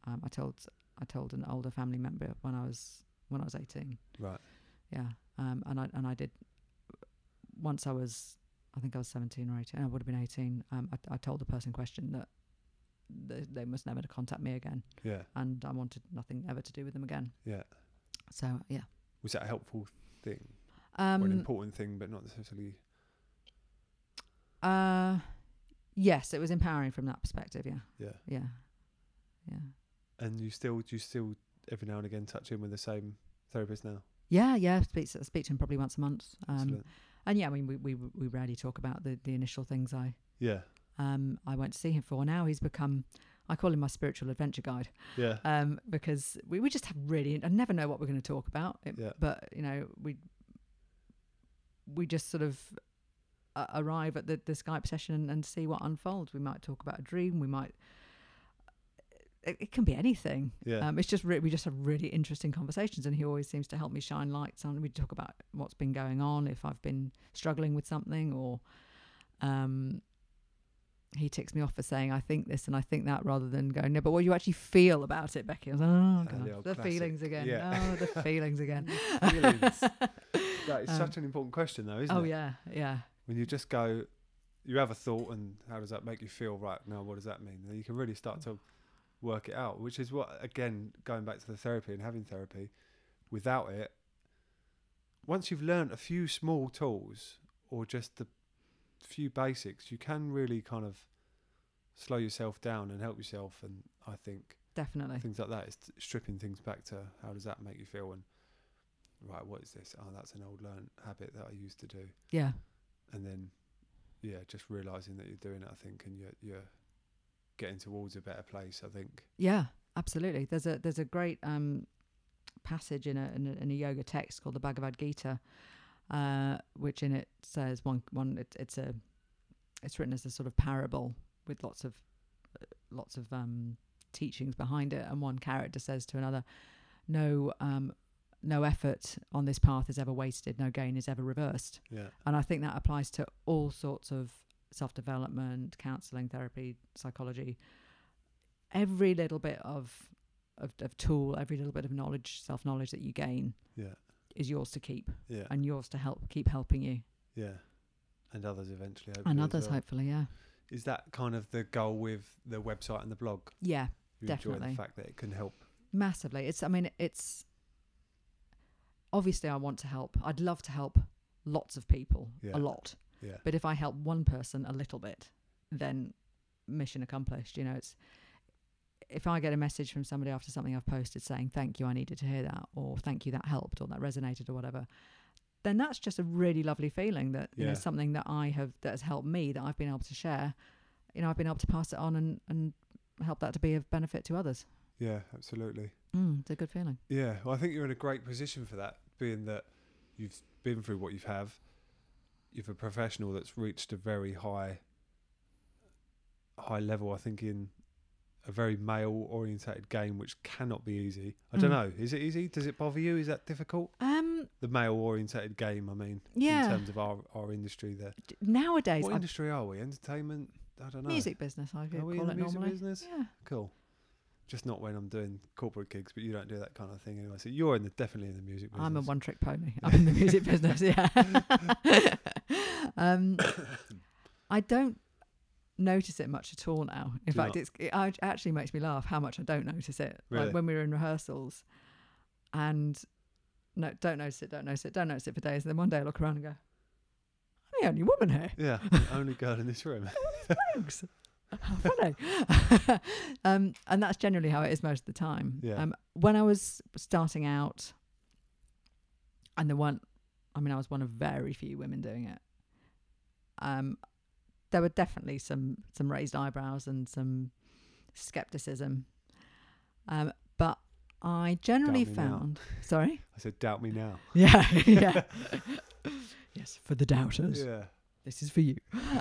[SPEAKER 3] um, i told i told an older family member when i was when I was 18.
[SPEAKER 2] Right.
[SPEAKER 3] Yeah. Um, and I and I did once I was I think I was 17 or 18. I would have been 18. Um, I, I told the person in question that they, they must never contact me again,
[SPEAKER 2] Yeah.
[SPEAKER 3] and I wanted nothing ever to do with them again.
[SPEAKER 2] Yeah.
[SPEAKER 3] So yeah.
[SPEAKER 2] Was that a helpful thing?
[SPEAKER 3] Um,
[SPEAKER 2] or an important thing, but not necessarily.
[SPEAKER 3] Uh, yes, it was empowering from that perspective. Yeah,
[SPEAKER 2] Yeah.
[SPEAKER 3] yeah, yeah,
[SPEAKER 2] And you still, do you still every now and again touch in with the same therapist now?
[SPEAKER 3] yeah, yeah. Speak, I speak to him probably once a month. Um,
[SPEAKER 2] Excellent.
[SPEAKER 3] and yeah, I mean, we, we we rarely talk about the the initial things I
[SPEAKER 2] Yeah.
[SPEAKER 3] um I went to see him for. Now he's become. I call him my spiritual adventure guide
[SPEAKER 2] Yeah.
[SPEAKER 3] um, because we, we just have really I never know what we're going to talk about, it,
[SPEAKER 2] Yeah.
[SPEAKER 3] but you know we we just sort of uh, arrive at the, the Skype session and, and see what unfolds. We might talk about a dream, we might it, it can be anything.
[SPEAKER 2] Yeah.
[SPEAKER 3] Um, it's just re- we just have really interesting conversations, and he always seems to help me shine lights on. We talk about what's been going on, if I've been struggling with something, or um, he ticks me off for saying I think this and I think that, rather than going no. But what do you actually feel about it, Becky? I was like, oh
[SPEAKER 2] Ah,
[SPEAKER 3] god,
[SPEAKER 2] the old
[SPEAKER 3] the,
[SPEAKER 2] classic.
[SPEAKER 3] feelings again.
[SPEAKER 2] Yeah.
[SPEAKER 3] Oh, the feelings again.
[SPEAKER 2] Feelings. that is
[SPEAKER 3] uh, um,
[SPEAKER 2] such an important question, though, isn't
[SPEAKER 3] oh
[SPEAKER 2] it?
[SPEAKER 3] yeah, yeah,
[SPEAKER 2] When you just go, you have a thought, and how does that make you feel? Right now, what does that mean? Then you can really start to work it out, which is what, again, going back to the therapy and having therapy, without it, once you've learned a few small tools or just the few basics, you can really kind of slow yourself down and help yourself. And I think
[SPEAKER 3] definitely.
[SPEAKER 2] things like that is t- stripping things back to how does that make you feel and right what is this oh that's an old learned habit that i used to do
[SPEAKER 3] Yeah,
[SPEAKER 2] and then yeah just realizing that you're doing it i think and you're you're getting towards a better place i think
[SPEAKER 3] yeah, absolutely. There's a there's a great um, passage in a, in a in a yoga text called the Bhagavad Gita, uh, which in it says one one it, it's a it's written as a sort of parable with lots of lots of um, teachings behind it, and one character says to another, "No." Um, no effort on this path is ever wasted. No gain is ever reversed.
[SPEAKER 2] yeah
[SPEAKER 3] And I think that applies to all sorts of self development, counseling, therapy, psychology. Every little bit of, of of tool, every little bit of knowledge, self knowledge that you gain
[SPEAKER 2] yeah
[SPEAKER 3] is yours to keep
[SPEAKER 2] yeah
[SPEAKER 3] and yours to help keep helping you
[SPEAKER 2] yeah and others eventually hopefully
[SPEAKER 3] and
[SPEAKER 2] as
[SPEAKER 3] others,
[SPEAKER 2] well.
[SPEAKER 3] hopefully. Yeah,
[SPEAKER 2] is that kind of the goal with the website and the blog
[SPEAKER 3] yeah,
[SPEAKER 2] you enjoy
[SPEAKER 3] Definitely.
[SPEAKER 2] the fact that it can help
[SPEAKER 3] massively. It's I mean it's obviously I want to help. I'd love to help lots of people
[SPEAKER 2] Yeah.
[SPEAKER 3] a lot.
[SPEAKER 2] yeah
[SPEAKER 3] But if I help one person a little bit, then mission accomplished. You know, it's if I get a message from somebody after something I've posted saying, Thank you, I needed to hear that, or thank you, that helped, or that resonated, or whatever, then that's just a really lovely feeling that, you know,
[SPEAKER 2] Yeah.
[SPEAKER 3] something that I have that has helped me that I've been able to share, you know, I've been able to pass it on and, and help that to be of benefit to others.
[SPEAKER 2] yeah absolutely
[SPEAKER 3] Mm, it's a good feeling.
[SPEAKER 2] Yeah, well, I think you're in a great position for that, being that you've been through what you've have. You've a professional that's reached a very high, high level. I think in a very male-orientated game, which cannot be easy. I don't
[SPEAKER 3] Mm.
[SPEAKER 2] know. Is it easy? Does it bother you? Is that difficult?
[SPEAKER 3] Um,
[SPEAKER 2] The male-orientated game. I mean, in
[SPEAKER 3] yeah.
[SPEAKER 2] terms of our our industry, there.
[SPEAKER 3] d- Nowadays,
[SPEAKER 2] What
[SPEAKER 3] I-
[SPEAKER 2] industry are we? Entertainment? I don't know.
[SPEAKER 3] music business, I could
[SPEAKER 2] Are
[SPEAKER 3] call
[SPEAKER 2] we in the
[SPEAKER 3] it
[SPEAKER 2] music
[SPEAKER 3] normally.
[SPEAKER 2] business?
[SPEAKER 3] Yeah.
[SPEAKER 2] Cool. Just not when I'm doing corporate gigs, but you don't do that kind of thing anyway. So you're in the definitely in the music business.
[SPEAKER 3] I'm a one trick pony. I'm in the music business, yeah. um, I don't notice it much at all now. In
[SPEAKER 2] Do
[SPEAKER 3] fact,
[SPEAKER 2] not?
[SPEAKER 3] it's, it act- actually makes me laugh how much I don't notice it.
[SPEAKER 2] Really?
[SPEAKER 3] Like when we were in rehearsals and no, don't notice it, don't notice it, don't notice it for days. And then one day I look around and go, I'm the only woman here.
[SPEAKER 2] Yeah, only girl in this room.
[SPEAKER 3] Oh, Thanks. How funny. um, and that's generally how it is most of the time.
[SPEAKER 2] Yeah.
[SPEAKER 3] Um, when I was starting out, and the one, I mean, I was one of very few women doing it. Um, there were definitely some some raised eyebrows and some skepticism, um, but I generally
[SPEAKER 2] Doubt me now.
[SPEAKER 3] found. Sorry.
[SPEAKER 2] I said, doubt me now.
[SPEAKER 3] Yeah. Yeah. yes, for the doubters
[SPEAKER 2] Yeah,
[SPEAKER 3] this is for you.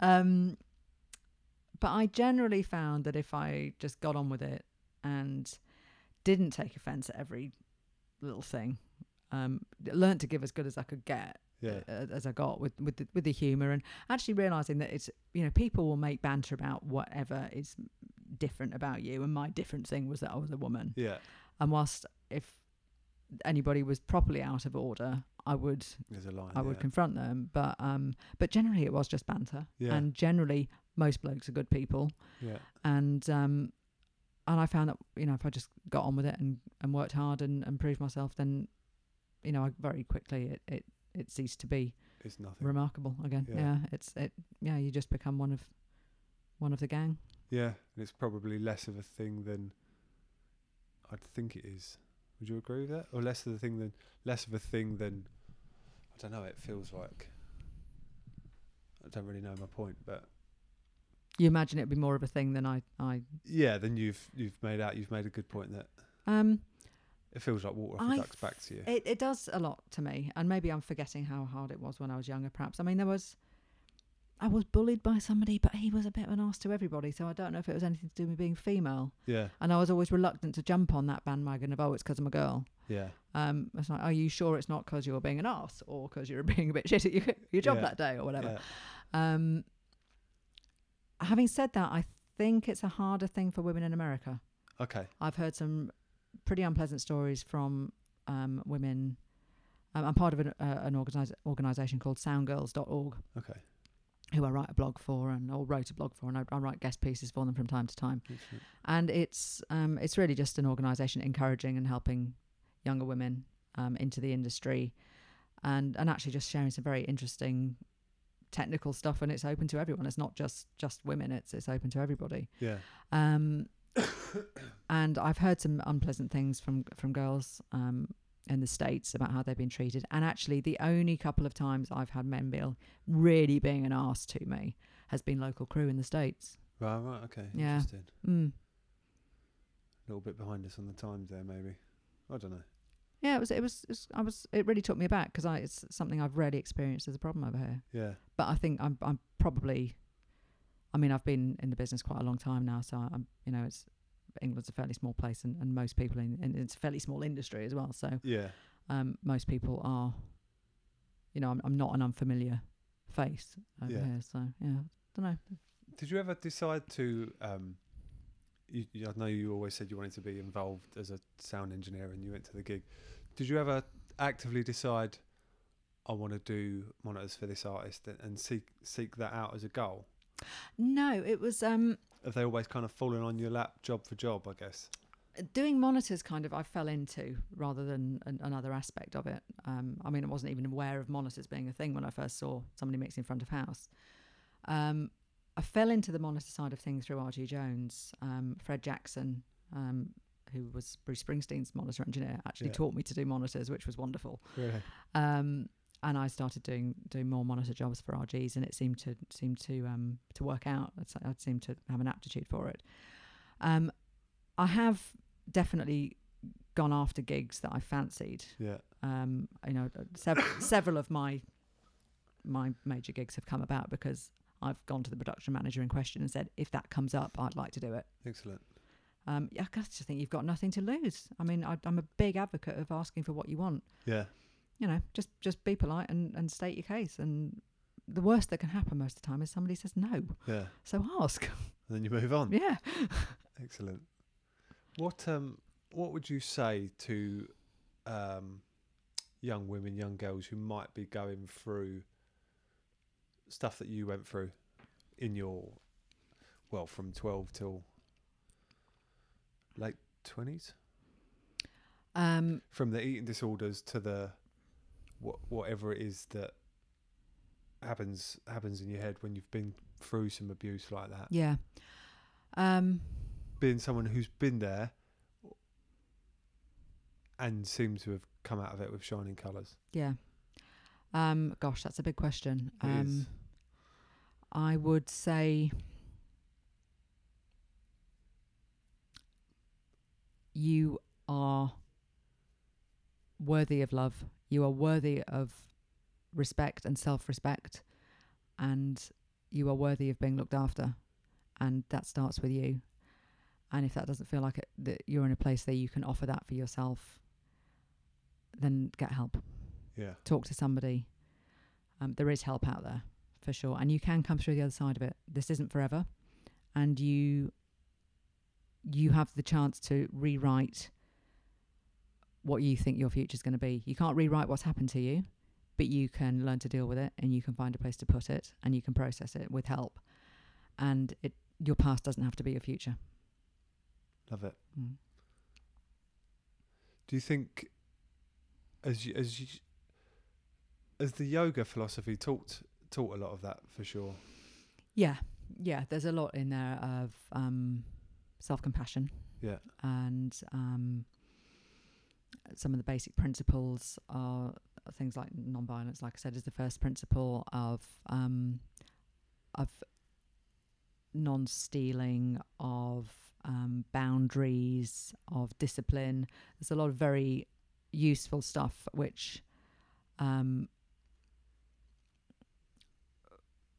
[SPEAKER 3] um, but I generally found that if I just got on with it and didn't take offence at every little thing, um, learned to give as good as I could get
[SPEAKER 2] yeah,
[SPEAKER 3] uh, as I got with with the, with the humour and actually realizing that it's you know people will make banter about whatever is different about you and my different thing was that I was a woman
[SPEAKER 2] yeah,
[SPEAKER 3] and whilst if anybody was properly out of order, I would
[SPEAKER 2] There's a line.
[SPEAKER 3] I would
[SPEAKER 2] yeah.
[SPEAKER 3] confront them. But um, but generally it was just banter,
[SPEAKER 2] Yeah.
[SPEAKER 3] and generally most blokes are good people,
[SPEAKER 2] yeah.
[SPEAKER 3] and um, and I found that you know if I just got on with it and, and worked hard and, and proved myself, then you know I very quickly it it, it ceased to be
[SPEAKER 2] It's nothing.
[SPEAKER 3] remarkable again.
[SPEAKER 2] Yeah.
[SPEAKER 3] Yeah. it's it yeah you just become one of one of the gang.
[SPEAKER 2] yeah, and it's probably less of a thing than I'd think it is. Would you agree with that? Or less of the thing than less of a thing than I don't know. It feels like I don't really know my point, but
[SPEAKER 3] You imagine it'd be more of a thing than I I
[SPEAKER 2] yeah. Then you've you've made out. You've made a good point that
[SPEAKER 3] um
[SPEAKER 2] it feels like water off a
[SPEAKER 3] I
[SPEAKER 2] duck's back to you.
[SPEAKER 3] It, it does a lot to me, and maybe I'm forgetting how hard it was when I was younger. Perhaps I mean there was, I was bullied by somebody, but he was a bit of an ass to everybody. So I don't know if it was anything to do with being female,
[SPEAKER 2] yeah,
[SPEAKER 3] and I was always reluctant to jump on that bandwagon of oh it's 'cause I'm a girl.
[SPEAKER 2] yeah,
[SPEAKER 3] Um, it's like are you sure it's not 'cause you're being an ass or 'cause you're being a bit shit at your, your job
[SPEAKER 2] Yeah.
[SPEAKER 3] that day or whatever.
[SPEAKER 2] yeah.
[SPEAKER 3] Um, having said that, I think it's a harder thing for women in America.
[SPEAKER 2] Okay.
[SPEAKER 3] I've heard some pretty unpleasant stories from um, women. Um, I'm part of an, uh, an organis- organisation called soundgirls.org,
[SPEAKER 2] Okay.
[SPEAKER 3] who I write a blog for and or wrote a blog for, and I, I write guest pieces for them from time to time.
[SPEAKER 2] Excellent.
[SPEAKER 3] And it's um, it's really just an organisation encouraging and helping younger women um, into the industry, and and actually just sharing some very interesting technical stuff. And it's open to everyone. It's not just just women. It's it's open to everybody.
[SPEAKER 2] Yeah.
[SPEAKER 3] Um, and I've heard some unpleasant things from from girls um, in the states about how they've been treated. And actually, the only couple of times I've had men be really being an arse to me has been local crew in the states.
[SPEAKER 2] Right. Right. Okay.
[SPEAKER 3] Yeah.
[SPEAKER 2] Interesting.
[SPEAKER 3] Mm.
[SPEAKER 2] A little bit behind us on the times there, maybe. I don't know.
[SPEAKER 3] Yeah, it was, it was it was I was it really took me aback because I it's something I've rarely experienced as a problem over here.
[SPEAKER 2] Yeah.
[SPEAKER 3] But I think I'm I'm probably, I mean I've been in the business quite a long time now, so I'm you know it's England's a fairly small place and, and most people in and it's a fairly small industry as well. So
[SPEAKER 2] Yeah.
[SPEAKER 3] um, most people are, you know, I'm, I'm not an unfamiliar face over
[SPEAKER 2] Yeah.
[SPEAKER 3] here. So, yeah, don't know.
[SPEAKER 2] Did you ever decide to? Um, you, you- I know you always said you wanted to be involved as a sound engineer, and you went to the gig. Did you ever actively decide I want to do monitors for this artist and, and seek seek that out as a goal?
[SPEAKER 3] No, it was um,
[SPEAKER 2] Have they always kind of fallen on your lap, job for job? I guess.
[SPEAKER 3] doing monitors kind of I fell into rather than an, another aspect of it. Um, I mean, I wasn't even aware of monitors being a thing when I first saw somebody mixing front of house. Um, I fell into the monitor side of things through R.G. Jones. Um, Fred Jackson, um, who was Bruce Springsteen's monitor engineer, actually
[SPEAKER 2] Yeah.
[SPEAKER 3] taught me to do monitors, which was wonderful.
[SPEAKER 2] Really?
[SPEAKER 3] um, and I started doing doing more monitor jobs for RGs, and it seemed to seemed to um, to work out. It's like I seemed to have an aptitude for it. Um, I have definitely gone after gigs that I fancied.
[SPEAKER 2] Yeah.
[SPEAKER 3] Um, you know, several several of my my major gigs have come about because I've gone to the production manager in question and said, if that comes up, I'd like to do it.
[SPEAKER 2] Excellent.
[SPEAKER 3] Um, yeah, I just think you've got nothing to lose. I mean, I, I'm a big advocate of asking for what you want
[SPEAKER 2] Yeah.
[SPEAKER 3] you know, just just be polite and, and state your case. And the worst that can happen most of the time is somebody says no.
[SPEAKER 2] Yeah.
[SPEAKER 3] So ask.
[SPEAKER 2] And then you move on.
[SPEAKER 3] yeah.
[SPEAKER 2] Excellent. What um what would you say to um young women, young girls who might be going through stuff that you went through in your well, from twelve till late twenties?
[SPEAKER 3] Um,
[SPEAKER 2] From the eating disorders to the what whatever it is that happens happens in your head when you've been through some abuse like that.
[SPEAKER 3] yeah. Um,
[SPEAKER 2] being someone who's been there and seems to have come out of it with shining colours.
[SPEAKER 3] yeah. Um, gosh, that's a big question.
[SPEAKER 2] It
[SPEAKER 3] um,
[SPEAKER 2] is-
[SPEAKER 3] I would say you are worthy of love. You are worthy of respect and self respect. And you are worthy of being looked after. And that starts with you. And if that doesn't feel like it, that you're in a place that you can offer that for yourself, then get help
[SPEAKER 2] yeah,
[SPEAKER 3] talk to somebody. Um, there is help out there for sure, and you can come through the other side of it. This isn't forever, and you you have the chance to rewrite what you think your future's going to be. You can't rewrite what's happened to you, but you can learn to deal with it and you can find a place to put it and you can process it with help. And it, your past doesn't have to be your future.
[SPEAKER 2] Love it.
[SPEAKER 3] Mm.
[SPEAKER 2] Do you think, as you, as you, as the yoga philosophy taught taught a lot of that for sure?
[SPEAKER 3] Yeah, yeah. There's a lot in there of um, self compassion.
[SPEAKER 2] Yeah.
[SPEAKER 3] And um, some of the basic principles are things like nonviolence. Like I said, is the first principle of um, of non-stealing, of um, boundaries, of discipline. There's a lot of very useful stuff which. Um,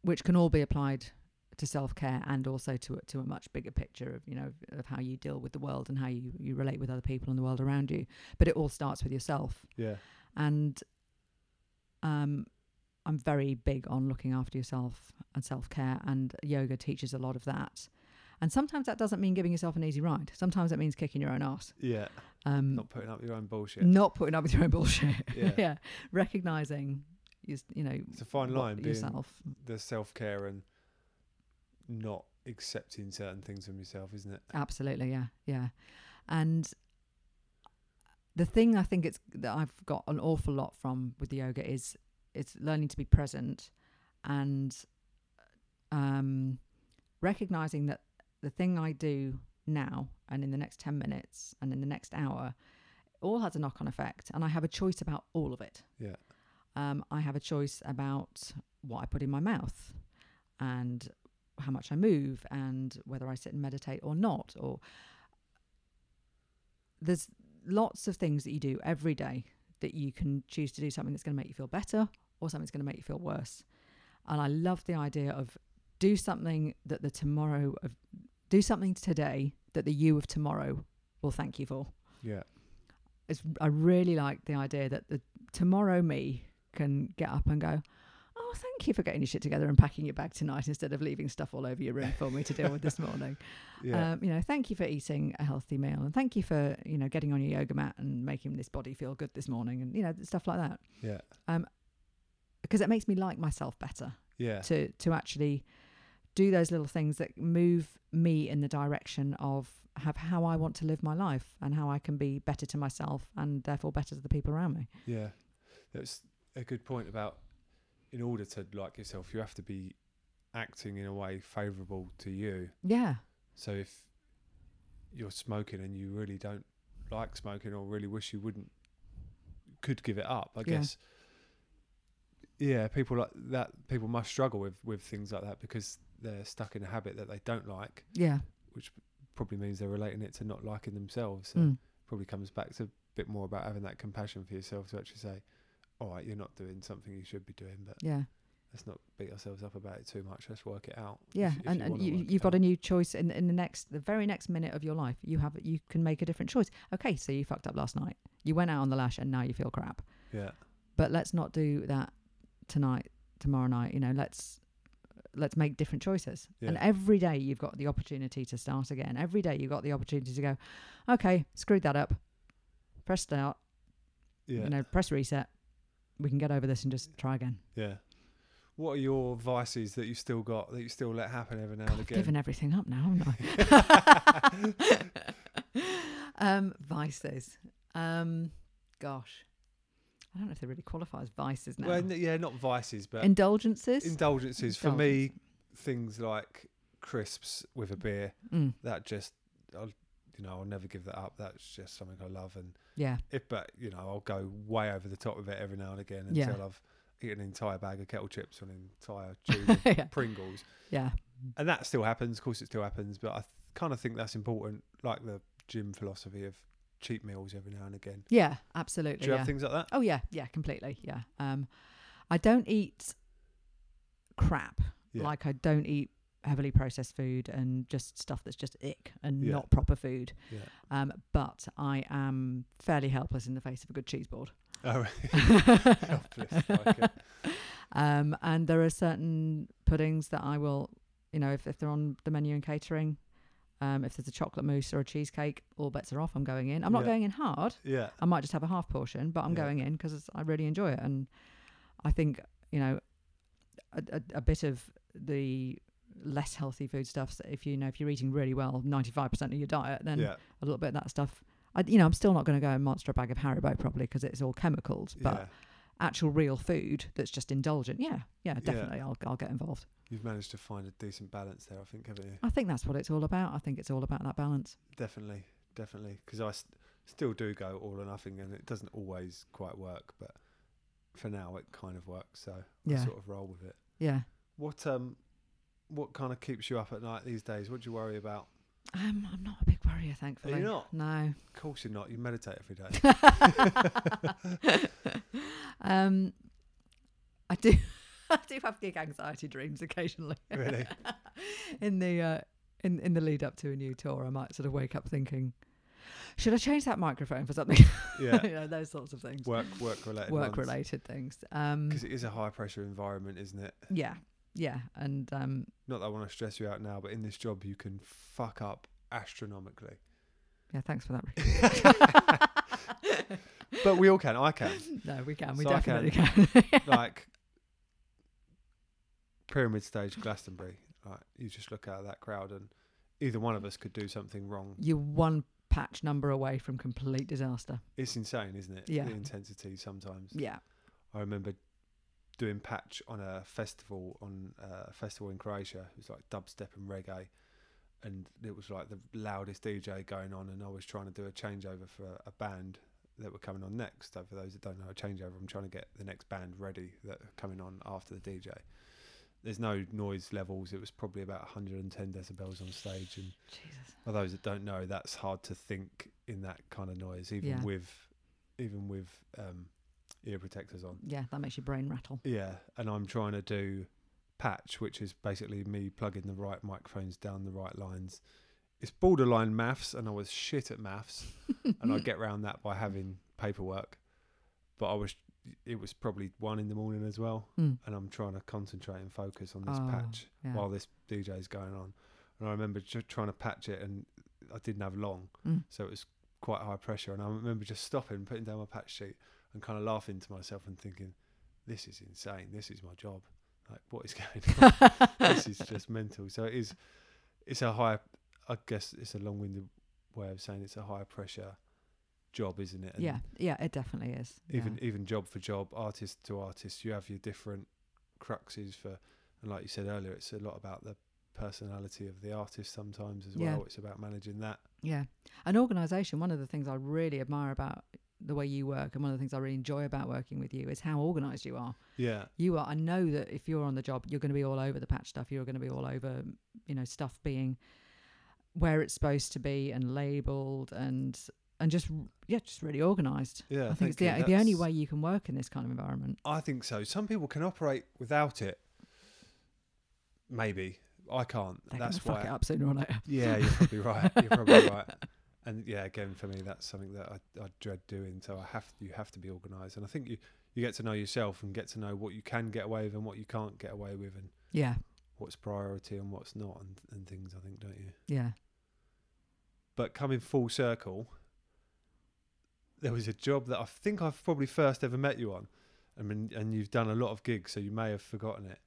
[SPEAKER 3] which can all be applied to self care and also to to a much bigger picture of you know of how you deal with the world and how you you relate with other people and the world around you. But it all starts with yourself,
[SPEAKER 2] Yeah.
[SPEAKER 3] and um, I'm very big on looking after yourself and self care, and yoga teaches a lot of that. And sometimes that doesn't mean giving yourself an easy ride. Sometimes that means kicking your own ass.
[SPEAKER 2] Yeah.
[SPEAKER 3] Um,
[SPEAKER 2] Not putting up your own bullshit.
[SPEAKER 3] not putting up with your own bullshit.
[SPEAKER 2] Yeah.
[SPEAKER 3] recognizing, you, s- you know,
[SPEAKER 2] It's a fine
[SPEAKER 3] what-
[SPEAKER 2] line being
[SPEAKER 3] yourself.
[SPEAKER 2] the self care and not accepting certain things from yourself, isn't it?
[SPEAKER 3] Absolutely, yeah, yeah. And the thing I think it's that I've got an awful lot from with the yoga is it's learning to be present and um, recognizing that the thing I do now and in the next ten minutes and in the next hour all has a knock on effect, and I have a choice about all of it.
[SPEAKER 2] Yeah.
[SPEAKER 3] Um, I have a choice about what I put in my mouth and how much I move and whether I sit and meditate or not. Or there's lots of things that you do every day that you can choose to do something that's going to make you feel better or something that's going to make you feel worse. And I love the idea of do something that the tomorrow of do something today that the you of tomorrow will thank you for
[SPEAKER 2] Yeah.
[SPEAKER 3] it's, I really like the idea that the tomorrow me can get up and go, oh, thank you for getting your shit together and packing your bag tonight instead of leaving stuff all over your room for me to deal with this morning.
[SPEAKER 2] Yeah.
[SPEAKER 3] Um, you know, thank you for eating a healthy meal and thank you for, you know, getting on your yoga mat and making this body feel good this morning and, you know, stuff like that.
[SPEAKER 2] yeah.
[SPEAKER 3] Because it makes me like myself better
[SPEAKER 2] Yeah.
[SPEAKER 3] to to actually do those little things that move me in the direction of have how I want to live my life and how I can be better to myself and therefore better to the people around me.
[SPEAKER 2] Yeah. That's a good point about in order to like yourself, you have to be acting in a way favourable to you.
[SPEAKER 3] Yeah,
[SPEAKER 2] So if you're smoking and you really don't like smoking or really wish you wouldn't, could give it up, I
[SPEAKER 3] Yeah.
[SPEAKER 2] guess. Yeah, people like that. People must struggle with with things like that because they're stuck in a habit that they don't like,
[SPEAKER 3] yeah,
[SPEAKER 2] which probably means they're relating it to not liking themselves. So
[SPEAKER 3] mm,
[SPEAKER 2] probably comes back to a bit more about having that compassion for yourself to actually say, "All right, you're not doing something you should be doing, but
[SPEAKER 3] yeah,
[SPEAKER 2] let's not beat ourselves up about it too much. Let's work it out." if-
[SPEAKER 3] yeah.
[SPEAKER 2] if
[SPEAKER 3] and and
[SPEAKER 2] wanna
[SPEAKER 3] you,
[SPEAKER 2] work it
[SPEAKER 3] you've got a
[SPEAKER 2] out.
[SPEAKER 3] new choice in in the next, the very next minute of your life. You have you can make a different choice. Okay, so you fucked up last night. You went out on the lash, and now you feel crap.
[SPEAKER 2] yeah,
[SPEAKER 3] But let's not do that tonight, tomorrow night. You know, let's let's make different choices. And
[SPEAKER 2] Yeah.
[SPEAKER 3] every day you've got the opportunity to start again. Every day you've got the opportunity to go, okay, screwed that up. Press start.
[SPEAKER 2] yeah.
[SPEAKER 3] You know, press reset. We can get over this and just try again.
[SPEAKER 2] Yeah. What are your vices that you still got that you still let happen every now
[SPEAKER 3] God,
[SPEAKER 2] and
[SPEAKER 3] I've
[SPEAKER 2] again?
[SPEAKER 3] given everything up now, haven't I? um, vices. Um, gosh, I don't know if they really qualify as vices now.
[SPEAKER 2] well, n- yeah, not vices, but
[SPEAKER 3] Indulgences.
[SPEAKER 2] indulgences. For me, things like crisps with a beer.
[SPEAKER 3] Mm,
[SPEAKER 2] That just, I'll, you know, I'll never give that up. That's just something I love, and
[SPEAKER 3] yeah,
[SPEAKER 2] if but you know, I'll go way over the top of it every now and again
[SPEAKER 3] Yeah.
[SPEAKER 2] until I've eaten an entire bag of kettle chips or an entire tube of
[SPEAKER 3] yeah,
[SPEAKER 2] Pringles,
[SPEAKER 3] yeah,
[SPEAKER 2] and that still happens. Of course, it still happens, but I th- kind of think that's important, like the gym philosophy of cheap meals every now and again.
[SPEAKER 3] yeah. Absolutely.
[SPEAKER 2] Do you
[SPEAKER 3] yeah.
[SPEAKER 2] have things like that?
[SPEAKER 3] Oh yeah, yeah, completely. Yeah. Um, I don't eat crap.
[SPEAKER 2] Yeah.
[SPEAKER 3] Like I don't eat heavily processed food and just stuff that's just ick and
[SPEAKER 2] Yeah.
[SPEAKER 3] not proper food.
[SPEAKER 2] Yeah.
[SPEAKER 3] Um, but I am fairly helpless in the face of a good cheese board.
[SPEAKER 2] Oh, helpless. Like it.
[SPEAKER 3] um, and there are certain puddings that I will, you know, if, if they're on the menu in catering, Um, if there's a chocolate mousse or a cheesecake, all bets are off. I'm going in. I'm not
[SPEAKER 1] Yeah.
[SPEAKER 3] going in hard.
[SPEAKER 1] Yeah.
[SPEAKER 3] I might just have a half portion, but I'm
[SPEAKER 1] Yeah.
[SPEAKER 3] going in because I really enjoy it. And I think, you know, a, a, a bit of the less healthy food stuffs, if you know, if you're eating really well, 95% of your diet, then
[SPEAKER 1] yeah.
[SPEAKER 3] a little bit of that stuff. I, you know, I'm still not going to go and monster a bag of Haribo probably because it's all chemicals, but
[SPEAKER 1] yeah.
[SPEAKER 3] actual real food that's just indulgent. Yeah, yeah, definitely. I'll, I'll get involved.
[SPEAKER 2] You've managed to find a decent balance there, I think, haven't you?
[SPEAKER 3] I think that's what it's all about. I think it's all about that balance.
[SPEAKER 2] Definitely, definitely. Because I st- still do go all or nothing, and it doesn't always quite work, but for now it kind of works. So I
[SPEAKER 3] Yeah,
[SPEAKER 2] sort of roll with it.
[SPEAKER 3] yeah.
[SPEAKER 2] What um, what kind of keeps you up at night these days? What do you worry about?
[SPEAKER 3] Um, I'm not a big worrier, thankfully.
[SPEAKER 2] not?
[SPEAKER 3] No.
[SPEAKER 2] Of course you're not. You meditate every day.
[SPEAKER 3] um, I do. I do have gig anxiety dreams occasionally.
[SPEAKER 2] Really?
[SPEAKER 3] in the uh, in in the lead up to a new tour, I might sort of wake up thinking, should I change that microphone for something?
[SPEAKER 2] yeah,
[SPEAKER 3] you know, those sorts of things.
[SPEAKER 2] work work related.
[SPEAKER 3] Work related things. Um,
[SPEAKER 2] Because it is a high pressure environment, isn't it?
[SPEAKER 3] yeah, yeah, and um,
[SPEAKER 2] Not that I want to stress you out now, but in this job you can fuck up astronomically.
[SPEAKER 3] yeah. Thanks for that. Ricky.
[SPEAKER 2] But we all can. I can.
[SPEAKER 3] no, we can. We
[SPEAKER 2] So I can-
[SPEAKER 3] definitely can.
[SPEAKER 2] like pyramid stage Glastonbury. Like you just look out at that crowd, and either one of us could do something wrong.
[SPEAKER 3] You're one patch number away from complete disaster.
[SPEAKER 2] It's insane, isn't it?
[SPEAKER 3] Yeah.
[SPEAKER 2] The intensity sometimes.
[SPEAKER 3] Yeah.
[SPEAKER 2] I remember doing patch on a festival on uh, a festival in Croatia. It was like dubstep and reggae, and it was like the loudest DJ going on. And I was trying to do a changeover for a, a band that were coming on next. So for those that don't know, a changeover, I'm trying to get the next band ready that are coming on after the DJ. There's no noise levels. It was probably about 110 decibels on stage, and
[SPEAKER 3] Jesus.
[SPEAKER 2] for those that don't know, that's hard to think in that kind of noise, even
[SPEAKER 3] Yeah.
[SPEAKER 2] with even with um, ear protectors on.
[SPEAKER 3] Yeah, that makes your brain rattle.
[SPEAKER 2] Yeah, and I'm trying to do patch, which is basically me plugging the right microphones down the right lines. It's borderline maths, and I was shit at maths, and
[SPEAKER 3] Hmm.
[SPEAKER 2] I get round that by having paperwork. But I was, it was probably one in the morning as well,
[SPEAKER 3] Mm.
[SPEAKER 2] and I'm trying to concentrate and focus on this
[SPEAKER 3] Oh,
[SPEAKER 2] patch
[SPEAKER 3] yeah.
[SPEAKER 2] while this DJ's going on. And I remember just trying to patch it, and I didn't have long,
[SPEAKER 3] Mm.
[SPEAKER 2] so it was quite high pressure. And I remember just stopping, putting down my patch sheet, and kind of laughing to myself and thinking, "This is insane. This is my job. Like, what is going on? this is just mental." So it is. It's a high. I guess it's a long-winded way of saying it's a high pressure job, isn't it? And
[SPEAKER 3] yeah, yeah, it definitely is.
[SPEAKER 2] even
[SPEAKER 3] yeah.
[SPEAKER 2] even job for job, artist to artist, you have your different cruxes for, and like you said earlier, it's a lot about the personality of the artist sometimes as
[SPEAKER 3] Yeah.
[SPEAKER 2] well. It's about managing that.
[SPEAKER 3] Yeah. An organisation, one of the things I really admire about the way you work and one of the things I really enjoy about working with you is how organised you are.
[SPEAKER 2] Yeah,
[SPEAKER 3] You are I know that if you're on the job, you're going to be all over the patch stuff. You're going to be all over, you know, stuff being where it's supposed to be and labelled and and just yeah, just really organised.
[SPEAKER 2] yeah.
[SPEAKER 3] I think it's the,
[SPEAKER 2] thank you.
[SPEAKER 3] the only
[SPEAKER 2] That's-
[SPEAKER 3] way you can work in this kind of environment.
[SPEAKER 2] I think so. Some people can operate without it. Maybe I can't.
[SPEAKER 3] They're going to
[SPEAKER 2] That's
[SPEAKER 3] fuck
[SPEAKER 2] why.
[SPEAKER 3] it up sooner or later.
[SPEAKER 2] Yeah, you're probably right. You're probably right. And yeah, again, for me, that's something that I, I dread doing. So I have you have to be organised, and I think you you get to know yourself and get to know what you can get away with and what you can't get away with, and
[SPEAKER 3] Yeah,
[SPEAKER 2] what's priority and what's not, and, and things. I think, don't you?
[SPEAKER 3] yeah.
[SPEAKER 2] But coming full circle, there was a job that I think I've probably first ever met you on. I mean, and you've done a lot of gigs, so you may have forgotten it.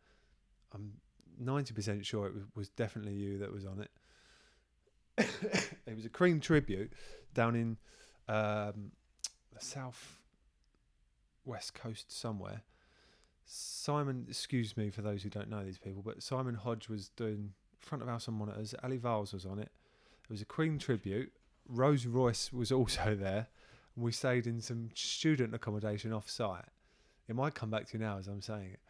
[SPEAKER 2] I'm 90% sure it was, was definitely you that was on it. it was a Cream tribute down in um, the south west coast somewhere. Simon, excuse me for those who don't know these people, but Simon Hodge was doing front of house on monitors. Ali Viles was on it. It was a Queen tribute. Rose Royce was also there. And we stayed in some student accommodation off site. It might come back to you now as I'm saying it.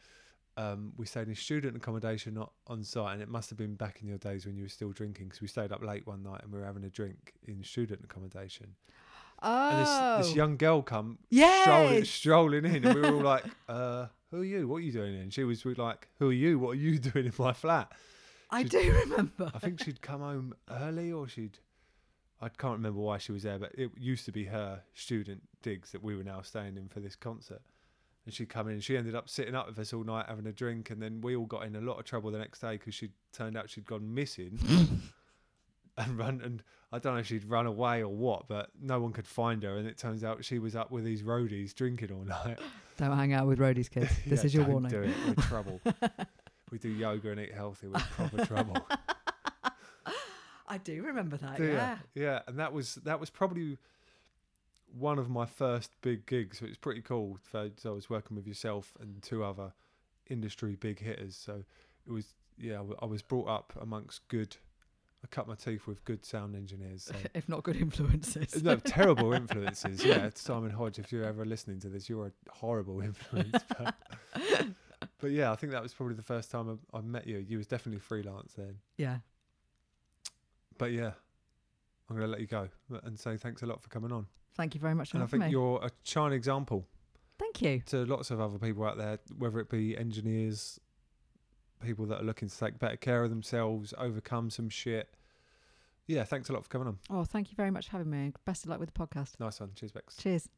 [SPEAKER 2] Um, we stayed in student accommodation o- on site, and it must have been back in your days when you were still drinking because we stayed up late one night and we were having a drink in student accommodation.
[SPEAKER 3] Oh,
[SPEAKER 2] And this, this young girl come strolling,
[SPEAKER 3] Yes!
[SPEAKER 2] strolling in, and we were all like, uh, "Who are you? What are you doing?" here?" And she was we were like, "Who are you? What are you doing in my flat?"
[SPEAKER 3] I
[SPEAKER 2] should-
[SPEAKER 3] do remember.
[SPEAKER 2] I think she'd come home early or she'd. I can't remember why she was there, but it used to be her student digs that we were now staying in for this concert. And she'd come in and she ended up sitting up with us all night having a drink. And then we all got in a lot of trouble the next day because she turned out she'd gone missing and run and I don't know if she'd run away or what, but no one could find her and it turns out she was up with these roadies drinking all night.
[SPEAKER 3] Don't hang out with roadies, kids. This
[SPEAKER 2] Yeah,
[SPEAKER 3] is your
[SPEAKER 2] don't
[SPEAKER 3] warning.
[SPEAKER 2] Do it. We're in trouble. we do yoga and eat healthy, we're in proper trouble.
[SPEAKER 3] I do remember that.
[SPEAKER 2] Do ya?
[SPEAKER 3] Uh, yeah.
[SPEAKER 2] Yeah, and that was that was probably one of my first big gigs. So it was pretty cool. So so I was working with yourself and two other industry big hitters. So it was yeah. I w- I was brought up amongst good. I cut my teeth with good sound engineers. So.
[SPEAKER 3] If not good influences.
[SPEAKER 2] No, terrible influences. Yeah, Simon Hodge. If you're ever listening to this, you're a horrible influence. But, but yeah, I think that was probably the first time I, I met you. You was definitely freelance then.
[SPEAKER 3] yeah.
[SPEAKER 2] But yeah, I'm going to let you go and say thanks a lot for coming on.
[SPEAKER 3] Thank you very much for
[SPEAKER 2] And I
[SPEAKER 3] having
[SPEAKER 2] think
[SPEAKER 3] me.
[SPEAKER 2] you're a shining example
[SPEAKER 3] Thank you.
[SPEAKER 2] to lots of other people out there, whether it be engineers, people that are looking to take better care of themselves, overcome some shit. Yeah, thanks a lot for coming on.
[SPEAKER 3] Oh, thank you very much for having me. and Best of luck with the podcast.
[SPEAKER 2] Nice one. Cheers, Bex.
[SPEAKER 3] Cheers.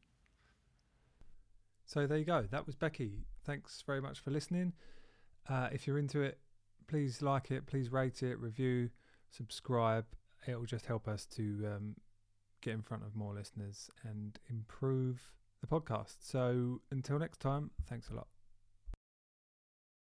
[SPEAKER 1] So there you go. That was Becky. Thanks very much for listening. Uh, if you're into it, please like it, please rate it, review, subscribe. It will just help us to um, get in front of more listeners and improve the podcast. So until next time, thanks a lot.